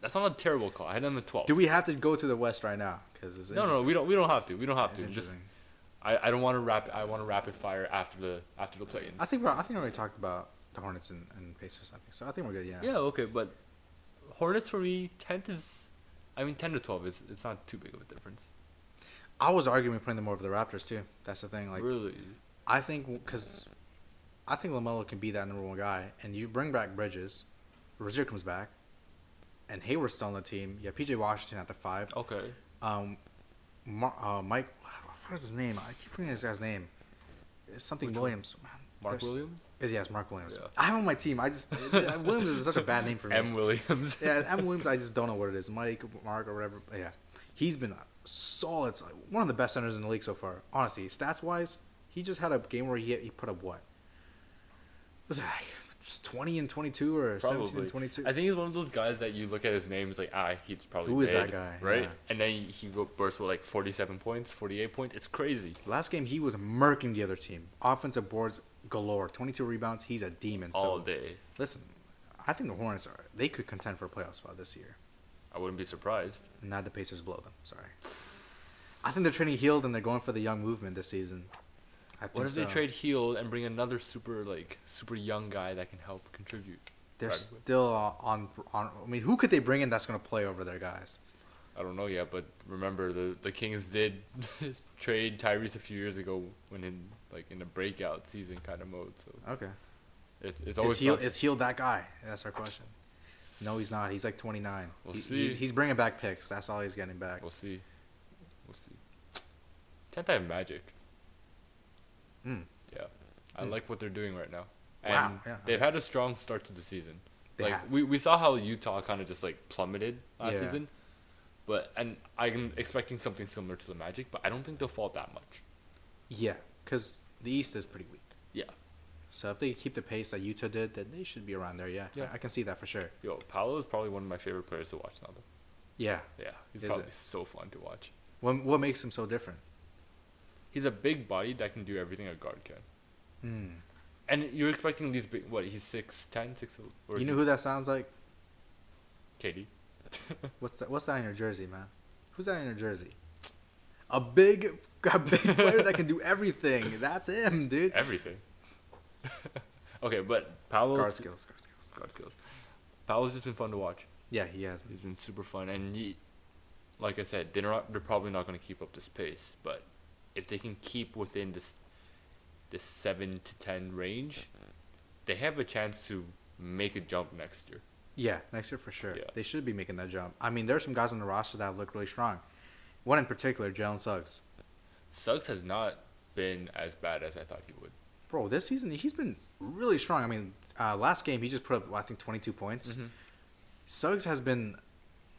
Speaker 1: that's not a terrible call. I had them at 12.
Speaker 2: Do we have to go to the West right now? Because
Speaker 1: No, no, we don't. We don't have to. We don't have
Speaker 2: It's
Speaker 1: to. Just
Speaker 2: interesting.
Speaker 1: I, I don't want to rap. I want to rapid fire after the after the play-ins.
Speaker 2: I think we're, I think we already talked about the Hornets and, and Pacers. I think so. I think we're good. Yeah.
Speaker 1: Yeah, okay, but Hornets for me, tenth is, I mean, ten to twelve is it's not too big of a difference.
Speaker 2: I was arguing putting them over the Raptors too. That's the thing. Like
Speaker 1: really,
Speaker 2: I think because I think Lamelo can be that number one guy, and you bring back Bridges, Rozier comes back, and Hayward's still on the team. Yeah, PJ Washington at the five.
Speaker 1: okay.
Speaker 2: Um, Mar- uh, Mike, what is his name? I keep forgetting this guy's name. It's something
Speaker 1: Which one?
Speaker 2: Williams. Man,
Speaker 1: Mark
Speaker 2: there's-
Speaker 1: Williams,
Speaker 2: Is yes, Mark Williams.
Speaker 1: Yeah.
Speaker 2: I have him on my team. I just Williams is such a bad name for me.
Speaker 1: M. Williams.
Speaker 2: yeah, M Williams. I just don't know what it is. Mike, Mark, or whatever. but yeah, he's been a solid, solid- one of the best centers in the league so far. Honestly, stats wise, he just had a game where he he put up what was it like twenty and twenty two or seventeen
Speaker 1: Probably.
Speaker 2: and twenty two.
Speaker 1: I think he's one of those guys that you look at his name, it's like, ah, he's probably
Speaker 2: Who is that
Speaker 1: dead,
Speaker 2: guy?
Speaker 1: right?
Speaker 2: Yeah.
Speaker 1: And then he go burst with like forty-seven points, forty-eight points. It's crazy.
Speaker 2: Last game he was murking the other team. Offensive boards galore. Twenty two rebounds. He's a demon. So
Speaker 1: All day.
Speaker 2: listen, I think the Hornets are they could contend for a playoff spot this year.
Speaker 1: I wouldn't be surprised.
Speaker 2: Not the Pacers blow them. Sorry. I think they're trading healed and they're going for the young movement this season. I think
Speaker 1: What if they
Speaker 2: so.
Speaker 1: trade Heald and bring another super like super young guy that can help contribute?
Speaker 2: They're
Speaker 1: Right.
Speaker 2: still on, on. I mean, who could they bring in that's going to play over their guys?
Speaker 1: I don't know yet, but remember the the Kings did trade Tyrese a few years ago when in like in a breakout season kind of mode. So
Speaker 2: Okay.
Speaker 1: it, it's
Speaker 2: Is
Speaker 1: always
Speaker 2: Heal
Speaker 1: possible.
Speaker 2: is Heal that guy? That's our question. No, he's not. He's like 29.
Speaker 1: We'll
Speaker 2: He-
Speaker 1: see.
Speaker 2: He's, he's bringing back picks. That's all he's getting back.
Speaker 1: we'll see, we'll see. Tenth, I have Magic.
Speaker 2: Mm.
Speaker 1: Yeah, I like what they're doing right now, and
Speaker 2: Wow, yeah,
Speaker 1: they've had a strong start to the season.
Speaker 2: They
Speaker 1: like
Speaker 2: have.
Speaker 1: we we saw how Utah kind of just like plummeted last
Speaker 2: Yeah.
Speaker 1: season, but and I'm expecting something similar to the Magic, but I don't think they'll fall that much.
Speaker 2: Yeah, because the East is pretty weak.
Speaker 1: Yeah,
Speaker 2: So if they keep the pace that Utah did, then they should be around there. Yeah,
Speaker 1: Yeah.
Speaker 2: I, I can see that for sure.
Speaker 1: yo, Paolo is probably one of my favorite players to watch now. Though.
Speaker 2: Yeah.
Speaker 1: Yeah, he's
Speaker 2: Is
Speaker 1: probably
Speaker 2: it?
Speaker 1: so fun to watch.
Speaker 2: What what makes him so different?
Speaker 1: He's a big body that can do everything a guard can.
Speaker 2: Hmm.
Speaker 1: And you're expecting these big what? He's six ten, six. Or
Speaker 2: You know who that sounds like?
Speaker 1: Katie.
Speaker 2: What's that? What's that on your jersey, man? Who's that on your jersey? A big, a big player that can do everything. That's him, dude.
Speaker 1: Everything. okay, but Paolo
Speaker 2: Guard skills, guard skills.
Speaker 1: Guard skills. Paolo's just been fun to watch.
Speaker 2: Yeah, he has.
Speaker 1: He's been super fun, and he, like I said, they're not, they're probably not going to keep up this pace. But if they can keep within this, this seven to ten range, they have a chance to make a jump next year.
Speaker 2: Yeah, next year for sure.
Speaker 1: Yeah.
Speaker 2: They should be making that jump. I mean, there are some guys on the roster that look really strong. One in particular, Jalen Suggs.
Speaker 1: Suggs has not been as bad as I thought he would.
Speaker 2: Bro, this season he's been really strong. I mean, uh, last game he just put up I think 22 points.
Speaker 1: Mm-hmm.
Speaker 2: Suggs has been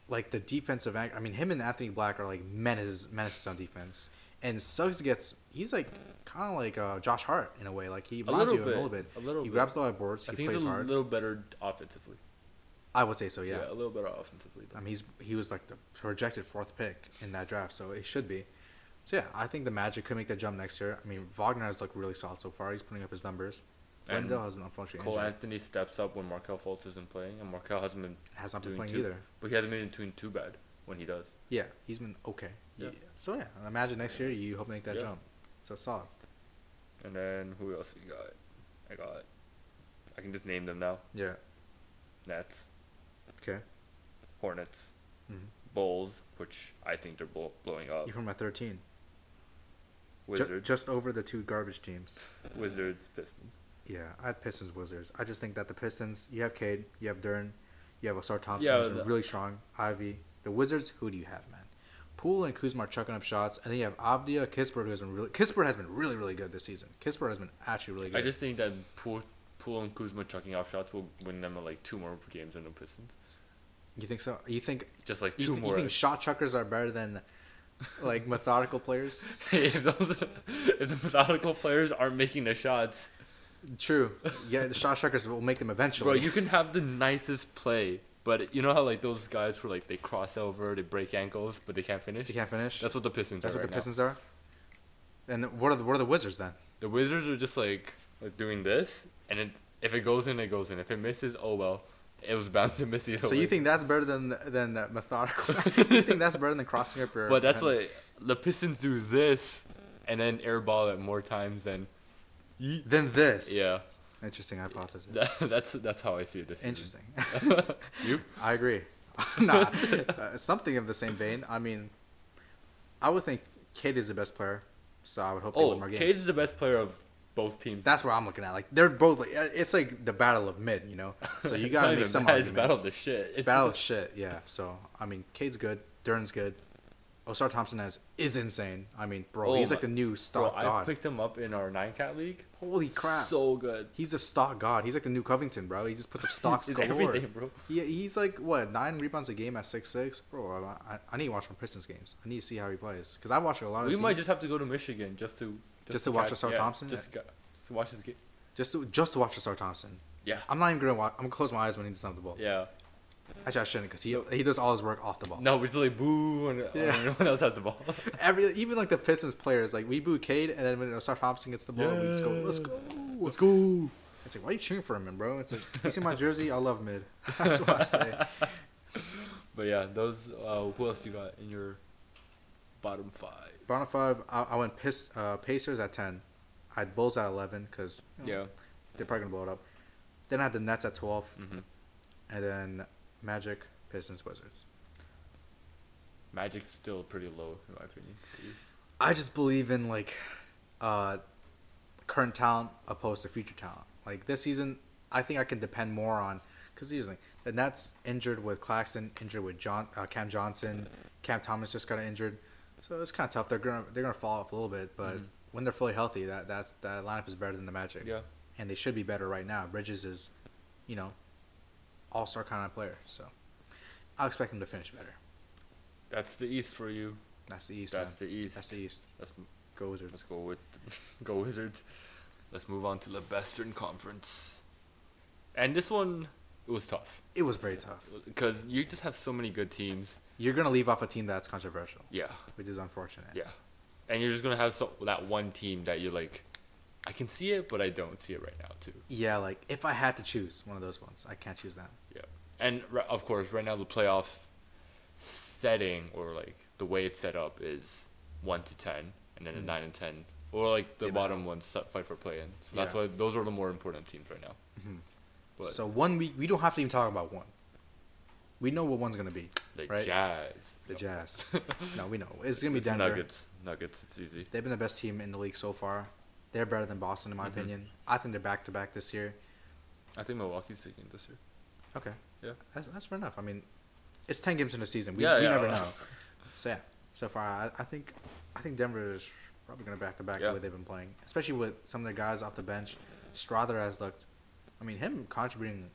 Speaker 2: like the defensive. anch- I mean, him and Anthony Black are like menaces, menaces on defense. And Suggs gets he's like kind of like uh, Josh Hart in a way. Like he reminds
Speaker 1: little
Speaker 2: you of him a
Speaker 1: bit,
Speaker 2: little bit.
Speaker 1: a little
Speaker 2: he
Speaker 1: bit.
Speaker 2: grabs the lot of boards.
Speaker 1: I
Speaker 2: He
Speaker 1: think he's
Speaker 2: plays
Speaker 1: a
Speaker 2: hard.
Speaker 1: little better offensively.
Speaker 2: I would say so.
Speaker 1: Yeah.
Speaker 2: Yeah.
Speaker 1: a little better offensively.
Speaker 2: I
Speaker 1: Though.
Speaker 2: mean, he's he was like the projected fourth pick in that draft, so it should be. So yeah, I think the Magic could make that jump next year. I mean, Wagner has looked really solid so far. He's putting up his numbers.
Speaker 1: And
Speaker 2: Wendell has been unfortunately
Speaker 1: Cole
Speaker 2: injured.
Speaker 1: Anthony steps up when Markel Fultz isn't playing, and Markel hasn't been,
Speaker 2: Has not been
Speaker 1: doing
Speaker 2: playing
Speaker 1: too.
Speaker 2: either.
Speaker 1: but he hasn't been doing too bad when he does.
Speaker 2: Yeah, he's been okay.
Speaker 1: Yeah.
Speaker 2: Yeah. So yeah, imagine next year you hope to make that
Speaker 1: Yeah.
Speaker 2: jump. So solid.
Speaker 1: And then who else we got? I got. I can just name them now.
Speaker 2: Yeah.
Speaker 1: Nets,
Speaker 2: Okay.
Speaker 1: Hornets,
Speaker 2: Mhm.
Speaker 1: Bulls, which I think they're blow- blowing up.
Speaker 2: You from at thirteen. Ju-
Speaker 1: Wizards,
Speaker 2: just over the two garbage teams.
Speaker 1: Wizards, Pistons.
Speaker 2: Yeah, I had Pistons Wizards. I just think that the Pistons, you have Cade, you have Dern, you have Osar Thompson,
Speaker 1: Yeah,
Speaker 2: who's been
Speaker 1: the-
Speaker 2: really strong. Ivy. The Wizards, who do you have, man? Poole and Kuzma are chucking up shots, and then you have Abdia Kispert, who has been really Kispert has been really, really good this season. Kispert has been actually really good.
Speaker 1: I just think that Poole, Poole and Kuzma chucking off shots will win them like two more games than the Pistons.
Speaker 2: you think so? You think
Speaker 1: Just like
Speaker 2: you,
Speaker 1: two
Speaker 2: th- you
Speaker 1: more.
Speaker 2: think shot chuckers are better than like methodical players?
Speaker 1: if those, if the methodical players aren't making the shots,
Speaker 2: True. Yeah, the shot chuckers will make them eventually.
Speaker 1: bro, you can have the nicest play, but you know how like those guys who like they cross over, they break ankles, but they can't finish.
Speaker 2: They can't finish.
Speaker 1: That's what the Pistons
Speaker 2: That's
Speaker 1: are
Speaker 2: what
Speaker 1: right
Speaker 2: the
Speaker 1: now.
Speaker 2: Pistons are. And what are the what are the Wizards then?
Speaker 1: The Wizards are just like, like doing this, and it, if it goes in, it goes in. If it misses, oh well, it was bound to miss either
Speaker 2: So you
Speaker 1: way.
Speaker 2: think that's better than than uh, methodical? you think that's better than crossing up your?
Speaker 1: But that's
Speaker 2: defender?
Speaker 1: like the Pistons do this, and then airball it more times than
Speaker 2: Then this.
Speaker 1: yeah.
Speaker 2: Interesting hypothesis.
Speaker 1: That, that's that's how I see it. This season.
Speaker 2: Interesting.
Speaker 1: You?
Speaker 2: I agree. Not uh, something of the same vein. I mean, I would think Kate is the best player, so I would hope they
Speaker 1: Oh,
Speaker 2: win more games.
Speaker 1: Cage is the best player of both teams.
Speaker 2: That's what I'm looking at. Like they're both. Like, uh, it's like the battle of mid, you know. So you
Speaker 1: It's
Speaker 2: gotta
Speaker 1: not
Speaker 2: make
Speaker 1: even
Speaker 2: some
Speaker 1: bad, It's
Speaker 2: argument.
Speaker 1: battle of the shit. It's
Speaker 2: Battle of shit, yeah. So I mean, Cade's good, Dern's good, Osar Thompson has is insane. I mean, bro,
Speaker 1: Oh
Speaker 2: he's
Speaker 1: my-
Speaker 2: like the new
Speaker 1: Bro,
Speaker 2: stock
Speaker 1: I
Speaker 2: god.
Speaker 1: picked him up in our nine cat league.
Speaker 2: Holy crap!
Speaker 1: So good.
Speaker 2: He's a stock god. He's like the new Covington, bro. He just puts up stocks
Speaker 1: He's
Speaker 2: galore.
Speaker 1: everything, bro.
Speaker 2: He, he's like what nine rebounds a game at six six, bro. I, I, I need to watch more Pistons games. I need to see how he plays because I've watched a lot of.
Speaker 1: We
Speaker 2: his
Speaker 1: might
Speaker 2: games.
Speaker 1: just have to go to Michigan just to
Speaker 2: Just to watch
Speaker 1: catch-
Speaker 2: Asar Thompson?
Speaker 1: Just to, ca- just to watch his game.
Speaker 2: just to, just to watch Osar Thompson.
Speaker 1: Yeah,
Speaker 2: I'm not even gonna watch. I'm gonna close my eyes when he doesn't have the ball.
Speaker 1: yeah.
Speaker 2: Actually, I shouldn't because he he does all his work off the ball.
Speaker 1: No, we're just like boo when when
Speaker 2: Yeah.
Speaker 1: everyone else has the ball.
Speaker 2: Every even like the Pistons players, like we boo Cade, and then when Osar Thompson gets the ball, we just go, let's go.
Speaker 1: Let's go.
Speaker 2: It's like, why are you cheering for him, man, bro? It's like, you see my jersey? I love mid. That's what I say.
Speaker 1: But yeah, those. Uh, who else you got in your bottom five?
Speaker 2: Bottom five, I, I went Pis, uh, Pacers at 10. I had Bulls at 11 because
Speaker 1: Yeah.
Speaker 2: they're probably going to blow it up. Then I had the Nets at 12,
Speaker 1: Mhm.
Speaker 2: and then Magic, Pistons, Wizards.
Speaker 1: Magic's still pretty low in my opinion.
Speaker 2: I just believe in like uh, current talent opposed to future talent. Like this season, I think I can depend more on because usually the Nets injured with Claxton, injured with John uh, Cam Johnson, Cam Thomas just got injured, so it's kind of tough. They're gonna they're gonna fall off a little bit, but when they're fully healthy, that that's, that lineup is better than the Magic.
Speaker 1: Mm-hmm. Yeah.
Speaker 2: and they should be better right now. Bridges is, you know, all star kind of player, so I expect them to finish better.
Speaker 1: That's the East for you.
Speaker 2: That's the East.
Speaker 1: That's
Speaker 2: man.
Speaker 1: the East.
Speaker 2: That's the East.
Speaker 1: Let's,
Speaker 2: Go Wizards.
Speaker 1: let's go with go Wizards. Let's move on to the Western Conference. And this one, it was tough
Speaker 2: It was very tough.
Speaker 1: because you just have so many good teams.
Speaker 2: You're gonna leave off a team that's controversial,
Speaker 1: Yeah.
Speaker 2: which is unfortunate.
Speaker 1: Yeah. And you're just gonna have so, that one team that you're like, I can see it, but I don't see it right now too.
Speaker 2: Yeah, like if I had to choose one of those ones, I can't choose that.
Speaker 1: Yeah. And r- of course, right now the playoff setting or like the way it's set up is one to ten, and then
Speaker 2: Mm.
Speaker 1: a nine and ten, or like the
Speaker 2: Yeah.
Speaker 1: bottom ones set- fight for play in. So that's
Speaker 2: Yeah. Mm-hmm.
Speaker 1: why those are the more important teams right now. But
Speaker 2: So one week we don't have to even talk about one. We know what one's gonna be.
Speaker 1: the
Speaker 2: right?
Speaker 1: Jazz,
Speaker 2: The
Speaker 1: no,
Speaker 2: Jazz. no, we know it's gonna be
Speaker 1: it's
Speaker 2: Denver.
Speaker 1: Nuggets, Nuggets, it's easy.
Speaker 2: They've been the best team in the league so far. They're better than Boston in my
Speaker 1: Mm-hmm.
Speaker 2: opinion. I think they're back to back this year.
Speaker 1: I think Milwaukee's taking it this year.
Speaker 2: Okay.
Speaker 1: Yeah.
Speaker 2: That's, that's fair enough. I mean, it's ten games in a season. We,
Speaker 1: Yeah,
Speaker 2: we
Speaker 1: yeah.
Speaker 2: never know. So yeah, so far I, I think I think Denver is probably going to back to back the
Speaker 1: Yeah.
Speaker 2: way they've been playing, especially with some of their guys off the bench. Strother has looked. I mean, him contributing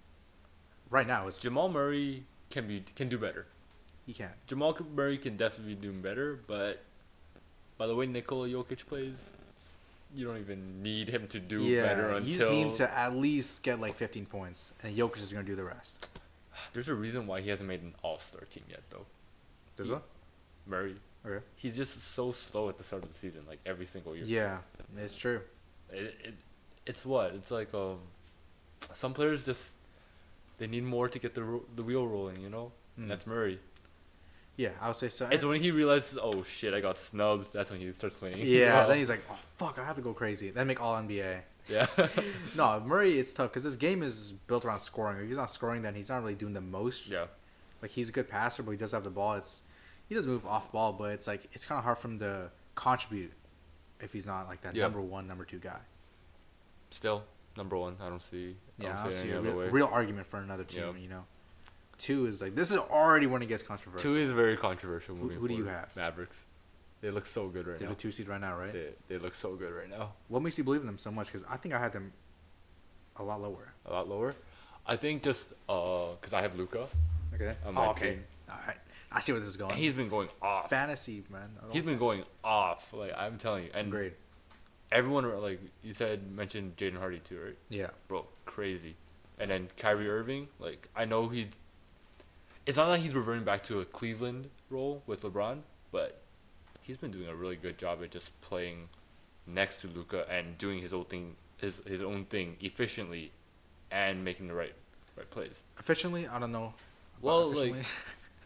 Speaker 2: right now is
Speaker 1: Jamal Murray can be can do better.
Speaker 2: he can't.
Speaker 1: Jamal Murray can definitely be doing better, but by the way Nikola Jokic plays, you don't even need him to do better until
Speaker 2: you just need to at least get like 15 points, and Jokic is going to do the rest.
Speaker 1: There's a reason why he hasn't made an All Star team yet, though.
Speaker 2: Does
Speaker 1: He-
Speaker 2: what?
Speaker 1: Murray,
Speaker 2: Okay.
Speaker 1: he's just so slow at the start of the season, like every single year.
Speaker 2: Yeah, it's true.
Speaker 1: It, it, it's what it's like um, some players just they need more to get the ro- the wheel rolling, you know.
Speaker 2: Mm.
Speaker 1: And that's Murray.
Speaker 2: Yeah, I would say so.
Speaker 1: It's when he realizes, oh shit, I got snubbed. That's when he starts playing.
Speaker 2: yeah,
Speaker 1: well.
Speaker 2: then he's like, oh fuck, I have to go crazy. Then make all NBA.
Speaker 1: yeah.
Speaker 2: No, Murray, it's tough because this game is built around scoring. If he's not scoring, then he's not really doing the most.
Speaker 1: yeah.
Speaker 2: Like he's a good passer, but he does have the ball. It's he does move off ball, but it's like it's kind of hard for him to contribute if he's not like that
Speaker 1: Yeah.
Speaker 2: number one, number two guy.
Speaker 1: Still number one. I don't see. I
Speaker 2: Yeah,
Speaker 1: don't
Speaker 2: I
Speaker 1: see it
Speaker 2: see
Speaker 1: any
Speaker 2: a
Speaker 1: other
Speaker 2: real,
Speaker 1: way.
Speaker 2: real argument for another team.
Speaker 1: Yep.
Speaker 2: You know, two is like this is already when it gets controversial.
Speaker 1: Two is very controversial. Moving
Speaker 2: who do you
Speaker 1: forward.
Speaker 2: have?
Speaker 1: Mavericks. They look so good right
Speaker 2: they're
Speaker 1: now.
Speaker 2: the two seed right now, right?
Speaker 1: They, they look so good right now.
Speaker 2: What makes you believe in them so much? Because I think I had them a lot lower.
Speaker 1: A lot lower. I think just uh, cause I have Luca.
Speaker 2: Okay.
Speaker 1: On my
Speaker 2: Oh, okay.
Speaker 1: team.
Speaker 2: All right. I see where this is going.
Speaker 1: He's been going off.
Speaker 2: fantasy, man. I don't-
Speaker 1: He's been going off. Like I'm telling you, and
Speaker 2: great.
Speaker 1: everyone are- like you said mentioned Jaden Hardy too, right?
Speaker 2: Yeah.
Speaker 1: Bro, crazy. And then Kyrie Irving, like I know he. It's not like he's reverting back to a Cleveland role with LeBron, but he's been doing a really good job at just playing next to Luca and doing his own thing, his his own thing efficiently, and making the right right plays.
Speaker 2: Efficiently, I don't know. about
Speaker 1: Well, like-
Speaker 2: efficiently.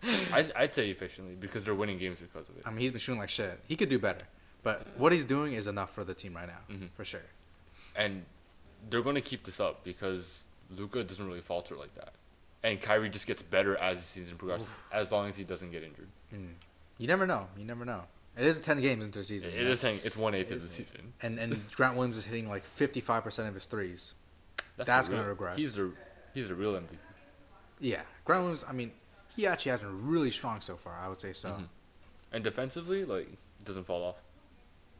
Speaker 1: I I'd say efficiently because they're winning games because of it.
Speaker 2: I mean, he's been shooting like shit. He could do better, but what he's doing is enough for the team right now,
Speaker 1: Mhm.
Speaker 2: for sure.
Speaker 1: and they're going to keep this up because Luca doesn't really falter like that, and Kyrie just gets better as the season progresses, as long as he doesn't get injured.
Speaker 2: Mm. You never know. You never know. It is ten games into the
Speaker 1: It
Speaker 2: season.
Speaker 1: it
Speaker 2: you know?
Speaker 1: is saying it's one eighth of the
Speaker 2: Isn't it?
Speaker 1: season.
Speaker 2: And and Grant Williams is hitting like fifty five percent of his threes.
Speaker 1: That's,
Speaker 2: That's
Speaker 1: the
Speaker 2: gonna
Speaker 1: real-
Speaker 2: regress.
Speaker 1: He's the he's the real MVP.
Speaker 2: Yeah, Grant Williams. I mean, he actually has been really strong so far. I would say so.
Speaker 1: Mhm. And defensively, like doesn't fall off,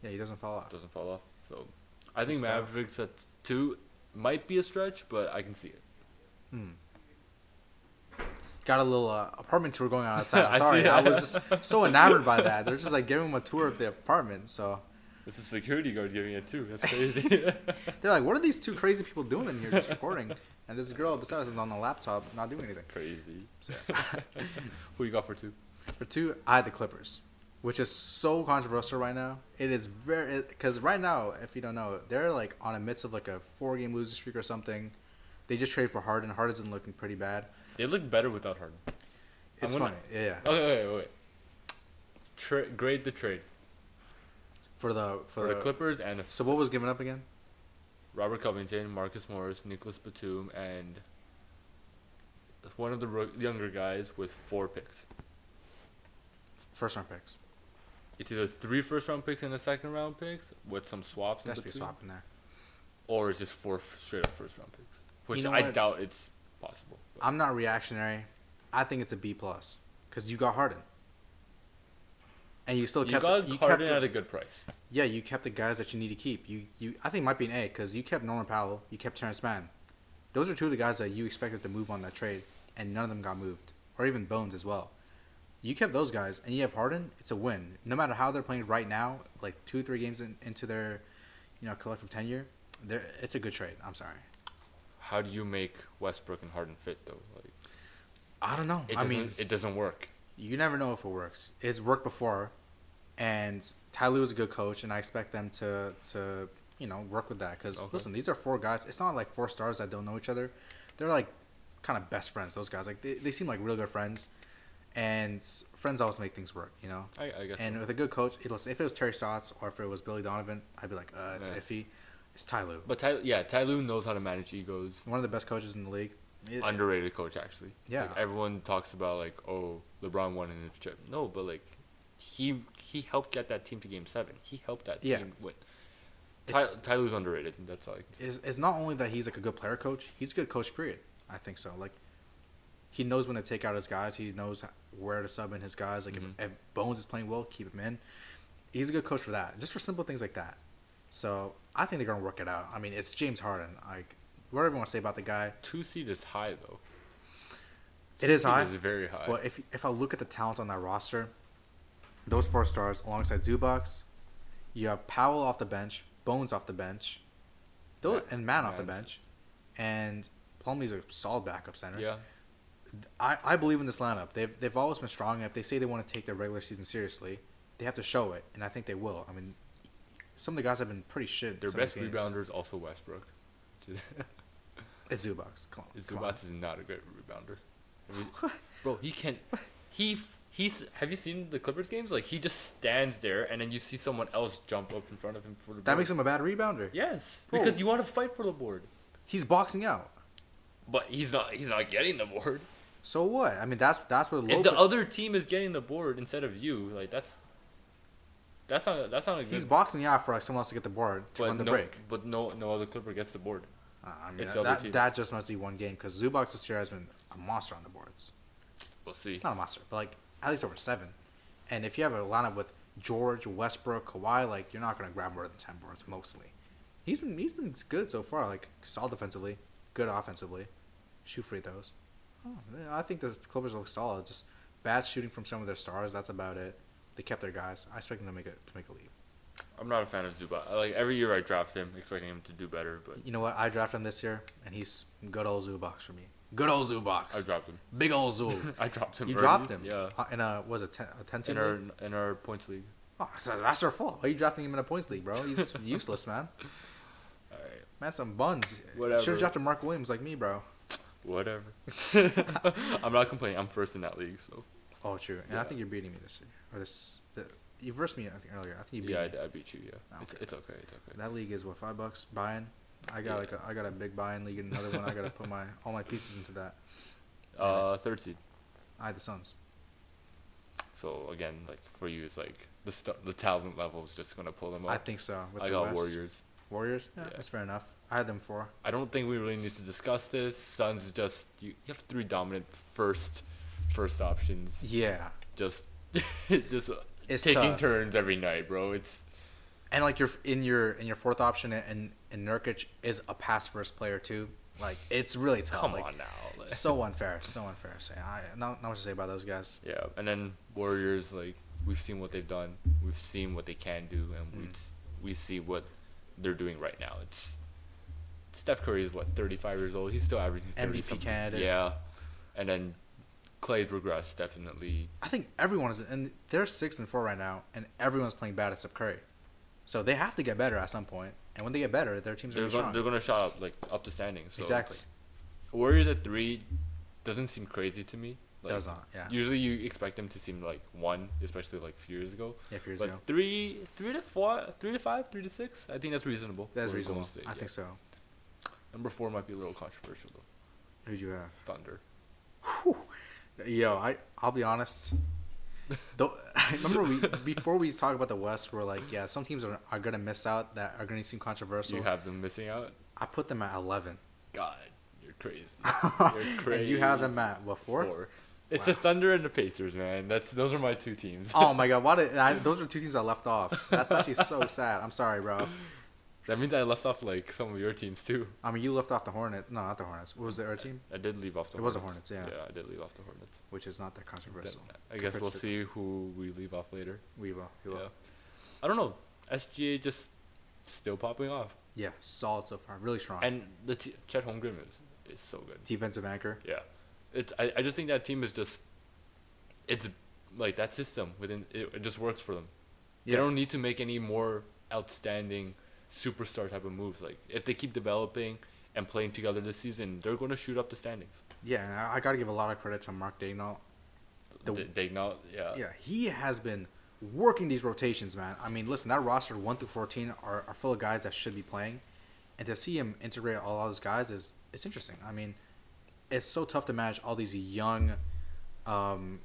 Speaker 2: Yeah, he doesn't fall off.
Speaker 1: doesn't fall off. So, I think
Speaker 2: Good stuff.
Speaker 1: Mavericks at two might be a stretch, but I can see it.
Speaker 2: Got a little uh, apartment tour going on outside.
Speaker 1: I
Speaker 2: I'm
Speaker 1: see
Speaker 2: sorry, I
Speaker 1: that.
Speaker 2: was just so enamored by that. They're just like giving him a tour of the apartment. So
Speaker 1: It's a security guard giving it two. That's crazy.
Speaker 2: they're like, "What are these two crazy people doing in here, just recording?" And this girl beside us is on the laptop, not doing anything.
Speaker 1: crazy. Who you got for two?
Speaker 2: For two, I had the Clippers, which is so controversial right now. It is very because right now, if you don't know, they're like on a midst of like a four-game losing streak or something. They just trade for Harden. Harden's looking pretty bad.
Speaker 1: They look better without Harden.
Speaker 2: It's
Speaker 1: gonna-
Speaker 2: funny, yeah.
Speaker 1: Okay, wait, wait. Tra- grade the trade.
Speaker 2: For the for,
Speaker 1: For the
Speaker 2: the,
Speaker 1: Clippers and the
Speaker 2: So what was given up again?
Speaker 1: Robert Covington, Marcus Morris, Nicholas Batum, and one of the ro- younger guys with four picks.
Speaker 2: First round picks.
Speaker 1: It's either three first round picks and a second round picks with some swaps, in
Speaker 2: There has to be a
Speaker 1: between,
Speaker 2: swap in there.
Speaker 1: or it's just four f- straight up first round picks, which
Speaker 2: know
Speaker 1: I
Speaker 2: what?
Speaker 1: doubt it's possible. but-
Speaker 2: I'm not reactionary. I think it's a B plus because you got Harden, and you still
Speaker 1: you
Speaker 2: kept
Speaker 1: got
Speaker 2: you
Speaker 1: Harden
Speaker 2: kept
Speaker 1: at
Speaker 2: the,
Speaker 1: a good price.
Speaker 2: yeah you kept the guys that you need to keep. You you I think it might be an A because you kept Norman Powell, you kept Terrence Mann. Those are two of the guys that you expected to move on that trade, and none of them got moved, or even Bones as well. You kept those guys, and you have Harden. It's a win, no matter how they're playing right now. Like two, three games in, into their, you know, collective tenure, they're, it's a good trade. I'm sorry.
Speaker 1: How do you make Westbrook and Harden fit though? Like
Speaker 2: I don't know.
Speaker 1: it
Speaker 2: I
Speaker 1: doesn't,
Speaker 2: mean,
Speaker 1: it doesn't work.
Speaker 2: you never know if it works. It's worked before, and Ty Lue is a good coach, and I expect them to to you know work with that. Because
Speaker 1: Okay.
Speaker 2: listen, these are four guys. It's not like four stars that don't know each other. They're like kind of best friends. Those guys, like they, they seem like real good friends, and friends always make things work. You know.
Speaker 1: I, I guess.
Speaker 2: And
Speaker 1: so.
Speaker 2: with a good coach, it, listen, if it was Terry Stotts or if it was Billy Donovan, I'd be like, uh, it's
Speaker 1: Yeah.
Speaker 2: iffy. It's Ty Lue,
Speaker 1: But Ty, yeah, Ty Lue knows how to manage egos.
Speaker 2: one of the best coaches in the league. It-
Speaker 1: underrated coach actually.
Speaker 2: Yeah.
Speaker 1: Like, everyone talks about like, oh, LeBron won in his chip. No, but like, he he helped get that team to Game Seven. He helped that
Speaker 2: Yeah.
Speaker 1: team win. Ty,
Speaker 2: It's-
Speaker 1: Ty Lue's underrated. That's all I can say.
Speaker 2: is is not only that he's like a good player coach, he's a good coach. Period. I think so. Like he knows when to take out his guys. He knows where to sub in his guys. Like
Speaker 1: Mhm.
Speaker 2: if, if Bones is playing well, keep him in. He's a good coach for that. Just for simple things like that. So I think they're gonna work it out. I mean, it's James Harden. Like whatever you want to say about the guy,
Speaker 1: Two seed is high though.
Speaker 2: it is
Speaker 1: Two seed
Speaker 2: high.
Speaker 1: Is very high.
Speaker 2: But if if I look at the talent on that roster, those four stars alongside Zubox, you have Powell off the bench, Bones off the bench, tho-
Speaker 1: Matt-
Speaker 2: and Man off the
Speaker 1: Man's-
Speaker 2: bench, and Plumlee's a solid backup center.
Speaker 1: Yeah.
Speaker 2: I, I believe in this lineup. They've they've always been strong. and If they say they want to take their regular season seriously, they have to show it, and I think they will. I mean, some of the guys have been pretty shit. in
Speaker 1: Their
Speaker 2: some of
Speaker 1: best
Speaker 2: the games.
Speaker 1: rebounder is also Westbrook.
Speaker 2: It's Zubox. Come on. come on.
Speaker 1: Zubac is not a great rebounder. I mean, bro, he can't. He f- he's. Have you seen the Clippers games? Like he just stands there, and then you see someone else jump up in front of him for the.
Speaker 2: That
Speaker 1: board.
Speaker 2: makes him a bad rebounder.
Speaker 1: Yes,
Speaker 2: Bro.
Speaker 1: because you want to fight for the board,
Speaker 2: He's boxing out.
Speaker 1: but he's not. He's not getting the board.
Speaker 2: So what? I mean, that's that's what
Speaker 1: If
Speaker 2: Lopez.
Speaker 1: the other team is getting the board instead of you, like that's. That's not. That's not a good.
Speaker 2: he's boxing out for like someone else to get the board to
Speaker 1: but
Speaker 2: run the
Speaker 1: no,
Speaker 2: break.
Speaker 1: but no, no other Clipper gets the board.
Speaker 2: Uh, I mean,
Speaker 1: It's
Speaker 2: that,
Speaker 1: the other
Speaker 2: that,
Speaker 1: team.
Speaker 2: that just must be one game because Zubox this year has been a monster on the boards.
Speaker 1: We'll see.
Speaker 2: Not a monster, but like at least over seven. And if you have a lineup with George, Westbrook, Kawhi, like you're not gonna grab more than ten boards mostly. He's been he's been good so far, like solid defensively, good offensively, shoot free throws. Oh, yeah, I think the Clippers look solid. Just bad shooting from some of their stars. That's about it. They kept their guys. I expect them to make it to make a leap.
Speaker 1: I'm not a fan of Zubac. I- Like every year, I draft him expecting him to do better, but
Speaker 2: You know what? I drafted him this year, and he's good old Zubox for me. Good old
Speaker 1: I
Speaker 2: Zubox.
Speaker 1: dropped him.
Speaker 2: Big old Zub.
Speaker 1: I dropped him.
Speaker 2: you
Speaker 1: early.
Speaker 2: dropped him.
Speaker 1: Yeah.
Speaker 2: Uh, In a was it ten, a ten team
Speaker 1: In
Speaker 2: league?
Speaker 1: our in our points league.
Speaker 2: Oh, that's, that's their fault. Why are you drafting him in a points league, bro? He's useless, man.
Speaker 1: All right.
Speaker 2: Man, some buns. Should
Speaker 1: Whatever.
Speaker 2: have drafted Mark Williams like me, bro.
Speaker 1: Whatever. I'm not complaining. I'm first in that league, so
Speaker 2: Oh, true. And I
Speaker 1: Yeah.
Speaker 2: think you're beating me this year. Or this, the, you versed me I think earlier. I think you beat
Speaker 1: yeah, I,
Speaker 2: me.
Speaker 1: d- I beat you. Yeah,
Speaker 2: Oh,
Speaker 1: it's,
Speaker 2: okay.
Speaker 1: it's okay. It's okay.
Speaker 2: That league is what five bucks buy-in. I got
Speaker 1: Yeah.
Speaker 2: like a, I got a big buy-in league and another one. I gotta put my all my pieces into that.
Speaker 1: Uh, third seed.
Speaker 2: I had the Suns.
Speaker 1: So again, like for you, it's like the st- the talent level is just gonna pull them
Speaker 2: I
Speaker 1: up.
Speaker 2: think so. With
Speaker 1: I,
Speaker 2: the
Speaker 1: got
Speaker 2: West.
Speaker 1: Warriors.
Speaker 2: Warriors. Yeah,
Speaker 1: Yeah.
Speaker 2: that's fair enough. I had them four.
Speaker 1: I don't think we really need to discuss this. Suns just you, you have three dominant first first options.
Speaker 2: Yeah,
Speaker 1: Just just uh,
Speaker 2: It's
Speaker 1: taking
Speaker 2: tough.
Speaker 1: turns every night, bro. It's
Speaker 2: and like your in your in your fourth option and and Nurkic is a pass first player too. Like it's really tough.
Speaker 1: come
Speaker 2: like,
Speaker 1: on now. like-
Speaker 2: so unfair, so unfair. So yeah, I not not much to say about those guys.
Speaker 1: Yeah, and then Warriors like we've seen what they've done, we've seen what they can do, and we
Speaker 2: Mm.
Speaker 1: we see what they're doing right now. It's Steph Curry is what thirty five years old. He's still averaging 30
Speaker 2: MVP
Speaker 1: something.
Speaker 2: candidate.
Speaker 1: Yeah, and then Clay's regressed definitely.
Speaker 2: I think everyone is, and they're six and four right now, and everyone's playing bad except Curry. So they have to get better at some point, and when they get better, their teams are
Speaker 1: They're
Speaker 2: really
Speaker 1: going,
Speaker 2: strong.
Speaker 1: they're going to shot up like up the standings. So
Speaker 2: exactly,
Speaker 1: it's- Warriors at three doesn't seem crazy to me. Like,
Speaker 2: does not. Yeah,
Speaker 1: Usually you expect them to seem like one, especially like a few years ago.
Speaker 2: yeah, few years
Speaker 1: but
Speaker 2: ago.
Speaker 1: three, three to four, three to five, three to six. I think that's reasonable.
Speaker 2: That's
Speaker 1: for Golden
Speaker 2: reasonable.
Speaker 1: State,
Speaker 2: I
Speaker 1: yeah.
Speaker 2: think so.
Speaker 1: Number four might be a little controversial though.
Speaker 2: Who'd you have?
Speaker 1: Thunder.
Speaker 2: Yo, I I'll be honest. Though, remember we before we talk about the West, we're like, yeah, some teams are, are gonna miss out that are gonna seem controversial.
Speaker 1: you have them missing out.
Speaker 2: I put them at eleven.
Speaker 1: God, you're crazy. You're crazy.
Speaker 2: and you have them at what four?
Speaker 1: It's
Speaker 2: Wow.
Speaker 1: the Thunder and the Pacers, man. That's those are my two teams.
Speaker 2: Oh my god, why did I, those are two teams I left off? That's actually so sad. I'm sorry, bro.
Speaker 1: That means I left off like some of your teams too.
Speaker 2: I mean, you left off the Hornets. No, not the Hornets. What was the other team?
Speaker 1: I did leave off the.
Speaker 2: It was the
Speaker 1: Hornets.
Speaker 2: Hornets, yeah.
Speaker 1: Yeah, I did leave off the Hornets.
Speaker 2: Which is not that controversial.
Speaker 1: Then I guess
Speaker 2: compared
Speaker 1: we'll
Speaker 2: to the-
Speaker 1: see who we leave off later.
Speaker 2: We will. We will.
Speaker 1: Yeah.
Speaker 2: Yeah.
Speaker 1: I don't know. SGA just still popping off,
Speaker 2: solid so far. Really strong.
Speaker 1: and the t- Chet Holmgren is is so good.
Speaker 2: Defensive anchor.
Speaker 1: Yeah, it's I, I just think that team is just it's like that system within it, it just works for them.
Speaker 2: Yeah.
Speaker 1: They don't need to make any more outstanding superstar type of moves. Like if they keep developing and playing together this season, they're going to shoot up the standings.
Speaker 2: Yeah, and I, I got to give a lot of credit to Mark Dagnall. The-
Speaker 1: They, they not yeah.
Speaker 2: Uh, Yeah, he has been working these rotations, man. I mean, listen, that roster 1 through 14 are, are full of guys that should be playing. And to see him integrate all those guys is it's interesting. I mean, it's so tough to manage all these young um,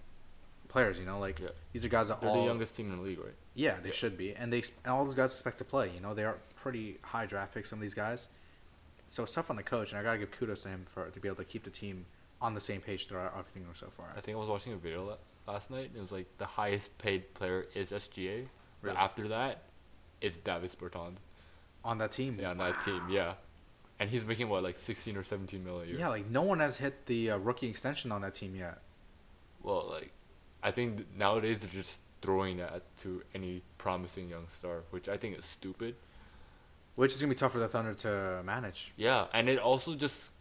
Speaker 2: players, you know? Like,
Speaker 1: Yeah.
Speaker 2: these are guys that
Speaker 1: They're
Speaker 2: all.
Speaker 1: the youngest team in the league, right?
Speaker 2: Yeah, they
Speaker 1: Yeah.
Speaker 2: should be, and they and all those guys expect to play. You know, they are pretty high draft picks. Some of these guys, so it's tough on the coach, and I gotta give kudos to him for to be able to keep the team on the same page throughout everything so far.
Speaker 1: I think I was watching a video la- last night, and it was like the highest paid player is SGA. But
Speaker 2: Really?
Speaker 1: after that, it's Davis Bertans.
Speaker 2: On that team,
Speaker 1: Yeah, on that team, yeah. And he's making what like sixteen or seventeen million a year.
Speaker 2: yeah, like no one has hit the uh, rookie extension on that team yet.
Speaker 1: Well, like, I think th- nowadays they're just throwing that to any promising young star, which I think is stupid.
Speaker 2: Which is gonna be tough for the Thunder to manage.
Speaker 1: Yeah, and it also just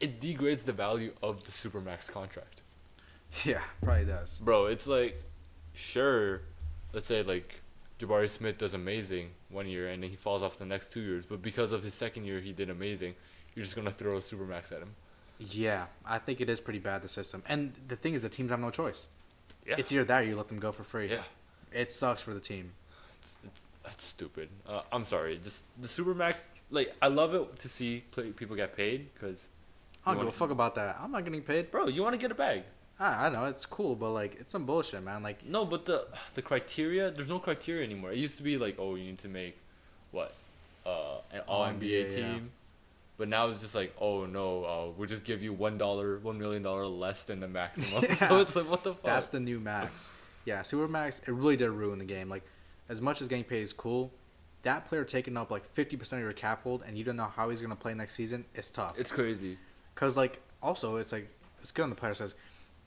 Speaker 1: it degrades the value of the supermax contract.
Speaker 2: Yeah, probably does.
Speaker 1: Bro, it's like sure, let's say like Jabari Smith does amazing one year and then he falls off the next two years, but because of his second year he did amazing, you're just gonna throw a supermax at him.
Speaker 2: Yeah, I think it is pretty bad the system. And the thing is, the teams have no choice.
Speaker 1: Yeah.
Speaker 2: It's either that or you let them go for free.
Speaker 1: Yeah.
Speaker 2: It sucks for the team.
Speaker 1: It's, it's, that's stupid. Uh, I'm sorry. Just the supermax. Like I love it to see play, people get paid because,
Speaker 2: I
Speaker 1: You
Speaker 2: don't give a
Speaker 1: wanna-
Speaker 2: fuck about that. I'm not getting paid.
Speaker 1: bro, you want to get a bag.
Speaker 2: I, I know it's cool, but like it's some bullshit, man. Like
Speaker 1: No, but the the criteria. There's no criteria anymore. It used to be like, oh, you need to make, what, uh, an All NBA
Speaker 2: NBA,
Speaker 1: team.
Speaker 2: yeah.
Speaker 1: But now it's just like, oh no, uh, we'll just give you one dollar, one million dollar less than the maximum. so
Speaker 2: Yeah.
Speaker 1: it's like, what the fuck?
Speaker 2: that's the new max. Yeah, super max. It really did ruin the game. Like as much as getting paid is cool, that player taking up like 50% of your cap hold, and you don't know how he's gonna play next season. It's tough.
Speaker 1: it's crazy.
Speaker 2: Cause like also it's like it's good on the player says.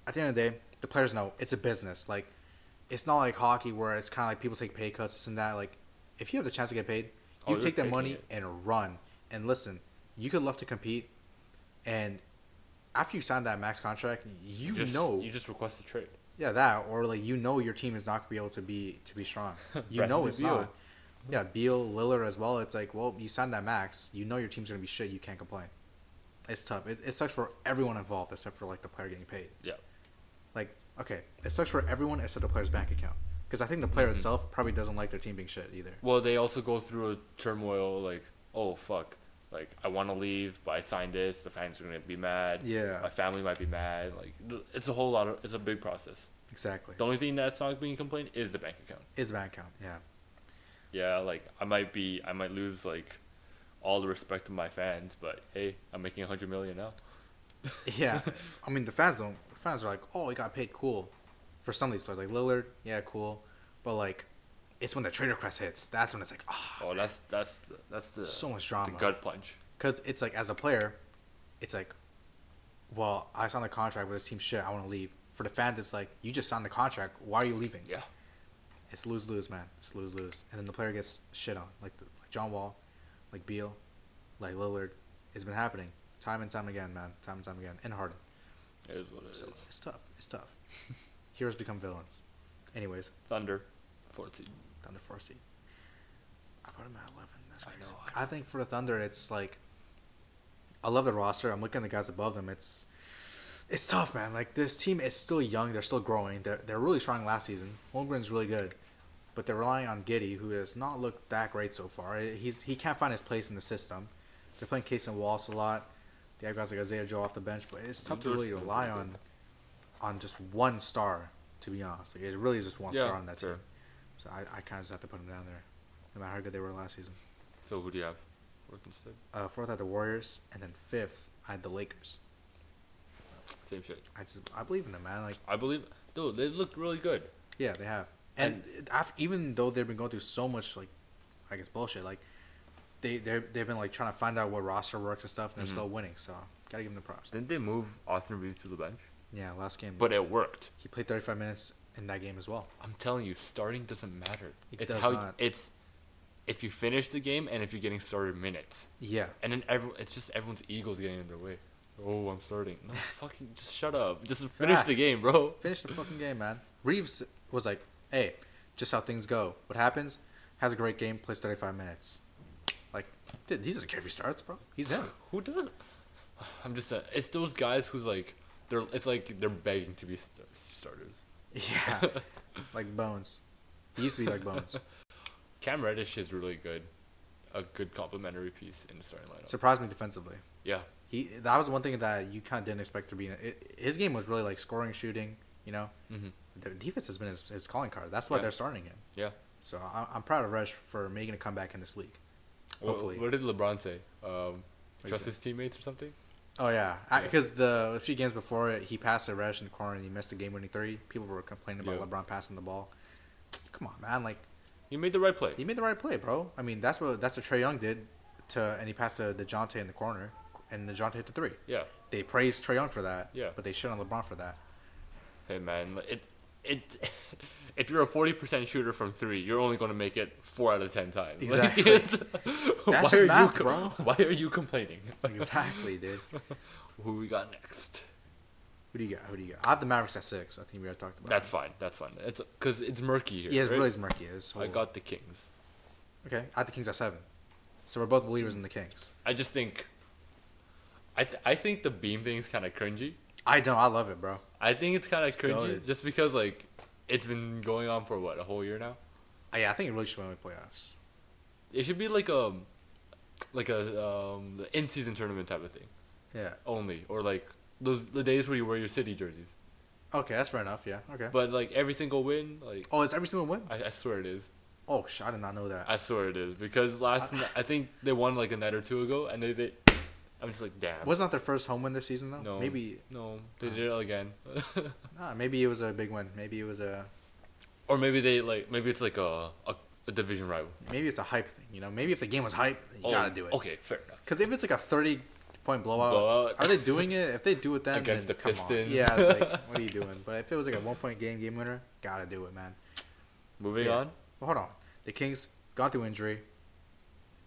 Speaker 2: At the end of the day, the players know it's a business. Like it's not like hockey where it's kind of like people take pay cuts this and that. Like if you have the chance to get paid,
Speaker 1: Oh,
Speaker 2: you
Speaker 1: they're
Speaker 2: take that
Speaker 1: taking
Speaker 2: money
Speaker 1: it.
Speaker 2: and run. And listen, you could love to compete, and after you sign that max contract, you
Speaker 1: just,
Speaker 2: know
Speaker 1: You just request a trade.
Speaker 2: yeah, that or like you know your team is not gonna be able to be to be strong. You
Speaker 1: Bradley
Speaker 2: know it's
Speaker 1: Beal.
Speaker 2: not. Yeah, Beal, Lillard as well. It's like, well, you signed that max. You know your team's gonna be shit. You can't complain. It's tough. It, it sucks for everyone involved except for like the player getting paid.
Speaker 1: Yeah.
Speaker 2: Like, okay, it sucks for everyone except the player's bank account because I think the player itself probably doesn't like their team being shit either.
Speaker 1: Well, they also go through a turmoil like, oh fuck, like I want to leave, but I signed this. The fans are gonna be mad.
Speaker 2: Yeah.
Speaker 1: My family might be mad. Like th- it's a whole lot of it's a big process.
Speaker 2: Exactly.
Speaker 1: The only thing that's not being complained is the bank account.
Speaker 2: Is bank account. Yeah.
Speaker 1: Yeah, like I might be I might lose like all the respect of my fans, but hey, I'm making a hundred million now.
Speaker 2: Yeah, I mean the fans don't. The fans are like, oh, he got paid, cool. For some of these players, like Lillard, yeah, cool. But like, it's when the trade request hits. That's when it's like, ah,
Speaker 1: Oh, that's that's that's the
Speaker 2: so much
Speaker 1: the
Speaker 2: drama.
Speaker 1: gut punch.
Speaker 2: Because it's like as a player, it's like, well, I signed the contract with this team. Shit, I want to leave. For the fans, it's like you just signed the contract. Why are you leaving?
Speaker 1: Yeah.
Speaker 2: It's lose lose, man. It's lose lose. And then the player gets shit on, like, the, like John Wall, like Beal, like Lillard. It's been happening time and time again, man. Time and time again, and Harden.
Speaker 1: It is what it
Speaker 2: So
Speaker 1: is.
Speaker 2: it's tough. It's tough. Heroes become villains. Anyways,
Speaker 1: Thunder, fourteen.
Speaker 2: Thunder 4 seed. I put him at 11. That's
Speaker 1: I
Speaker 2: crazy.
Speaker 1: know,
Speaker 2: I, think for the Thunder, it's like. I love the roster. I'm looking at the guys above them. It's. It's tough, man. Like, this team is still young. They're still growing. They're, they're really strong last season. Holmgren's really good. But they're relying on Giddy, who has not looked that great so far. He's He can't find his place in the system. They're playing Case and Wallace a lot. They have guys like Isaiah Joe off the bench, but it's tough to
Speaker 1: Those
Speaker 2: really
Speaker 1: are the
Speaker 2: rely
Speaker 1: good.
Speaker 2: on on just one star, to be honest. Like, it really is just one
Speaker 1: Yeah,
Speaker 2: star on that
Speaker 1: fair.
Speaker 2: team. So I, I kind of just have to put them down there, no matter how good they were last season.
Speaker 1: So who do you have? Fourth instead.
Speaker 2: Uh, fourth, I had the Warriors, and then fifth, I had the Lakers.
Speaker 1: Same shit.
Speaker 2: I just I believe in them, man. Like
Speaker 1: I believe, dude. They looked really good.
Speaker 2: yeah, they have, and, af even though they've been going through so much like, I guess bullshit, like they they they've been like trying to find out what roster works and stuff, and they're still winning. So gotta give them the props.
Speaker 1: Didn't Mm-hmm. they move Austin Reeves to the bench?
Speaker 2: Yeah, last game,
Speaker 1: But it worked.
Speaker 2: he played 35 minutes in that game as well.
Speaker 1: I'm telling you, starting doesn't matter.
Speaker 2: It
Speaker 1: it's
Speaker 2: does
Speaker 1: how
Speaker 2: not.
Speaker 1: it's if you finish the game and if you're getting started minutes,
Speaker 2: Yeah,
Speaker 1: and then every, it's just everyone's egos getting in their way. Oh, I'm starting. No, fucking, just shut up. Just finish the
Speaker 2: Facts.
Speaker 1: game, bro.
Speaker 2: finish the fucking game, man. Reeves was like, "Hey, just how things go. What happens? Has a great game, plays 35 minutes. Like, dude, he doesn't care if he starts, bro. He's in.
Speaker 1: Who does? I'm just. uh it's those guys who's like, they're. It's like they're begging to be st- starters.
Speaker 2: yeah, like Bones. He used to be like Bones.
Speaker 1: Cam Reddish is really good, a good complimentary piece in the starting lineup.
Speaker 2: Surprised me defensively.
Speaker 1: yeah,
Speaker 2: He that was one thing that you kind of didn't expect to be. In it. His game was really like scoring, shooting. You know,
Speaker 1: Mhm.
Speaker 2: the defense has been his, his calling card. That's why
Speaker 1: Yeah.
Speaker 2: they're starting him.
Speaker 1: yeah.
Speaker 2: So I, I'm proud of Rush for making a comeback in this league.
Speaker 1: Wha-
Speaker 2: Hopefully.
Speaker 1: What, did LeBron say? Um,
Speaker 2: he
Speaker 1: trust
Speaker 2: say?
Speaker 1: his teammates or something.
Speaker 2: Oh yeah,
Speaker 1: Yeah.
Speaker 2: because the a few games before it, he passed a rush in the corner and he missed a game-winning three. People were complaining about
Speaker 1: Yeah.
Speaker 2: LeBron passing the ball. Come on, man! Like
Speaker 1: He made the right play.
Speaker 2: he made the right play, bro. I mean, that's what that's what Trey Young did to, and he passed to Dejounte in the corner, and Dejounte hit the three.
Speaker 1: Yeah.
Speaker 2: They praised Trey Young for that,
Speaker 1: Yeah.
Speaker 2: but they shit on LeBron for that.
Speaker 1: Hey man, it it if you're a forty percent shooter from three, you're only gonna make it four out of ten times. Like,
Speaker 2: Exactly.
Speaker 1: it's- why
Speaker 2: just
Speaker 1: are you
Speaker 2: math,
Speaker 1: com- Why are you complaining?
Speaker 2: Exactly, dude.
Speaker 1: Who we got next?
Speaker 2: Who do you got? Who do you got? I have the Mavericks at six. I think we already talked about.
Speaker 1: That's
Speaker 2: it.
Speaker 1: fine. That's fine. It's because it's murky here.
Speaker 2: Yeah, it's
Speaker 1: right?
Speaker 2: really as murky as.
Speaker 1: I got the Kings.
Speaker 2: Okay, I have the Kings at seven. So we're both believers in the Kings.
Speaker 1: I just think. I th- I think the beam thing is kind of cringy.
Speaker 2: I don't. I love it, bro.
Speaker 1: I think it's kind of cringy
Speaker 2: goated.
Speaker 1: just because like it's been going on for what a whole year now.
Speaker 2: Uh, yeah, I think it really should win the playoffs.
Speaker 1: It should be like a like a um in season tournament type of thing
Speaker 2: Yeah.
Speaker 1: only, or like those the days where you wear your city jerseys.
Speaker 2: Okay, that's fair enough. Yeah. Okay.
Speaker 1: But like every single win, like
Speaker 2: oh, it's every single win.
Speaker 1: I, I swear it is.
Speaker 2: Oh shit! I did not know that.
Speaker 1: I swear it is because last
Speaker 2: Uh,
Speaker 1: n- I think they won like a night or two ago, and they, they I'm just like damn.
Speaker 2: Wasn't that their first home win this season though?
Speaker 1: No.
Speaker 2: Maybe. Uh.
Speaker 1: No, they did it again.
Speaker 2: Nah, maybe it was a big win. Maybe it was a.
Speaker 1: or maybe they like maybe it's like a a, a division rival.
Speaker 2: Maybe it's a hype thing. You know, maybe if the game was hype, you gotta do it.
Speaker 1: Oh, Okay, fair enough.
Speaker 2: Because if it's like a thirty point blowout,
Speaker 1: Blowout.
Speaker 2: are they doing it? If they do it then
Speaker 1: Against
Speaker 2: then
Speaker 1: the
Speaker 2: come on.
Speaker 1: Pistons.
Speaker 2: yeah, it's like what are you doing? But if it was like a one point game, game winner, gotta do it, man.
Speaker 1: Moving
Speaker 2: Yeah.
Speaker 1: on.
Speaker 2: Well, hold on, the Kings got through injury.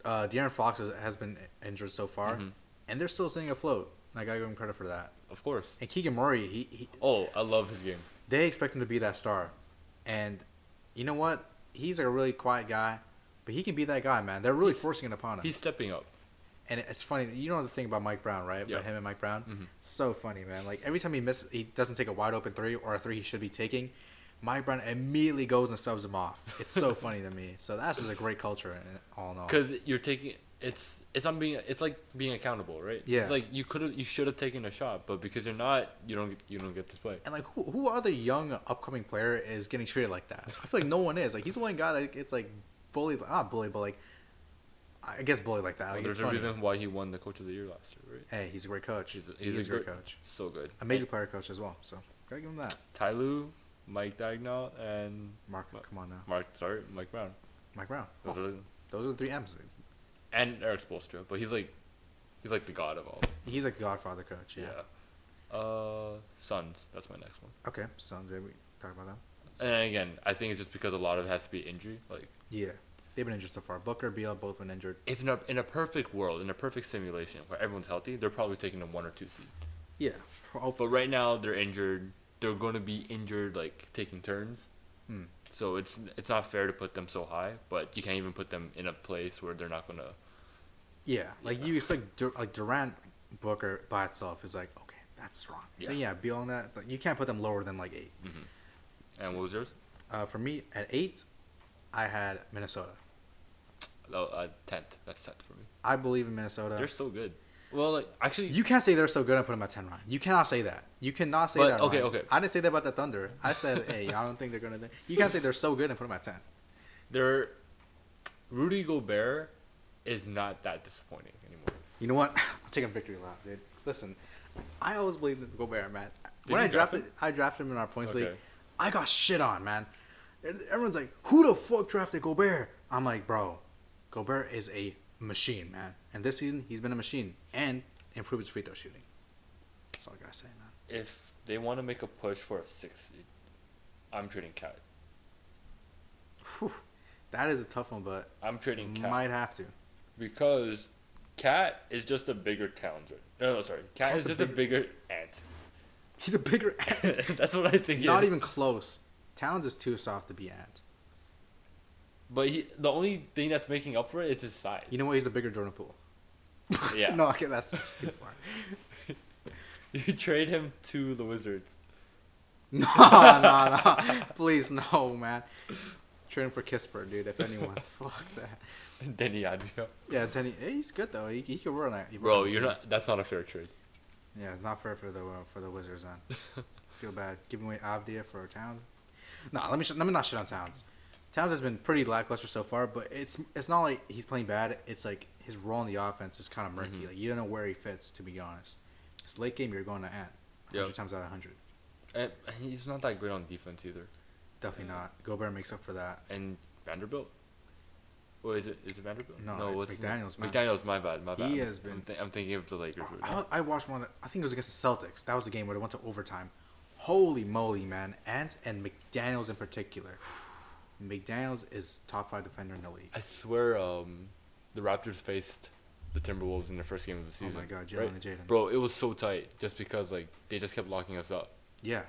Speaker 2: Uh, De'Aaron Fox has, has been injured so far,
Speaker 1: Mhm.
Speaker 2: and they're still staying afloat. And I gotta give him credit for that.
Speaker 1: Of course.
Speaker 2: And Keegan Murray, he, he
Speaker 1: Oh, I love his game.
Speaker 2: they expect him to be that star, and you know what? He's like a really quiet guy, but he can be that guy, man. They're really
Speaker 1: He's-
Speaker 2: forcing it upon him.
Speaker 1: He's stepping up.
Speaker 2: And it's funny, you know the thing about Mike Brown, right?
Speaker 1: Yeah.
Speaker 2: About him and Mike Brown.
Speaker 1: Mhm.
Speaker 2: So funny, man. Like every time he misses, he doesn't take a wide open three or a three he should be taking. Mike Brown immediately goes and subs him off. It's so funny to me. So that's just a great culture, in- all in all.
Speaker 1: Cause you're taking it's it's on being it's like being accountable, right?
Speaker 2: Yeah.
Speaker 1: It's like you could have you should have taken a shot, but because you're not, you don't get- you don't get this play.
Speaker 2: And like, who, who other young upcoming player is getting treated like that? I feel like no one is. Like he's the one guy that gets like bullied, not bullied, but like I guess bullied like that. Like,
Speaker 1: There's
Speaker 2: it's
Speaker 1: a
Speaker 2: funny.
Speaker 1: reason why he won the coach of the year last year, right?
Speaker 2: Hey, he's a great coach.
Speaker 1: He's a-
Speaker 2: he's
Speaker 1: he's
Speaker 2: a,
Speaker 1: a
Speaker 2: great
Speaker 1: great-
Speaker 2: coach.
Speaker 1: So good.
Speaker 2: Amazing player coach as well. So gotta give him that.
Speaker 1: Tyloo, Mike Dagnall, and
Speaker 2: Mark,
Speaker 1: Mark.
Speaker 2: come on now,
Speaker 1: Mark sorry, Mike Brown.
Speaker 2: Mike Brown.
Speaker 1: Those
Speaker 2: Oh,
Speaker 1: are the-
Speaker 2: those are the three M's.
Speaker 1: and Eric Spoelstra, but he's like he's like the god of all.
Speaker 2: He's like Godfather coach. Yeah.
Speaker 1: Yeah. Uh Suns, that's my next one.
Speaker 2: Okay. So did we talk about them?
Speaker 1: And again, I think it's just because a lot of it has to be injury. Like
Speaker 2: Yeah. They've been injured so far. Booker, Beal, both been injured.
Speaker 1: if in a, in a perfect world, in a perfect simulation where everyone's healthy, they're probably taking a one or two seed.
Speaker 2: Yeah. Hopefully.
Speaker 1: But right now they're injured. They're going to be injured, like taking turns.
Speaker 2: Hmm.
Speaker 1: So it's it's not fair to put them so high. But you can't even put them in a place where they're not going to.
Speaker 2: Yeah. Like you expect, Dur- like Durant, Booker by itself is like okay, that's wrong.
Speaker 1: Yeah.
Speaker 2: Yeah.
Speaker 1: Mm.
Speaker 2: Then, yeah. Beal on that, like, you can't put them lower than like eight.
Speaker 1: And what was yours?
Speaker 2: Uh, for me at eight, I had Minnesota.
Speaker 1: Oh, uh, tenth. That's tenth for me.
Speaker 2: I believe in Minnesota.
Speaker 1: They're so good. Well, like actually,
Speaker 2: you can't say they're so good and put them at ten, Ryan. You cannot say that. You cannot say
Speaker 1: But-
Speaker 2: that.
Speaker 1: okay,
Speaker 2: Ryan.
Speaker 1: okay.
Speaker 2: I didn't say that about the Thunder. I said, hey, I don't think they're gonna. You can't say they're so good and put them at ten.
Speaker 1: they're Rudy Gobert is not that disappointing anymore.
Speaker 2: You know what? I'm taking victory lap, dude. Listen, I always believed in Gobert, man.
Speaker 1: Did
Speaker 2: when
Speaker 1: you
Speaker 2: I
Speaker 1: draft
Speaker 2: drafted, I drafted him in our points league.
Speaker 1: Okay.
Speaker 2: I got shit on, man. Everyone's like, "Who the fuck drafted Gobert?" I'm like, bro, Gobert is a machine, man. And this season, he's been a machine and improved his free throw shooting. That's all I gotta say, man.
Speaker 1: If they want to make a push for a six seed, I'm trading Cat.
Speaker 2: Whew. That is a tough one, but
Speaker 1: I'm trading Cat.
Speaker 2: might have to.
Speaker 1: because Cat is just a bigger Townsend. No, no, sorry. Cat
Speaker 2: Cat's
Speaker 1: is
Speaker 2: a
Speaker 1: just a bigger ant.
Speaker 2: He's a bigger ant.
Speaker 1: That's what I think.
Speaker 2: Not
Speaker 1: it-
Speaker 2: even close. Towns is too soft to be ant.
Speaker 1: But he, the only thing that's making up for it is his size.
Speaker 2: You know what? He's a bigger Jordan Poole.
Speaker 1: Yeah.
Speaker 2: no, okay, that's too far.
Speaker 1: you trade him to the Wizards.
Speaker 2: No, no, no. Please, no, man. Trading for Kisper, dude, if anyone. Fuck that.
Speaker 1: Denny Advio.
Speaker 2: Yeah, Denny, eh, he's good, though. He, he can run it. He can
Speaker 1: Bro,
Speaker 2: run it,
Speaker 1: you're
Speaker 2: too.
Speaker 1: not. That's not a fair trade.
Speaker 2: Yeah, it's not fair for the uh, for the Wizards, man. Feel bad. Giving away Abdia for Towns. Nah, let me, sh- let me not shit on Towns. Towns has been pretty lackluster so far, but it's it's not like he's playing bad. It's like his role in the offense is kind of
Speaker 1: Mm-hmm.
Speaker 2: murky. Like, you don't know where he fits, to be honest. It's late game, you're going to Ant. 100
Speaker 1: Yep.
Speaker 2: times out of 100.
Speaker 1: And Uh, he's not that great on defense either.
Speaker 2: Definitely not. Gobert makes up for that.
Speaker 1: And Vanderbilt. Or is it? Is it Vanderbilt?
Speaker 2: No, it's
Speaker 1: what's his name?
Speaker 2: McDaniels, man.
Speaker 1: McDaniels, my bad, my
Speaker 2: He
Speaker 1: bad.
Speaker 2: has been-
Speaker 1: I'm, thi- I'm thinking of the Lakers right now.
Speaker 2: I, I watched one. That, I think it was against the Celtics. That was the game where they went to overtime. Holy moly, man! Ant and McDaniel's in particular. McDaniel's is top five defender in the league.
Speaker 1: I swear, um, the Raptors faced the the Timberwolves in their first game of the
Speaker 2: Oh
Speaker 1: season.
Speaker 2: my God, Jalen
Speaker 1: right?
Speaker 2: and Jaden.
Speaker 1: Bro, it was so tight just because like they just kept locking us up.
Speaker 2: Yeah,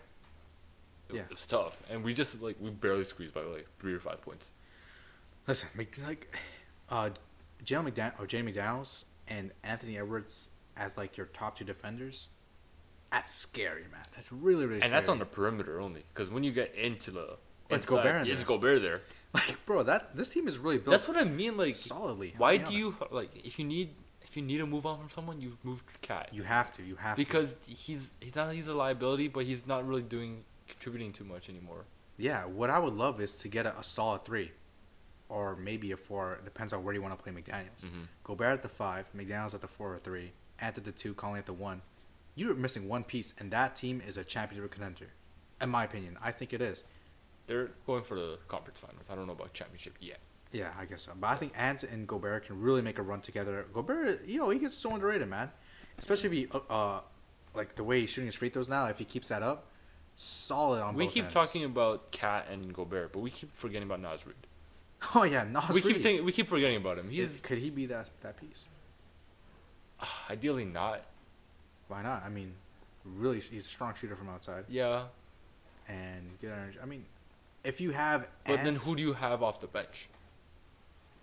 Speaker 1: It,
Speaker 2: Yeah.
Speaker 1: it was tough, and we just like we barely squeezed by like three or five points.
Speaker 2: listen, Mc- like, uh, Jalen McDow or Jaden McDaniels and Anthony Edwards as like your top two defenders. That's scary, man. That's really really.
Speaker 1: and that's
Speaker 2: scary.
Speaker 1: on the perimeter only, because when you get into the
Speaker 2: It's
Speaker 1: inside,
Speaker 2: Gobert in
Speaker 1: yeah, it's
Speaker 2: there.
Speaker 1: Gobert there.
Speaker 2: like, bro. That's this team is really built
Speaker 1: That's what I mean. Like,
Speaker 2: solidly. I'll
Speaker 1: why
Speaker 2: be
Speaker 1: do you like if you need if you need to move on from someone, you move Cat
Speaker 2: You have to. You have to.
Speaker 1: because he's he's not he's a liability, but he's not really doing contributing too much anymore.
Speaker 2: Yeah, what I would love is to get a, a solid three, or maybe a four. Depends on where you want to play McDaniel's.
Speaker 1: Mhm.
Speaker 2: Gobert at the five, McDaniel's at the four or three, Ant at the two, Conley at the one. You're missing one piece, and that team is a championship contender, in my opinion. I think it is.
Speaker 1: They're going for the conference finals. I don't know about championship yet.
Speaker 2: Yeah, I guess so. But I think Ant and Gobert can really make a run together. Gobert, you know, he gets so underrated, man. Especially if he, uh, uh, like the way he's shooting his free throws now. If he keeps that up, solid on
Speaker 1: we
Speaker 2: both
Speaker 1: keep
Speaker 2: ends.
Speaker 1: talking about Cat and Gobert, but we keep forgetting about Nas Reed.
Speaker 2: Oh yeah, Nas
Speaker 1: we keep
Speaker 2: Reed.
Speaker 1: taking, we keep forgetting about him. He's ah,
Speaker 2: Is- could he be that that piece?
Speaker 1: ideally not.
Speaker 2: Why not? I mean, really, he's a strong shooter from outside
Speaker 1: Yeah,
Speaker 2: and good energy. I mean, if you have
Speaker 1: but then who do you have off the bench?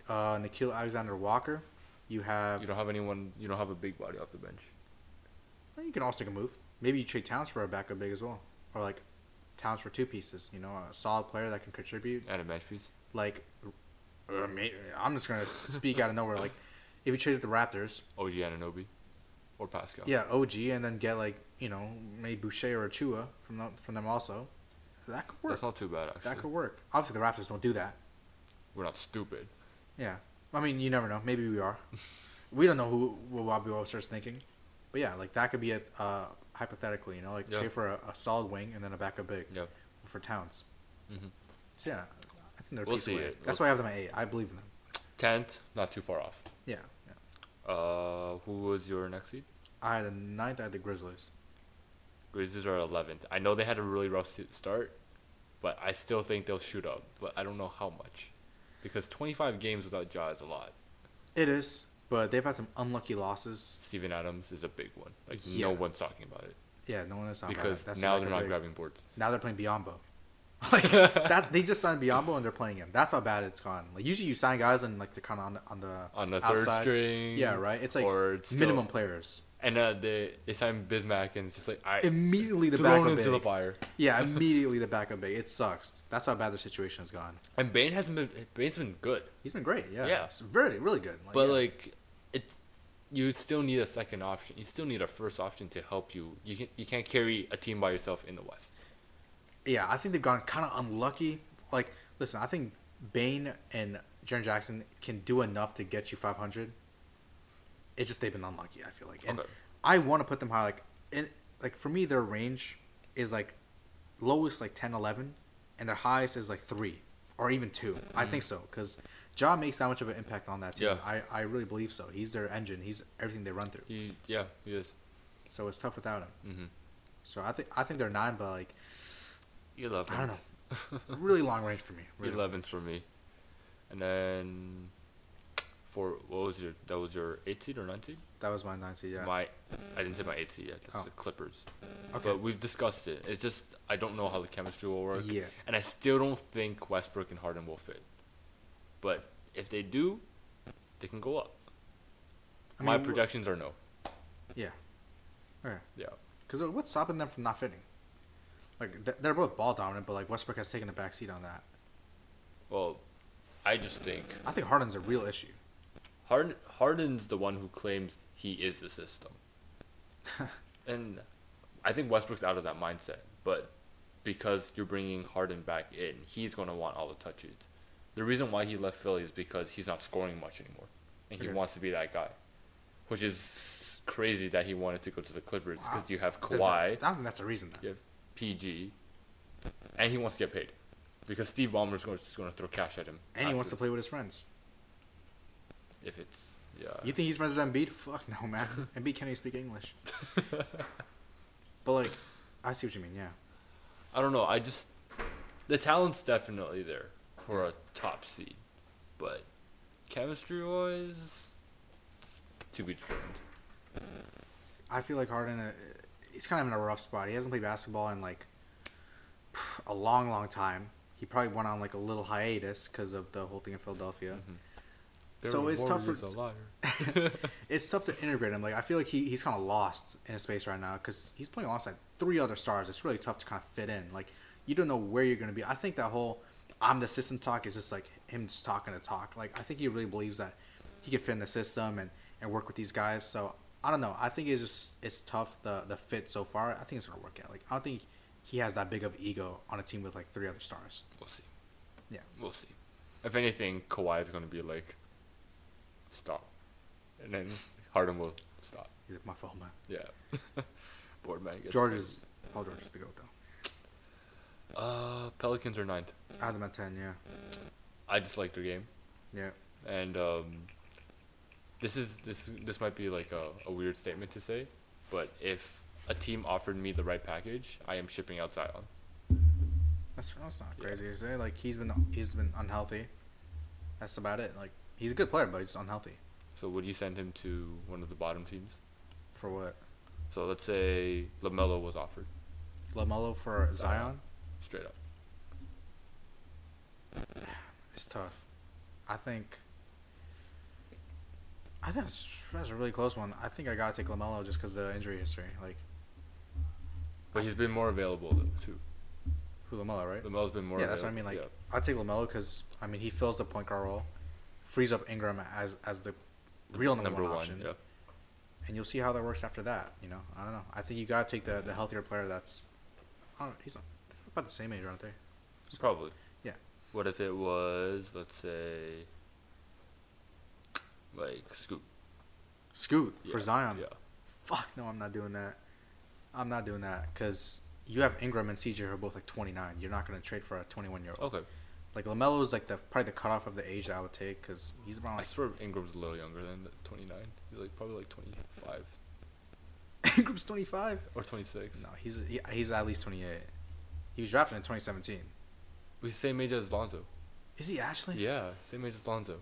Speaker 2: you- uh, Nikhil Alexander Walker, you have
Speaker 1: You don't have anyone. You don't have a big body off the bench.
Speaker 2: well, you can also take a move. Maybe you trade Towns for a backup big as well, or like Towns for two pieces. You know, a solid player that can contribute.
Speaker 1: And a bench piece.
Speaker 2: Like, uh, may- I'm just gonna s- speak out of nowhere. Like, if you trade with the Raptors,
Speaker 1: OG Ananobi, or Pascal.
Speaker 2: yeah, OG, and then get like you know maybe Boucher or Chua from them, from them also. That could work.
Speaker 1: that's not too bad actually.
Speaker 2: That could work. Obviously, the Raptors don't do that.
Speaker 1: We're not stupid.
Speaker 2: Yeah. I mean, you never know. Maybe we are. we don't know who what Bobby Webster's thinking. But yeah, like that could be a uh, hypothetical, you know, like
Speaker 1: Yeah.
Speaker 2: trade for a, a solid wing and then a backup big
Speaker 1: Yeah.
Speaker 2: for Towns.
Speaker 1: Mhm.
Speaker 2: So yeah, I think they're a
Speaker 1: We'll
Speaker 2: piece
Speaker 1: see
Speaker 2: away.
Speaker 1: it.
Speaker 2: That's
Speaker 1: We'll
Speaker 2: why I have them at eight. I believe in them.
Speaker 1: Tenth, not too far off.
Speaker 2: Yeah. yeah.
Speaker 1: Uh, who was your next seed?
Speaker 2: I had the ninth. I had the Grizzlies.
Speaker 1: Grizzlies are eleventh. I know they had a really rough se- start, but I still think they'll shoot up. But I don't know how much, because twenty-five games without Ja is a lot.
Speaker 2: It is, but they've had some unlucky losses.
Speaker 1: Steven Adams is a big one. Like
Speaker 2: Yeah.
Speaker 1: no one's talking about it
Speaker 2: Yeah, no one is talking about
Speaker 1: because
Speaker 2: that. That's
Speaker 1: now
Speaker 2: like a
Speaker 1: they're not
Speaker 2: big-
Speaker 1: grabbing boards.
Speaker 2: Now they're playing Biombo. like that, they just signed Biombo and they're playing him. That's how bad it's gone. Like usually you sign guys and like they're kind of on the on the
Speaker 1: on the third
Speaker 2: outside.
Speaker 1: string.
Speaker 2: Yeah, right. It's like
Speaker 1: or it's still-
Speaker 2: minimum players.
Speaker 1: And uh, they they signed Bismack, and it's just like I
Speaker 2: Immediately the
Speaker 1: thrown
Speaker 2: backup
Speaker 1: into the
Speaker 2: big.
Speaker 1: fire.
Speaker 2: yeah, immediately the backup big. It sucks. That's how bad their situation has gone.
Speaker 1: And Bane hasn't been Bane's been good,
Speaker 2: He's been great. Yeah,
Speaker 1: Yeah.
Speaker 2: It's really really good.
Speaker 1: but
Speaker 2: Oh, yeah.
Speaker 1: like it's you still need a second option. You still need a first option to help you. You can you can't carry a team by yourself in the West.
Speaker 2: yeah, I think they've gone kind of unlucky. Like, listen, I think Bain and Jaren Jackson can do enough to get you 500. It's just they've been unlucky. I feel like, and
Speaker 1: Okay.
Speaker 2: I want to put them high. Like, in, like for me, their range is like lowest like 10, 11, and their highest is like three or even 2 I think so because John makes that much of an impact on that team.
Speaker 1: Mm. Yeah.
Speaker 2: I, I really believe so. He's their engine. He's everything they run through.
Speaker 1: He's yeah he is.
Speaker 2: So it's tough without him.
Speaker 1: Mm-hmm.
Speaker 2: So I think I think they're nine, but like
Speaker 1: Eleven.
Speaker 2: I don't know, really long range for me. Really.
Speaker 1: Eleventh for me, and then for what was your that was your eight seed or nine seed?
Speaker 2: That was my nine seed. Yeah.
Speaker 1: My I didn't say my eight seed yet. That's
Speaker 2: Oh.
Speaker 1: the Clippers.
Speaker 2: okay.
Speaker 1: But we've discussed it. It's just I don't know how the chemistry will work.
Speaker 2: Yeah.
Speaker 1: And I still don't think Westbrook and Harden will fit. But if they do, they can go up.
Speaker 2: I
Speaker 1: My
Speaker 2: mean, wh-
Speaker 1: projections are no.
Speaker 2: yeah. Okay.
Speaker 1: Yeah.
Speaker 2: Because uh, what's stopping them from not fitting? Like th- they're both ball dominant, but like Westbrook has taken a back seat on that.
Speaker 1: Well, I just think
Speaker 2: I think Harden's a real issue.
Speaker 1: Harden Harden's the one who claims he is the system. and I think Westbrook's out of that mindset, but because you're bringing Harden back in, he's going to want all the touches. The reason why he left Philly is because he's not scoring much anymore, and he
Speaker 2: Okay.
Speaker 1: wants to be that guy, which is crazy that he wanted to go to the Clippers because
Speaker 2: Wow.
Speaker 1: you have
Speaker 2: Th- th-
Speaker 1: Kawhi,
Speaker 2: I don't think that's the reason. Though.
Speaker 1: you have PG, and he wants to get paid because Steve Ballmer's going just going to throw cash at him.
Speaker 2: And he wants to
Speaker 1: after-
Speaker 2: play with his friends.
Speaker 1: if it's yeah.
Speaker 2: You think he's friends with Embiid? Fuck no, man. Embiid can't even speak English. but like, I see what you mean. Yeah.
Speaker 1: I don't know. I just the talent's definitely there for a top seed, but chemistry wise, it's, to be determined.
Speaker 2: I feel like Harden, uh, he's kind of in a rough spot. He hasn't played basketball in like a long, long time. He probably went on like a little hiatus because of the whole thing in Philadelphia. So it's tough for
Speaker 1: a liar.
Speaker 2: it's tough to integrate him. Like I feel like he, he's kind of lost in a space right now because he's playing alongside three other stars. It's really tough to kind of fit in. Like you don't know where you're going to be. I think that whole "I'm the system" talk is just like him just talking to talk. Like I think he really believes that he can fit in the system and and work with these guys. So I don't know. I think it's just it's tough the the fit so far. I think it's going to work out. Like I don't think he has that big of ego on a team with like three other stars.
Speaker 1: We'll see.
Speaker 2: Yeah.
Speaker 1: We'll see. If anything, Kawhi is going to be like, stop. And then Harden will stop.
Speaker 2: He's like my fault, man.
Speaker 1: Yeah. Board man. gets
Speaker 2: George
Speaker 1: paid.
Speaker 2: is Paul George is the goat though.
Speaker 1: Uh, Pelicans are ninth.
Speaker 2: I had him at ten. Yeah.
Speaker 1: I disliked their game.
Speaker 2: Yeah.
Speaker 1: and um, this is this this might be like a, a weird statement to say, but if a team offered me the right package, I am shipping out Zion.
Speaker 2: That's, that's not
Speaker 1: Yeah.
Speaker 2: crazy to say. Like he's been he's been unhealthy. That's about it. Like he's a good player, but he's unhealthy.
Speaker 1: So would you send him to one of the bottom teams?
Speaker 2: For what?
Speaker 1: So let's say Lamelo was offered
Speaker 2: Lamelo for Zion?
Speaker 1: Zion. straight up.
Speaker 2: It's tough. I think. I think that's, that's a really close one. I think I gotta take Lamelo just because the injury history. Like
Speaker 1: But he's been more available though too.
Speaker 2: who Lamelo, right?
Speaker 1: Lamelo's been more.
Speaker 2: yeah, that's what I mean.
Speaker 1: available,
Speaker 2: Like I take Lamelo because I mean he fills the point guard role, frees up Ingram as as the
Speaker 1: yeah.
Speaker 2: real number, one, option.
Speaker 1: Yeah,
Speaker 2: and you'll see how that works after that. You know, I don't know. I think you gotta take the the healthier player. That's, I don't know, he's about the same age, aren't they? So-
Speaker 1: probably.
Speaker 2: yeah.
Speaker 1: What if it was let's say like Scoop
Speaker 2: Scoot
Speaker 1: Yeah,
Speaker 2: for Zion.
Speaker 1: Yeah.
Speaker 2: Fuck no, I'm not doing that. I'm not doing that because you have Ingram and CJ who are both like 29. You're not gonna trade for a 21 year old.
Speaker 1: Okay.
Speaker 2: Like Lamelo is like the probably the cutoff of the age that I would take because he's around
Speaker 1: I
Speaker 2: like
Speaker 1: swear Ingram's a little younger than the 29. He's like probably like 25
Speaker 2: Ingram's 25.
Speaker 1: or 26.
Speaker 2: No, he's he, he's at least 28. He was drafted in 2017.
Speaker 1: He's same age as Lonzo.
Speaker 2: Is he actually?
Speaker 1: Yeah, same age as Lonzo.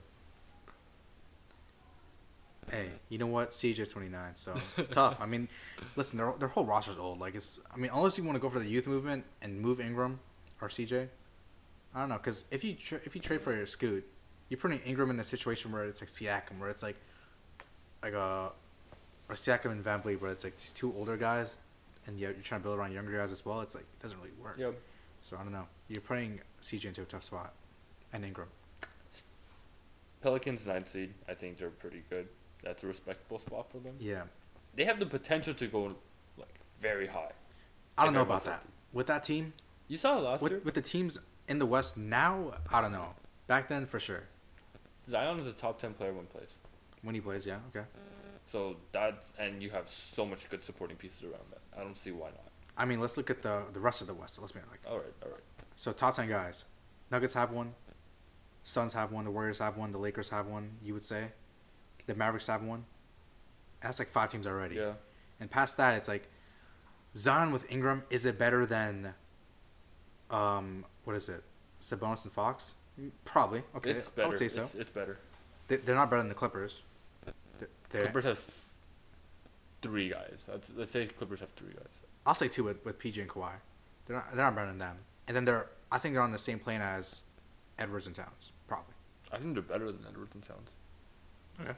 Speaker 2: Hey, you know what? CJ's 29, so it's tough. I mean, listen, their, their whole roster's old. Like, it's, I mean, unless you want to go for the youth movement and move Ingram or CJ, I don't know. Because if you tra- if you trade for your Scoot, you're putting Ingram in a situation where it's like Siakam, where it's like, like a, or Siakam and Van Vliet, where it's like these two older guys, and yet you're trying to build around younger guys as well. It's like it doesn't really work.
Speaker 1: Yep.
Speaker 2: So I don't know. You're putting CJ into a tough spot, and Ingram.
Speaker 1: Pelicans ninth seed. I think they're pretty good. That's a respectable spot for them.
Speaker 2: Yeah.
Speaker 1: They have the potential to go like very high.
Speaker 2: I don't know
Speaker 1: Ingram was
Speaker 2: about that. With that team,
Speaker 1: You saw it last year.
Speaker 2: with, with the teams in the West now, I don't know. Back then, for sure.
Speaker 1: Zion is a top 10 player when plays.
Speaker 2: When he plays, yeah, okay.
Speaker 1: So that's and you have so much good supporting pieces around that. I don't see why not.
Speaker 2: I mean, let's look at the the rest of the West. Let's be like,
Speaker 1: All right, all right.
Speaker 2: so top ten guys. Nuggets have one. Suns have one. The Warriors have one. The Lakers have one. You would say, the Mavericks have one. That's like five teams already.
Speaker 1: Yeah.
Speaker 2: And past that, it's like Zion with Ingram. Is it better than, um, what is it? Sabonis and Fox? Mm, Probably. Okay,
Speaker 1: It's better.
Speaker 2: I would say so.
Speaker 1: It's, it's better.
Speaker 2: They- They're not better than the Clippers. They're- they're-
Speaker 1: Clippers have three guys. Let's, let's say Clippers have three guys.
Speaker 2: I'll say two with, with PG and Kawhi. They're not they're not better than them. And then they're I think they're on the same plane as Edwards and Towns, probably.
Speaker 1: I think they're better than Edwards and Towns.
Speaker 2: Okay.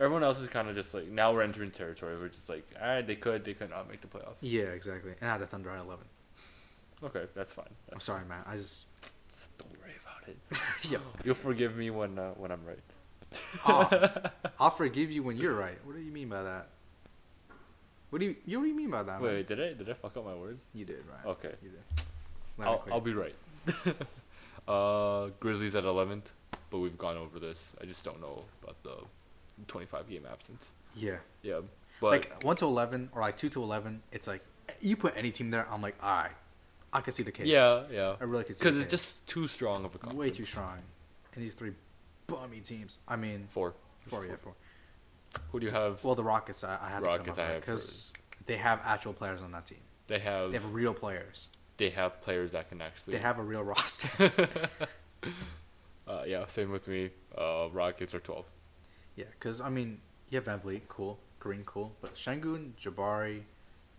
Speaker 1: Everyone else is kind of just like now we're entering territory. We're just like, all right, they could, they could not make the playoffs.
Speaker 2: Yeah, exactly. And I had the Thunder at eleven.
Speaker 1: Okay, that's fine.
Speaker 2: I'm
Speaker 1: That's
Speaker 2: sorry, man. I just
Speaker 1: Just don't worry about it.
Speaker 2: yo,
Speaker 1: You'll forgive me when uh, when I'm right. Oh.
Speaker 2: I'll, I'll forgive you when you're right. What do you mean by that? What do you you what do you mean by that? man?
Speaker 1: Wait, did I did I fuck up my words?
Speaker 2: you did right.
Speaker 1: Okay,
Speaker 2: You did. Loud and
Speaker 1: I'll,
Speaker 2: clear.
Speaker 1: I'll be right. uh, Grizzlies at 11th, but we've gone over this. I just don't know about the 25 game absence.
Speaker 2: yeah.
Speaker 1: Yeah, but
Speaker 2: like one to eleven or like two to eleven, it's like you put any team there, I'm like, all right, I can see the case.
Speaker 1: yeah, yeah,
Speaker 2: I really could see
Speaker 1: because
Speaker 2: the
Speaker 1: it's
Speaker 2: case.
Speaker 1: just too strong of a conference.
Speaker 2: way too strong. And these three bummy teams. I mean,
Speaker 1: Four.
Speaker 2: four, yeah, four.
Speaker 1: Who do you have?
Speaker 2: Well, the Rockets, I, I have
Speaker 1: Rockets,
Speaker 2: to
Speaker 1: I
Speaker 2: put
Speaker 1: have
Speaker 2: because they have actual players on that team.
Speaker 1: They have
Speaker 2: They have real players.
Speaker 1: they have players that can actually.
Speaker 2: They have a real roster.
Speaker 1: Uh, yeah, same with me. Uh, Rockets are 12.
Speaker 2: yeah, because I mean, Yeah, Van Vliet, cool. Green, cool. But Shangun, Jabari,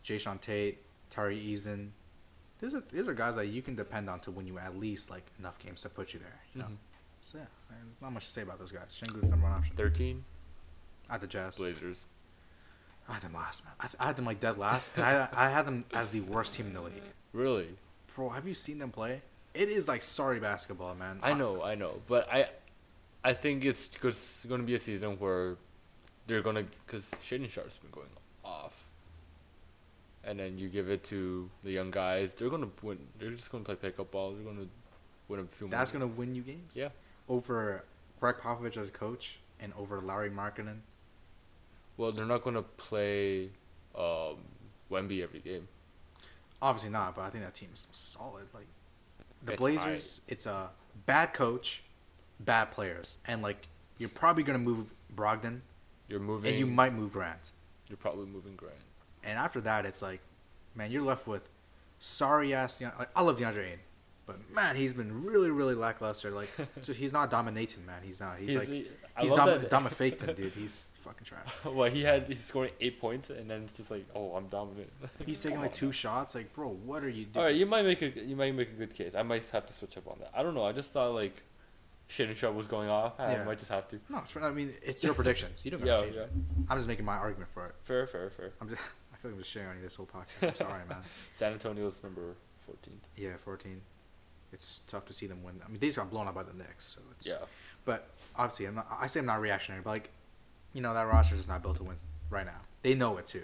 Speaker 2: Jay Sean Tate, Tari Eason, these are these are guys that you can depend on to win you at least like enough games to put you there. You know.
Speaker 1: Mhm.
Speaker 2: So yeah, I mean, there's not much to say about those guys. Shangun's number one option.
Speaker 1: Thirteen
Speaker 2: At the Jazz,
Speaker 1: Blazers.
Speaker 2: I had them last, man. I, th- I had them like dead last, and I I had them as the worst team in the league.
Speaker 1: Really?
Speaker 2: Bro, have you seen them play? It is like sorry basketball, man.
Speaker 1: I know, I know, but I, I think it's going to be a season where they're going to because Shaden Sharp's been going off, and then you give it to the young guys. They're going to win. They're just going to play pickup ball. They're going to win a few. more
Speaker 2: Uh, That's
Speaker 1: games.
Speaker 2: gonna win you games.
Speaker 1: Yeah.
Speaker 2: Over Greg Popovich as a coach and over Larry Markkinen.
Speaker 1: Well, they're not going to play, um, Wemby every game.
Speaker 2: Obviously not, but I think that team is solid. Like the
Speaker 1: It's
Speaker 2: Blazers, it's a bad coach, bad players, and like you're probably gonna move Brogdon
Speaker 1: You're moving.
Speaker 2: and you might move Grant.
Speaker 1: You're probably moving Grant.
Speaker 2: And after that, it's like, man, you're left with sorry ass. Deon- like I love DeAndre Ayton, but man, he's been really, really lackluster. Like, so he's not dominating, man. He's not. He's, like,
Speaker 1: I
Speaker 2: he's
Speaker 1: love
Speaker 2: dom-
Speaker 1: that-
Speaker 2: dominating, dude. He's fucking trash.
Speaker 1: well, he had he's scoring eight points, and then it's just like, oh, I'm dominant.
Speaker 2: He's taking like two shots. Like, bro, what are you doing?
Speaker 1: All right, you might make a you might make a good case. I might have to switch up on that. I don't know. I just thought like, shit and shot was going off. I
Speaker 2: Yeah.
Speaker 1: might just have to.
Speaker 2: No, it's fine. I mean, it's your predictions. You don't gotta
Speaker 1: Yeah,
Speaker 2: change
Speaker 1: yeah.
Speaker 2: it. I'm just making my argument for it.
Speaker 1: Fair, fair, fair.
Speaker 2: I'm just, I feel like I'm just shitting on you this whole podcast. I'm sorry, man.
Speaker 1: San Antonio's number fourteen.
Speaker 2: Yeah, 14. It's tough to see them win. I mean, these got blown out by the Knicks, so it's.
Speaker 1: Yeah,
Speaker 2: But obviously, I'm not, I say I'm not reactionary, but like, you know, that roster is not built to win right now. They know it too.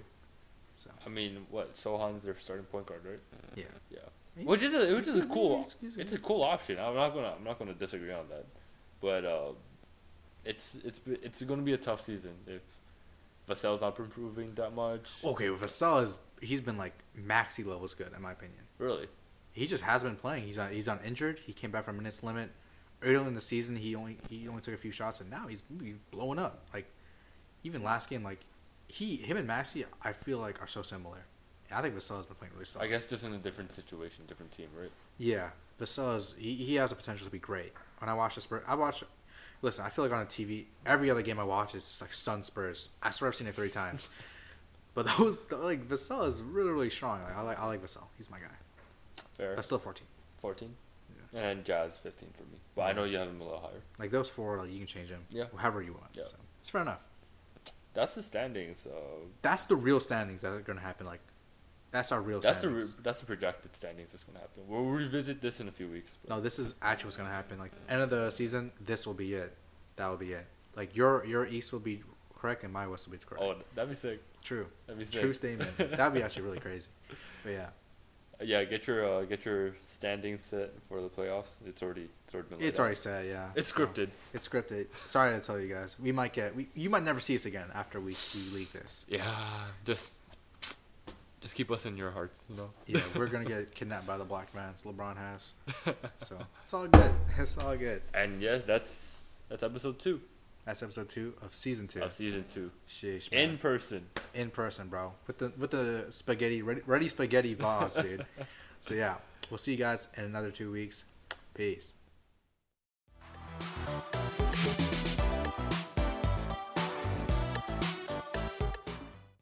Speaker 2: So
Speaker 1: I mean, what Sohan's their starting point guard, right?
Speaker 2: yeah,
Speaker 1: Yeah,
Speaker 2: He's-
Speaker 1: which is a which is a
Speaker 2: he's-
Speaker 1: cool
Speaker 2: he's- he's-
Speaker 1: it's a cool option. I'm not gonna I'm not gonna disagree on that, but uh, it's it's it's gonna be a tough season if Vassell's not improving that much.
Speaker 2: okay. But Vassell is he's been like maxi levels good in my opinion.
Speaker 1: Really,
Speaker 2: He just has been playing. He's on he's on injured. He came back from minutes limit. Early in the season, he only he only took a few shots, and now he's, he's blowing up. Like even last game, like he him and Maxi, I feel like are so similar. And I think Vassell has been playing really solid.
Speaker 1: I guess just in a different situation, different team, right?
Speaker 2: Yeah, Vassell is he, he has the potential to be great. When I watch the Spurs, I watch. Listen, I feel like on the TV, every other game I watch is just like Sun Spurs. I swear I've seen it three times. but those like Vassell is really really strong. Like I like I like Vassell. He's my guy.
Speaker 1: Fair.
Speaker 2: That's still fourteen.
Speaker 1: 14. And Jazz 15 for me. But I know you have him a little higher.
Speaker 2: Like those four, like you can change them.
Speaker 1: Yeah.
Speaker 2: However you want.
Speaker 1: Yeah.
Speaker 2: So it's fair enough.
Speaker 1: That's the standings. So
Speaker 2: That's the real standings that are gonna happen. Like that's our real
Speaker 1: that's the re-
Speaker 2: standings.
Speaker 1: that's the projected standings that's going to happen. We'll revisit this in a few weeks. But
Speaker 2: no, this is actually what's gonna happen. Like end of the season, this will be it. That will be it. Like your your East will be correct and my West will be correct.
Speaker 1: oh, that'd be sick.
Speaker 2: True.
Speaker 1: That'd be sick.
Speaker 2: True statement. That'd be actually really crazy. But yeah,
Speaker 1: Yeah, get your uh, get your standings set for the playoffs. It's already it's already been. laid
Speaker 2: it's
Speaker 1: out.
Speaker 2: already set. Yeah,
Speaker 1: It's
Speaker 2: So,
Speaker 1: scripted.
Speaker 2: It's scripted. Sorry to tell you guys, we might get we, you might never see us again after we we leak this.
Speaker 1: Yeah, just just keep us in your hearts. You know.
Speaker 2: Yeah, we're gonna get kidnapped by the black vans LeBron has. So it's all good. It's all good.
Speaker 1: And yeah, that's that's episode two
Speaker 2: That's episode two of season two.
Speaker 1: of season two
Speaker 2: Sheesh, man.
Speaker 1: in person.
Speaker 2: in person, bro. With the with the spaghetti ready, ready spaghetti vase, dude. so yeah, we'll see you guys in another two weeks. Peace.